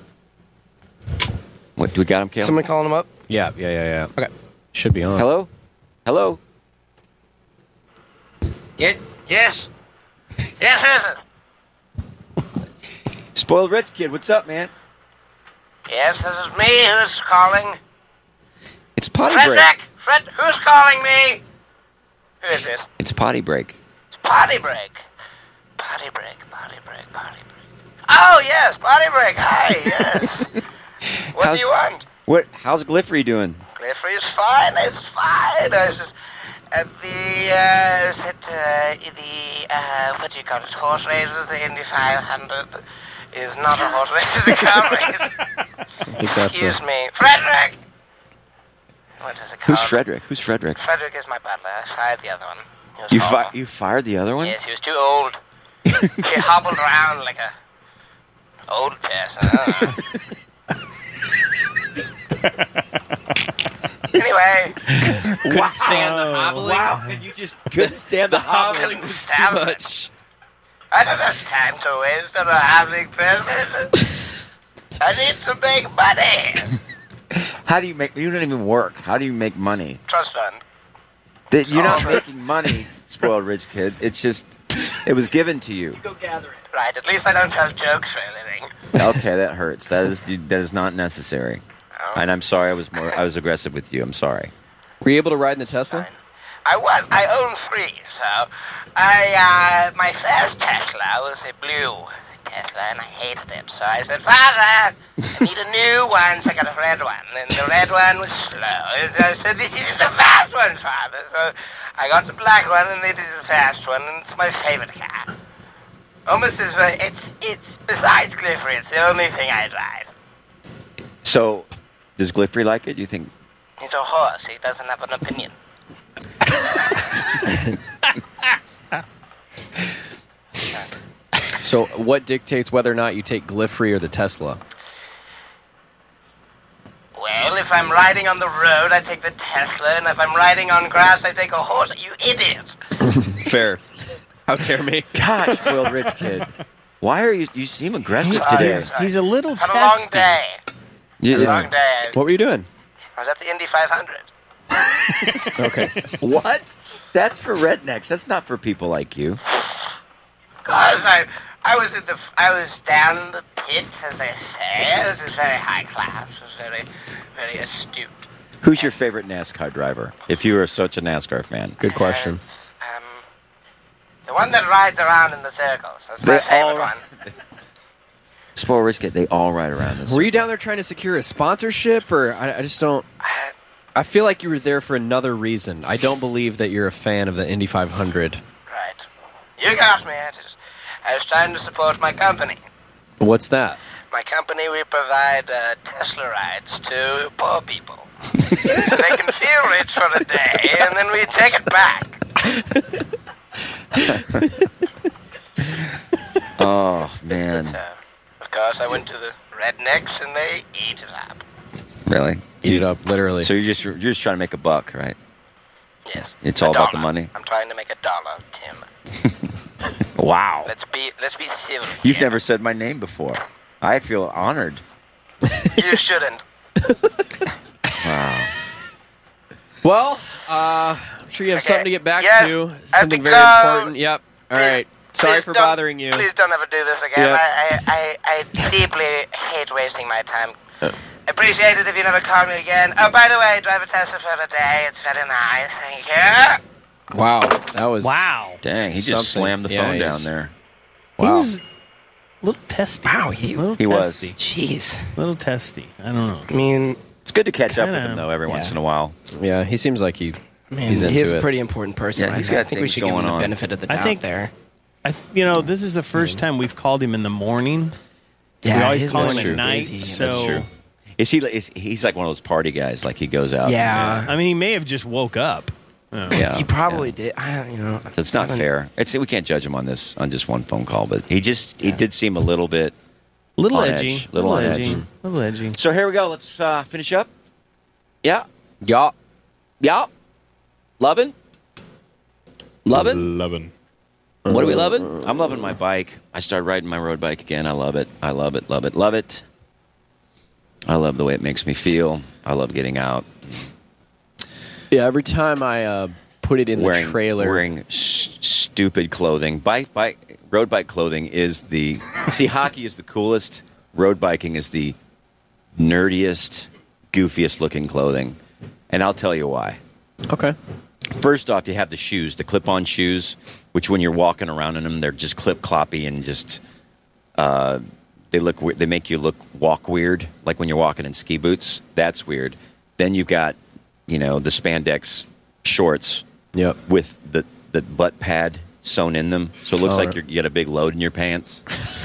C: What we got him, Caleb?
I: Someone calling him up?
D: Yeah, yeah, yeah,
I: yeah. Okay.
D: Should be on.
C: Hello? Hello?
L: Ye- yes. Yes, yes.
C: Spoiled rich kid. What's up, man?
L: Yes, this is me who's calling.
C: It's potty
L: Fred
C: break.
L: Beck, Fred, who's calling me? Who is this?
C: It's potty break.
L: It's potty break. Potty break, potty break, potty break. Oh, yes, potty break. Hi, yes. what do you
C: How's-
L: want?
C: What? How's Gliffery doing?
L: Cliffrey is fine, it's fine. I was just at the, uh, was at, uh, the, uh, what do you call it, horse races, the Indy 500 is not a horse race, it's a car race.
C: I think that's a-
L: Excuse me. Frederick! What is it called?
C: Who's Frederick? Who's Frederick?
L: Frederick is my butler. I fired the other one. He was
C: You
L: horrible.
C: fi- you fired the other one?
L: Yes, he was too old. he hobbled around like a old person. I don't know. anyway.
C: Couldn't Wow. stand the hobbling? Wow, and you just couldn't stand the The hobbling hobbling was too
L: Hobbling.
C: much.
L: I don't have time to waste on a hobbling person. I need to make money.
C: How do you make? You don't even work. How do you make money?
L: Trust fund.
C: That you're not
D: Oh.
C: making money, spoiled rich kid. It's just, it was given to you.
L: Right, at least I don't tell jokes for a living.
C: Okay, that hurts. That is that is not necessary.
B: Oh.
C: And I'm sorry. I was more. I was aggressive with you. I'm sorry.
D: Were you able to ride in the Tesla?
L: I was. I own three, so I uh, my first Tesla was a blue Tesla, and I hated it. So I said, Father, I need a new one. So I got a red one, and the red one was slow. And I said, This is the fast one, Father. So I got the black one, and it is the fast one, and it's my favorite car. Almost as well. It's it's besides Clifford, it's the only thing I drive.
C: So, does Gliffery like it? You think?
L: He's a horse. He doesn't have an opinion.
D: So, what dictates whether or not you take Gliffery or the Tesla?
L: Well, if I'm riding on the road, I take the Tesla, and if I'm riding on grass, I take a horse. You idiot!
D: Fair. How dare me?
C: Gosh, spoiled rich kid. Why are you? You seem aggressive today.
B: He's, he's a little
L: Had a long
B: testy.
L: day.
C: You-
L: Had a long day.
D: What were you doing?
L: I was at the Indy 500.
D: Okay.
C: what? That's for rednecks. That's not for people like you.
L: Cause I, I was in the, I was down in the pit, as they say. It was a very high class. It was very, very astute.
C: Who's your favorite NASCAR driver? If you were such a NASCAR fan.
D: Good question.
L: Um, the one that rides around in the circles. That's my
C: They
L: favorite
C: all-
L: one.
C: Spoiled rich kid. They all ride around this.
D: Were you down there trying to secure a sponsorship, or I, I just don't? I feel like you were there for another reason. I don't believe that you're a fan of the Indy 500.
L: Right. You got me. I, just, I was trying to support my company.
D: What's that?
L: My company, we provide uh, Tesla rides to poor people. so they can feel rich for a day, and then we take it back.
C: Mm. oh man,
L: uh, Of course, I went to the rednecks, and they eat it up.
C: really?
D: Eat it up, literally.
C: So you're just you're just trying to make a buck, right?
L: Yes.
C: It's
L: A
C: all about the
L: dollar.
C: money.
L: I'm trying to make a dollar, Tim.
C: Wow.
L: Let's be let's be civil.
C: You've never said my name before. I feel honored.
L: you shouldn't.
C: Wow.
D: Well, uh, I'm sure you have
L: Okay.
D: something to get back
L: Yes, I
D: to.
L: have
D: Something
L: to
D: very
L: go.
D: important. Yep. All right. Sorry
L: Please
D: for
L: don't-
D: bothering you.
L: Please don't ever do this again.
D: Yeah.
L: I, I, I, I deeply hate wasting my time. Appreciate it if you never call me again. Oh, by the way, drive a Tesla for the day. It's very nice. Thank you.
D: Wow, that was
B: Wow.
C: Dang, he just
D: something.
C: slammed the
D: Yeah,
C: phone
D: he
C: down
D: just-
C: there.
B: He
D: Wow.
B: was a little testy. Wow, he, little
C: he was.
B: testy.
I: Jeez.
B: Little testy. I don't know.
I: I mean,
C: It's good to catch up with
B: Kinda.
C: him though every once
I: Yeah.
C: in a while.
D: Yeah, he seems like he.
I: man,
D: he's into
I: he's a
D: it.
I: pretty important person.
C: Yeah,
I: I
C: he's
I: think.
C: got
I: I think we
C: things
I: should give him
C: going
I: the
C: on.
I: benefit of the
B: I
I: doubt
B: think-
I: there.
B: I, th- you know, this is the first time we've called him in the morning. we always call him at night. So
C: That's true. Is he? Is, he's like one of those party guys. Like he goes out.
B: Yeah. I mean, he may have just woke up.
C: Yeah.
I: He probably did. I, you know,
C: So it's not fair. It's we can't judge him on this on just one phone call, but he just he did seem a little bit
B: Little
C: on
B: edgy.
C: edge, little, on edge.
B: Little edgy.
C: So here we go. Let's uh, finish up. Yeah. Yeah. Yeah. Loving. Loving.
K: Loving.
C: What are we loving? I'm loving my bike. I started riding my road bike again. I love it. I love it. Love it. Love it. I love the way it makes me feel. I love getting out.
D: Yeah, every time I uh, put it in
C: wearing,
D: the trailer,
C: Wearing s- stupid clothing. Bike, bike, road bike clothing is the. see, hockey is the coolest. Road biking is the nerdiest, goofiest looking clothing. And I'll tell you why.
D: okay.
C: First off, you have the shoes, the clip on shoes, which when you're walking around in them, they're just clip cloppy and just. Uh, they look. we- They make you look walk weird, like when you're walking in ski boots. That's weird. Then you've got, you know, the spandex shorts
D: Yep.
C: with the, the butt pad sewn in them. So it looks
D: Oh,
C: like
D: right.
C: you're, you got a big load in your pants.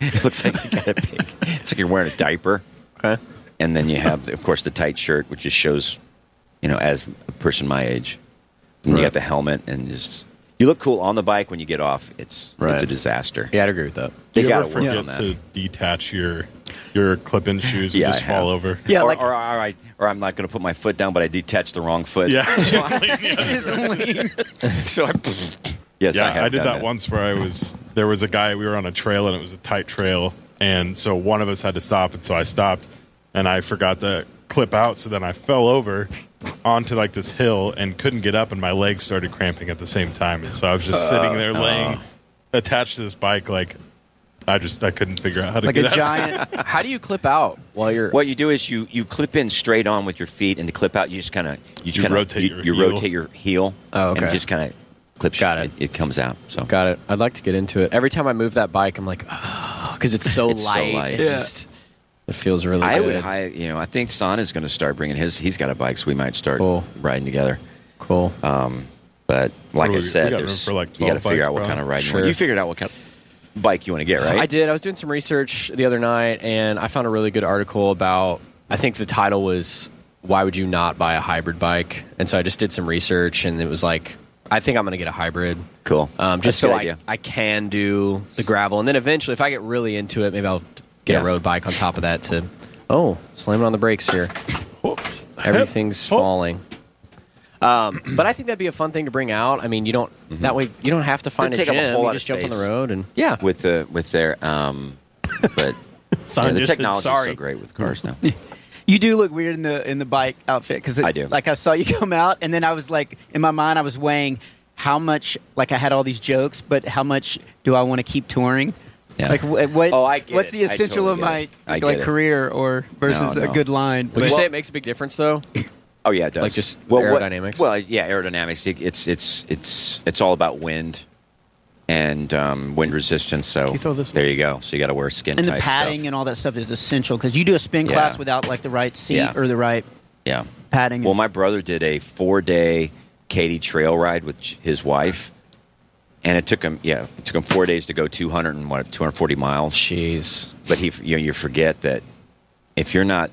C: it looks like you got a big. It's like you're wearing a diaper.
D: Okay.
C: And then you have, of course, the tight shirt, which just shows, you know, as a person my age. And you got the helmet, and just you look cool on the bike when you get off. It's it's
D: Right.
C: a disaster.
D: Yeah, I'd agree with that.
C: They
K: Do you
C: got
K: ever
C: to work on
K: forget
C: that.
K: to detach your your clip-in shoes
C: Yeah,
K: and
C: I
K: just fall
C: have.
K: over?
C: or, or, or I, or I'm not going to put my foot down, but I detach the wrong foot.
K: Yeah.
C: So I- so I. Yes,
K: yeah,
C: I have
K: did
C: done
K: that,
C: that.
K: once where I was there was a guy we were on a trail and it was a tight trail and so one of us had to stop and so I stopped and I forgot to clip out so then I fell over onto like this hill and couldn't get up and my legs started cramping at the same time and so I was just sitting
C: Uh,
K: there laying attached to this bike like I just I couldn't figure out how to
D: Like
K: get
D: a
K: out.
D: giant. how do you clip out while you're?
C: What you do is you, you clip in straight on with your feet, and to clip out, you just kind of you,
K: You
C: kind of
K: rotate
C: you,
K: your
C: you
K: heel.
C: rotate your heel.
D: Oh, okay.
C: And it just kind of clips. Got it. it. comes out. So
D: Got it. I'd like to get into it. Every time I move that bike, I'm like, because it's so
C: It's so
D: light.
C: light.
D: It
C: Yeah.
D: just it feels really
C: I
D: good.
C: would, I, you know, I think Son is going to start bringing his. He's got a bike, so we might start riding together.
D: Cool.
C: Um, but like
K: What do
C: I
K: we- we
C: said,
K: got
C: there's,
K: room for like
C: you got to
K: 12
C: figure
K: bikes,
C: out what
K: bro.
C: kind of riding. you
D: Sure.
C: want. You figured out what kind of bike you want to get, right?
D: I did. I was doing some research the other night, and I found a really good article about. I think the title was "Why Would You Not Buy a Hybrid Bike?" And so I just did some research, and it was like, I think I'm going to get a hybrid.
C: Cool.
D: Um,
C: That's
D: just
C: a
D: so
C: good
D: I,
C: idea.
D: I can do the gravel, and then eventually, if I get really into it, maybe I'll get
C: Yeah.
D: a road bike on top of that. To oh, slamming on the brakes here. Everything's falling. Um, but I think that'd be a fun thing to bring out. I mean, you don't that way you don't have to find
C: Mm-hmm. take
D: a
C: up a
D: gym.
C: whole
D: you
C: lot
D: just
C: of
D: jump on the
C: space.
D: road and yeah.
C: with the with their um, but
B: Son
C: yeah, the
B: just said
C: technology is so
B: sorry.
C: great with cars now.
E: You do look weird in the in the bike outfit because
C: I do.
E: Like I saw you come out, and then I was like, in my mind, I was weighing how much. Like I had all these jokes, but how much do I want to keep touring?
C: Yeah.
E: Like wh- what?
C: Oh, I get
E: what's
C: it.
E: the
C: I
E: essential
C: totally
E: of
C: get
E: my
C: it. I get
E: like
C: it.
E: career or versus
C: No,
E: a
C: no.
E: good line?
D: Would you
E: But-
D: say it makes a big difference though?
C: Oh yeah, it does.
D: Like just
C: what-
D: aerodynamics?
C: well, yeah, aerodynamics. It- It's it's it's it's all about wind and um, wind resistance. So
B: you throw this
C: there you go. So you got to wear skin
E: and the
C: tight
E: padding
C: Stuff.
E: and all that stuff is essential because you do a spin
C: Yeah.
E: class without like the right seat
C: Yeah.
E: or the right
C: Yeah.
E: padding.
C: Well, my brother did a four day Katy trail ride with j- his wife, and it took him yeah it took him four days to go two hundred and what two hundred forty miles.
D: Jeez.
C: But he you know, you forget that if you're not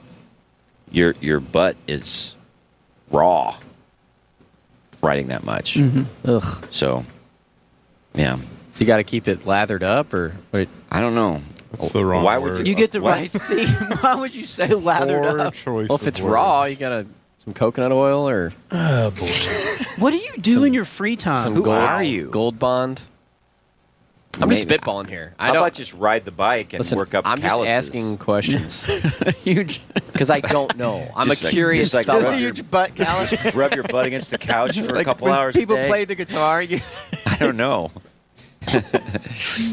C: your your butt is raw riding that much.
D: Ugh.
C: So yeah.
D: So you got to keep it lathered up, or what?
C: I don't know.
K: That's the wrong
C: Why
K: word.
C: would
E: you get the
C: What?
E: right seat. Why would you say lathered
K: Poor
E: up?
K: choice
D: well, if
K: of
D: it's raw,
K: words. Oh,
D: you got to some coconut oil or
E: What do you do in your free time?
D: some
C: Who
D: gold.
C: are you?
D: Gold bond. I'm just
C: Maybe.
D: spitballing here. I
C: How
D: don't.
C: about just ride the bike and
D: listen,
C: work up
D: I'm
C: calluses?
D: just asking questions
E: huge,
D: because I don't know. I'm
C: Just
D: a
C: like-
D: curious
C: just like
D: fellow.
C: rub your-
E: huge butt callus.
C: Rub your butt against the couch for a
E: Like,
C: couple
E: when
C: hours. a
E: People
C: day?
E: play the guitar. You,
C: I don't know.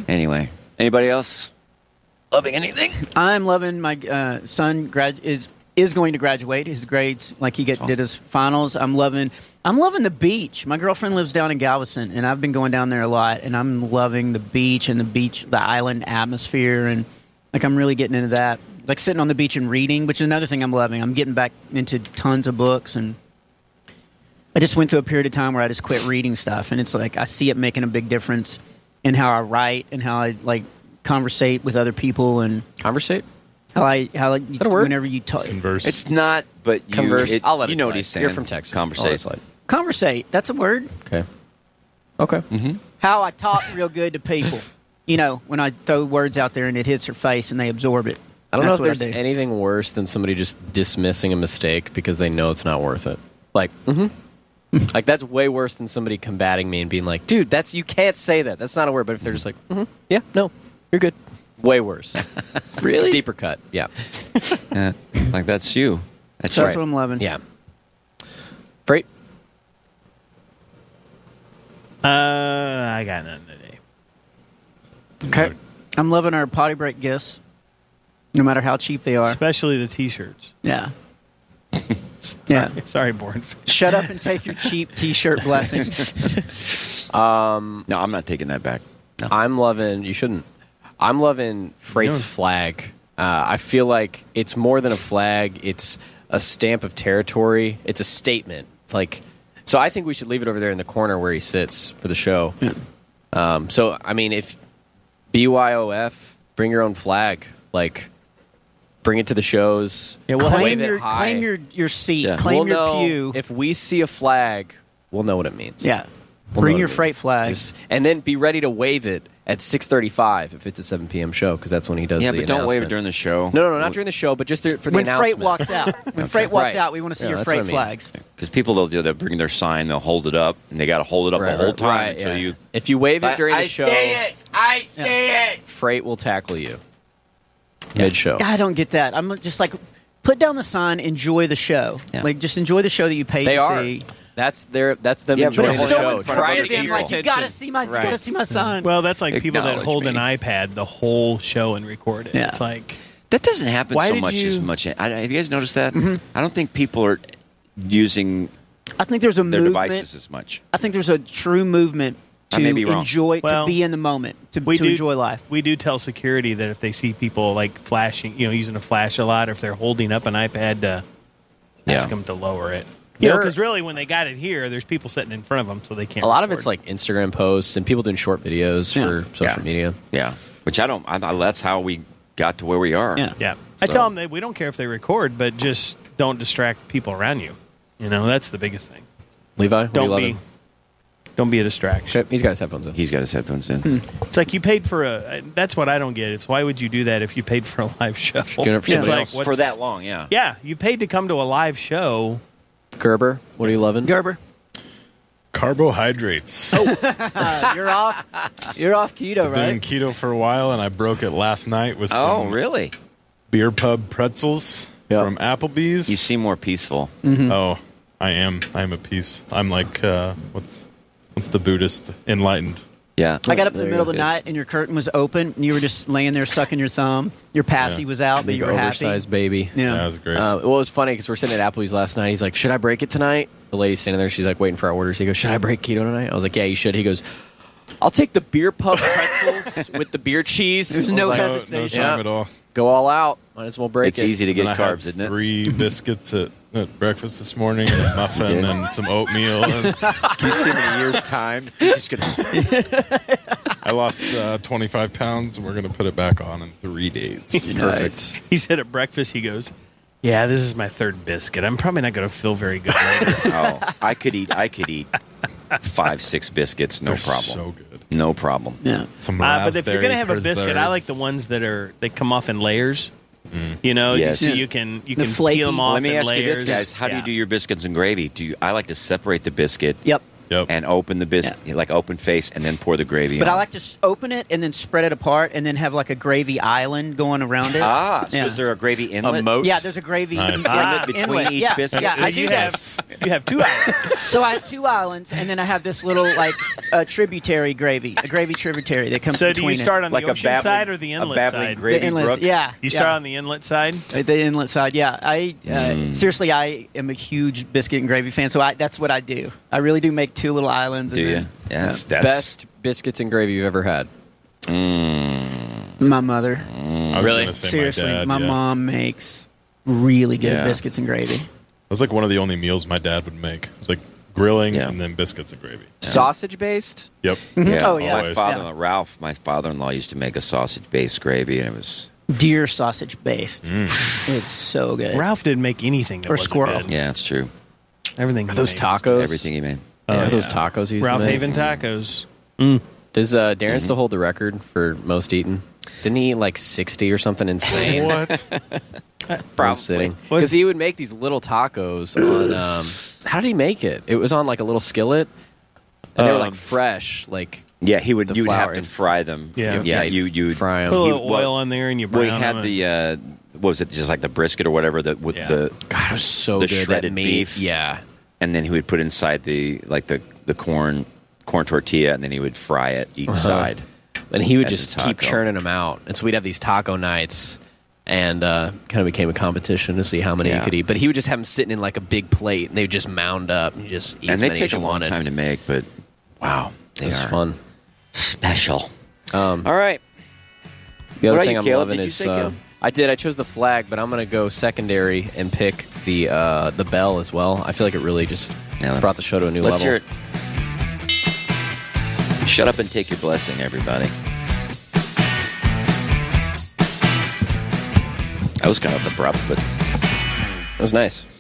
C: anyway, anybody else loving anything?
E: I'm loving my uh, son. Grad is is going to graduate. His grades, like he get, did his finals. I'm loving. I'm loving the beach. My girlfriend lives down in Galveston, and I've been going down there a lot. And I'm loving the beach and the beach, the island atmosphere, and like I'm really getting into that. Like sitting on the beach and reading, which is another thing I'm loving. I'm getting back into tons of books and I just went through a period of time where I just quit reading stuff, and it's like I see it making a big difference in how I write and how I like conversate with other people and
D: conversate.
E: How I how like you, whenever you talk
K: converse.
C: It's not, but you,
E: Converse.
C: It,
E: I'll let
C: you
E: it
C: know
E: slide.
C: what he's saying.
E: You're from Texas. I'll let it
C: Conversation.
E: slide. conversate. That's a word.
D: Okay. Okay.
C: Mm-hmm.
E: How I talk real good to people. You know, when I throw words out there and it hits their face and they absorb it.
D: I don't
E: That's
D: know
E: what
D: if there's
E: do.
D: anything worse than somebody just dismissing a mistake because they know it's not worth it. Like, mm-hmm. like that's way worse than somebody combating me and being like, "Dude, that's you can't say that. That's not a word." But if they're just like, mm-hmm, "Yeah, no, you're good," way worse. really? It's a deeper cut. Yeah.
C: Yeah. like that's you. That's,
D: That's
C: right.
D: what I'm
E: loving.
D: Yeah. Freight.
B: Uh, I got nothing today.
D: Okay.
E: I'm loving our potty break gifts, no matter how cheap they are.
B: Especially the T-shirts.
E: Yeah. yeah.
B: Sorry, Born. Fan.
E: Shut up and take your cheap T-shirt blessings.
D: Um,
C: no, I'm not taking that back.
D: I'm loving. You shouldn't. I'm loving Freight's
C: No.
D: flag. Uh, I feel like it's more than a flag. It's a stamp of territory. It's a statement. It's like so. I think we should leave it over there in the corner where he sits for the show. Um, so I mean, if BYOF, bring your own flag. Like, bring it to the shows.
E: Yeah, we'll claim
D: wave it
E: your
D: high.
E: claim your your seat.
D: Yeah.
E: Claim
D: We'll
E: your
D: know
E: pew.
D: If we see a flag, we'll know what it means.
E: Yeah.
D: We'll
E: Bring
D: know
E: your
D: what it
E: freight flag.
D: means. and then be ready to wave it at 6:35 if it's a 7 p.m. show because that's when he does.
C: Yeah,
D: the
C: but don't wave it
D: announcement.
C: during the show.
D: No, no, no, not during the show, but just there for the
E: when freight
D: announcement.
E: walks out, when freight walks out, we want to see
D: Yeah,
E: your
D: that's what
E: freight
D: I mean.
E: flags.
C: Because people, they'll do. They'll bring their sign. They'll hold it up, and they got to hold it up the whole
D: right,
C: time
D: right,
C: until
D: yeah.
C: you.
D: If you wave it during
C: I
D: the show,
C: say
L: it. I say it.
D: freight will tackle you mid show.
E: I don't get that. I'm just like, put down the sign, enjoy the show. Like, just enjoy the show that you paid
D: They
E: to
D: are.
E: see.
D: That's their. That's them
E: Yeah, but
D: enjoying
E: if
D: the
E: someone
D: show.
E: from
D: Try
E: other
D: to get
E: people
D: your
E: like, you
D: attention.
E: gotta see my, you
D: Right.
E: gotta see my son.
B: Well, that's like people that
C: Acknowledge
B: hold an
C: me.
B: iPad the whole show and record it.
C: Yeah.
B: It's like
C: That doesn't happen
B: Why
C: so
B: did
C: much
B: you-
C: as much. I, I- have you guys noticed that?
D: Mm-hmm.
C: I don't think people are using
E: I think there's a
C: their
E: movement.
C: devices as much.
E: I think there's a true movement
C: I
E: to
C: may be wrong.
E: enjoy,
B: Well,
E: to be in the moment, to, to enjoy life.
B: We do tell security that if they see people like flashing, you know, using a flash a lot, or if they're holding up an iPad to ask
D: Yeah.
B: them to lower it. You know,
D: There-
B: because really, when they got it here, there's people sitting in front of them, so they can't.
D: A lot of
B: record.
D: it's like Instagram posts and people doing short videos for social media.
C: Yeah, which I don't. I, I, that's how we got to where we are.
E: Yeah.
B: yeah. I
C: So-
B: tell them that we don't care if they record, but just don't distract people around you. You know, that's the biggest thing.
D: Levi, what do you
B: Don't
D: love
B: be, don't be a distraction.
D: He's got his headphones in.
C: He's got his headphones in.
B: It's like you paid for a. That's what I don't get. It's why would you do that if you paid for a live show?
D: Doing it
B: It's
D: for somebody
B: like,
D: else.
B: what's-
C: For that long, yeah.
B: Yeah, you paid to come to a live show.
D: Gerber, what are you loving?
E: Gerber.
D: Oh,
K: Carbohydrates.
E: Uh, you're off. You're off keto,
K: I've been keto for a while, and I broke it last night with
C: Oh,
K: some
C: really?
K: beer pub pretzels from Applebee's.
C: You seem more peaceful.
E: Mm-hmm.
K: Oh, I am. I am at peace. I'm like uh, what's what's the Buddhist enlightened?
C: Yeah,
E: I got up in the middle of the night and your curtain was open and you were just laying there sucking your thumb. Your passy was out, but
D: Big
E: you were
D: oversized
E: happy.
D: baby.
E: Yeah.
K: That was great.
D: Uh, well, it was funny because we're sitting at Applebee's last night. He's like, "Should I break it tonight?" The lady's standing there. She's like, waiting for our orders. He goes, "Should I break keto tonight?" I was like, "Yeah, you should." He goes, "I'll take the beer pub pretzels with the beer cheese."
E: There's
D: I was
E: no
D: like,
K: no, no
E: hesitation.
K: time
D: Yeah.
K: at all.
D: Go all out. Might as well break
C: It's
D: it.
C: easy to get
K: And I had
C: carbs, isn't it?
K: Three biscuits at, at breakfast this morning, and a muffin, and some oatmeal. And
C: You seem in a year's time. you're just gonna-
K: I lost uh, 25 pounds. We're gonna put it back on in three days.
D: Perfect.
B: He said at breakfast, he goes, "Yeah, this is my third biscuit. I'm probably not going to feel very good." later."
C: oh, I could eat. I could eat five, six biscuits, no
K: They're So
C: problem.
K: good.
C: no problem.
E: Yeah.
K: Some
B: uh, but if you're going to have a
K: raspberry
B: biscuit, I
K: preserve.
B: like the ones that are they come off in layers.
C: Mm.
B: You know,
C: Yes.
B: you, so you can you
E: The
B: can
E: flaky-
B: peel them off
C: Let me
B: in
C: ask
B: layers.
C: you this, guys: How do
B: Yeah.
C: you do your biscuits and gravy? Do you, I like to separate the biscuit
E: Yep.
K: Yep.
C: and open the biscuit, like open face, and then pour the gravy.
E: But
C: on.
E: I like to s- open it and then spread it apart and then have like a gravy island going around it.
C: Ah, so
E: yeah.
C: is there a gravy inlet?
E: yeah, there's a gravy
K: Nice.
E: inlet-
C: Inlet between
E: inlet.
C: each
E: yeah,
C: biscuit?
E: Yeah,
C: So
E: I
B: So you
E: do
B: have
E: that.
B: you have two hours.
E: So I have two islands, and then I have this little like uh, tributary gravy, a gravy tributary that comes
B: So do
E: between
B: you start on
C: like
B: the
C: a
B: ocean
C: babbling,
B: side or the
C: a
B: inlet
C: babbling
B: side?
E: it.
C: gravy
E: The inlet,
C: brook.
E: yeah.
B: You
E: yeah.
B: start on the inlet side.
E: Uh, the inlet side. Yeah, I uh,
C: Hmm.
E: seriously, I am a huge biscuit and gravy fan, so I, that's what I do. I really do make two little islands.
C: Do
E: and
C: you?
E: then-
C: Yeah, that's, that's
D: Best biscuits and gravy you've ever had.
C: Mm.
E: My mother,
K: I was
D: Really?
K: gonna say
E: seriously,
K: my,
E: my,
K: dad, yeah.
E: mom makes really good
C: Yeah.
E: biscuits and gravy.
K: It was like one of the only meals my dad would make. It was like grilling, and then biscuits and gravy.
D: Sausage based?
K: Yep.
E: Oh,
C: My father-in-law, Ralph, my father-in-law used to make a sausage-based gravy, and it was
E: Deer sausage based. It's so good.
B: Ralph didn't make anything that
E: Or
B: wasn't
E: squirrel.
B: good.
C: yeah, it's true.
B: Everything.
D: Are those
B: made. Oh,
D: tacos?
C: Everything he made.
D: Yeah, are those tacos he used to
B: Ralph
D: make?
B: Haven Mm-hmm. tacos.
C: Mm.
D: Does uh, Darren still hold the record for most eaten? Didn't he eat like 60 or something insane?
K: what?
D: Probably. Because he would make these little tacos on. Um, how did he make it? It was on like a little skillet, and they were like
C: Um,
D: fresh. Like
C: Yeah, he would.
D: the
C: You would have
D: flour
C: to
D: and-
C: fry them.
D: Yeah.
C: yeah.
D: Yeah,
C: You you would
D: fry 'em.
B: Put a
C: he-
B: little
C: well,
B: oil in there and you
C: Well,
B: brown
C: he had
B: them
C: the uh, what was it? Just like the brisket or whatever that with
B: Yeah.
C: the
D: God, it was so
C: the
D: good. that
C: shredded
D: meat.
C: beef.
D: Yeah.
C: and then he would put inside the like the the corn corn tortilla, and then he would fry it each
D: Uh-huh.
C: side.
D: And he would
C: as a
D: just keep
C: taco.
D: churning them out. And so we'd have these taco nights and uh, kind of became a competition to see how many you
C: Yeah.
D: could eat. But he would just have them sitting in like a big plate and they would just mound up and you just eat
C: and
D: as
C: they
D: many
C: take
D: as
C: a
D: you
C: long
D: wanted.
C: time to make, but wow,
D: it
C: they
D: was
C: are
D: fun.
C: special.
D: Um,
C: All right,
D: the other
C: What about
D: thing
C: you,
D: I'm
C: Caleb?
D: loving
C: Did you
D: is
C: say
D: uh,
C: Caleb?
D: I did. I chose the flag, but I'm going to go secondary and pick the uh, the bell as well. I feel like it really just
C: let-
D: brought the show to a new
C: let's
D: level.
C: hear it. Shut up and take your blessing, everybody. That was kind of abrupt, but
D: It was nice.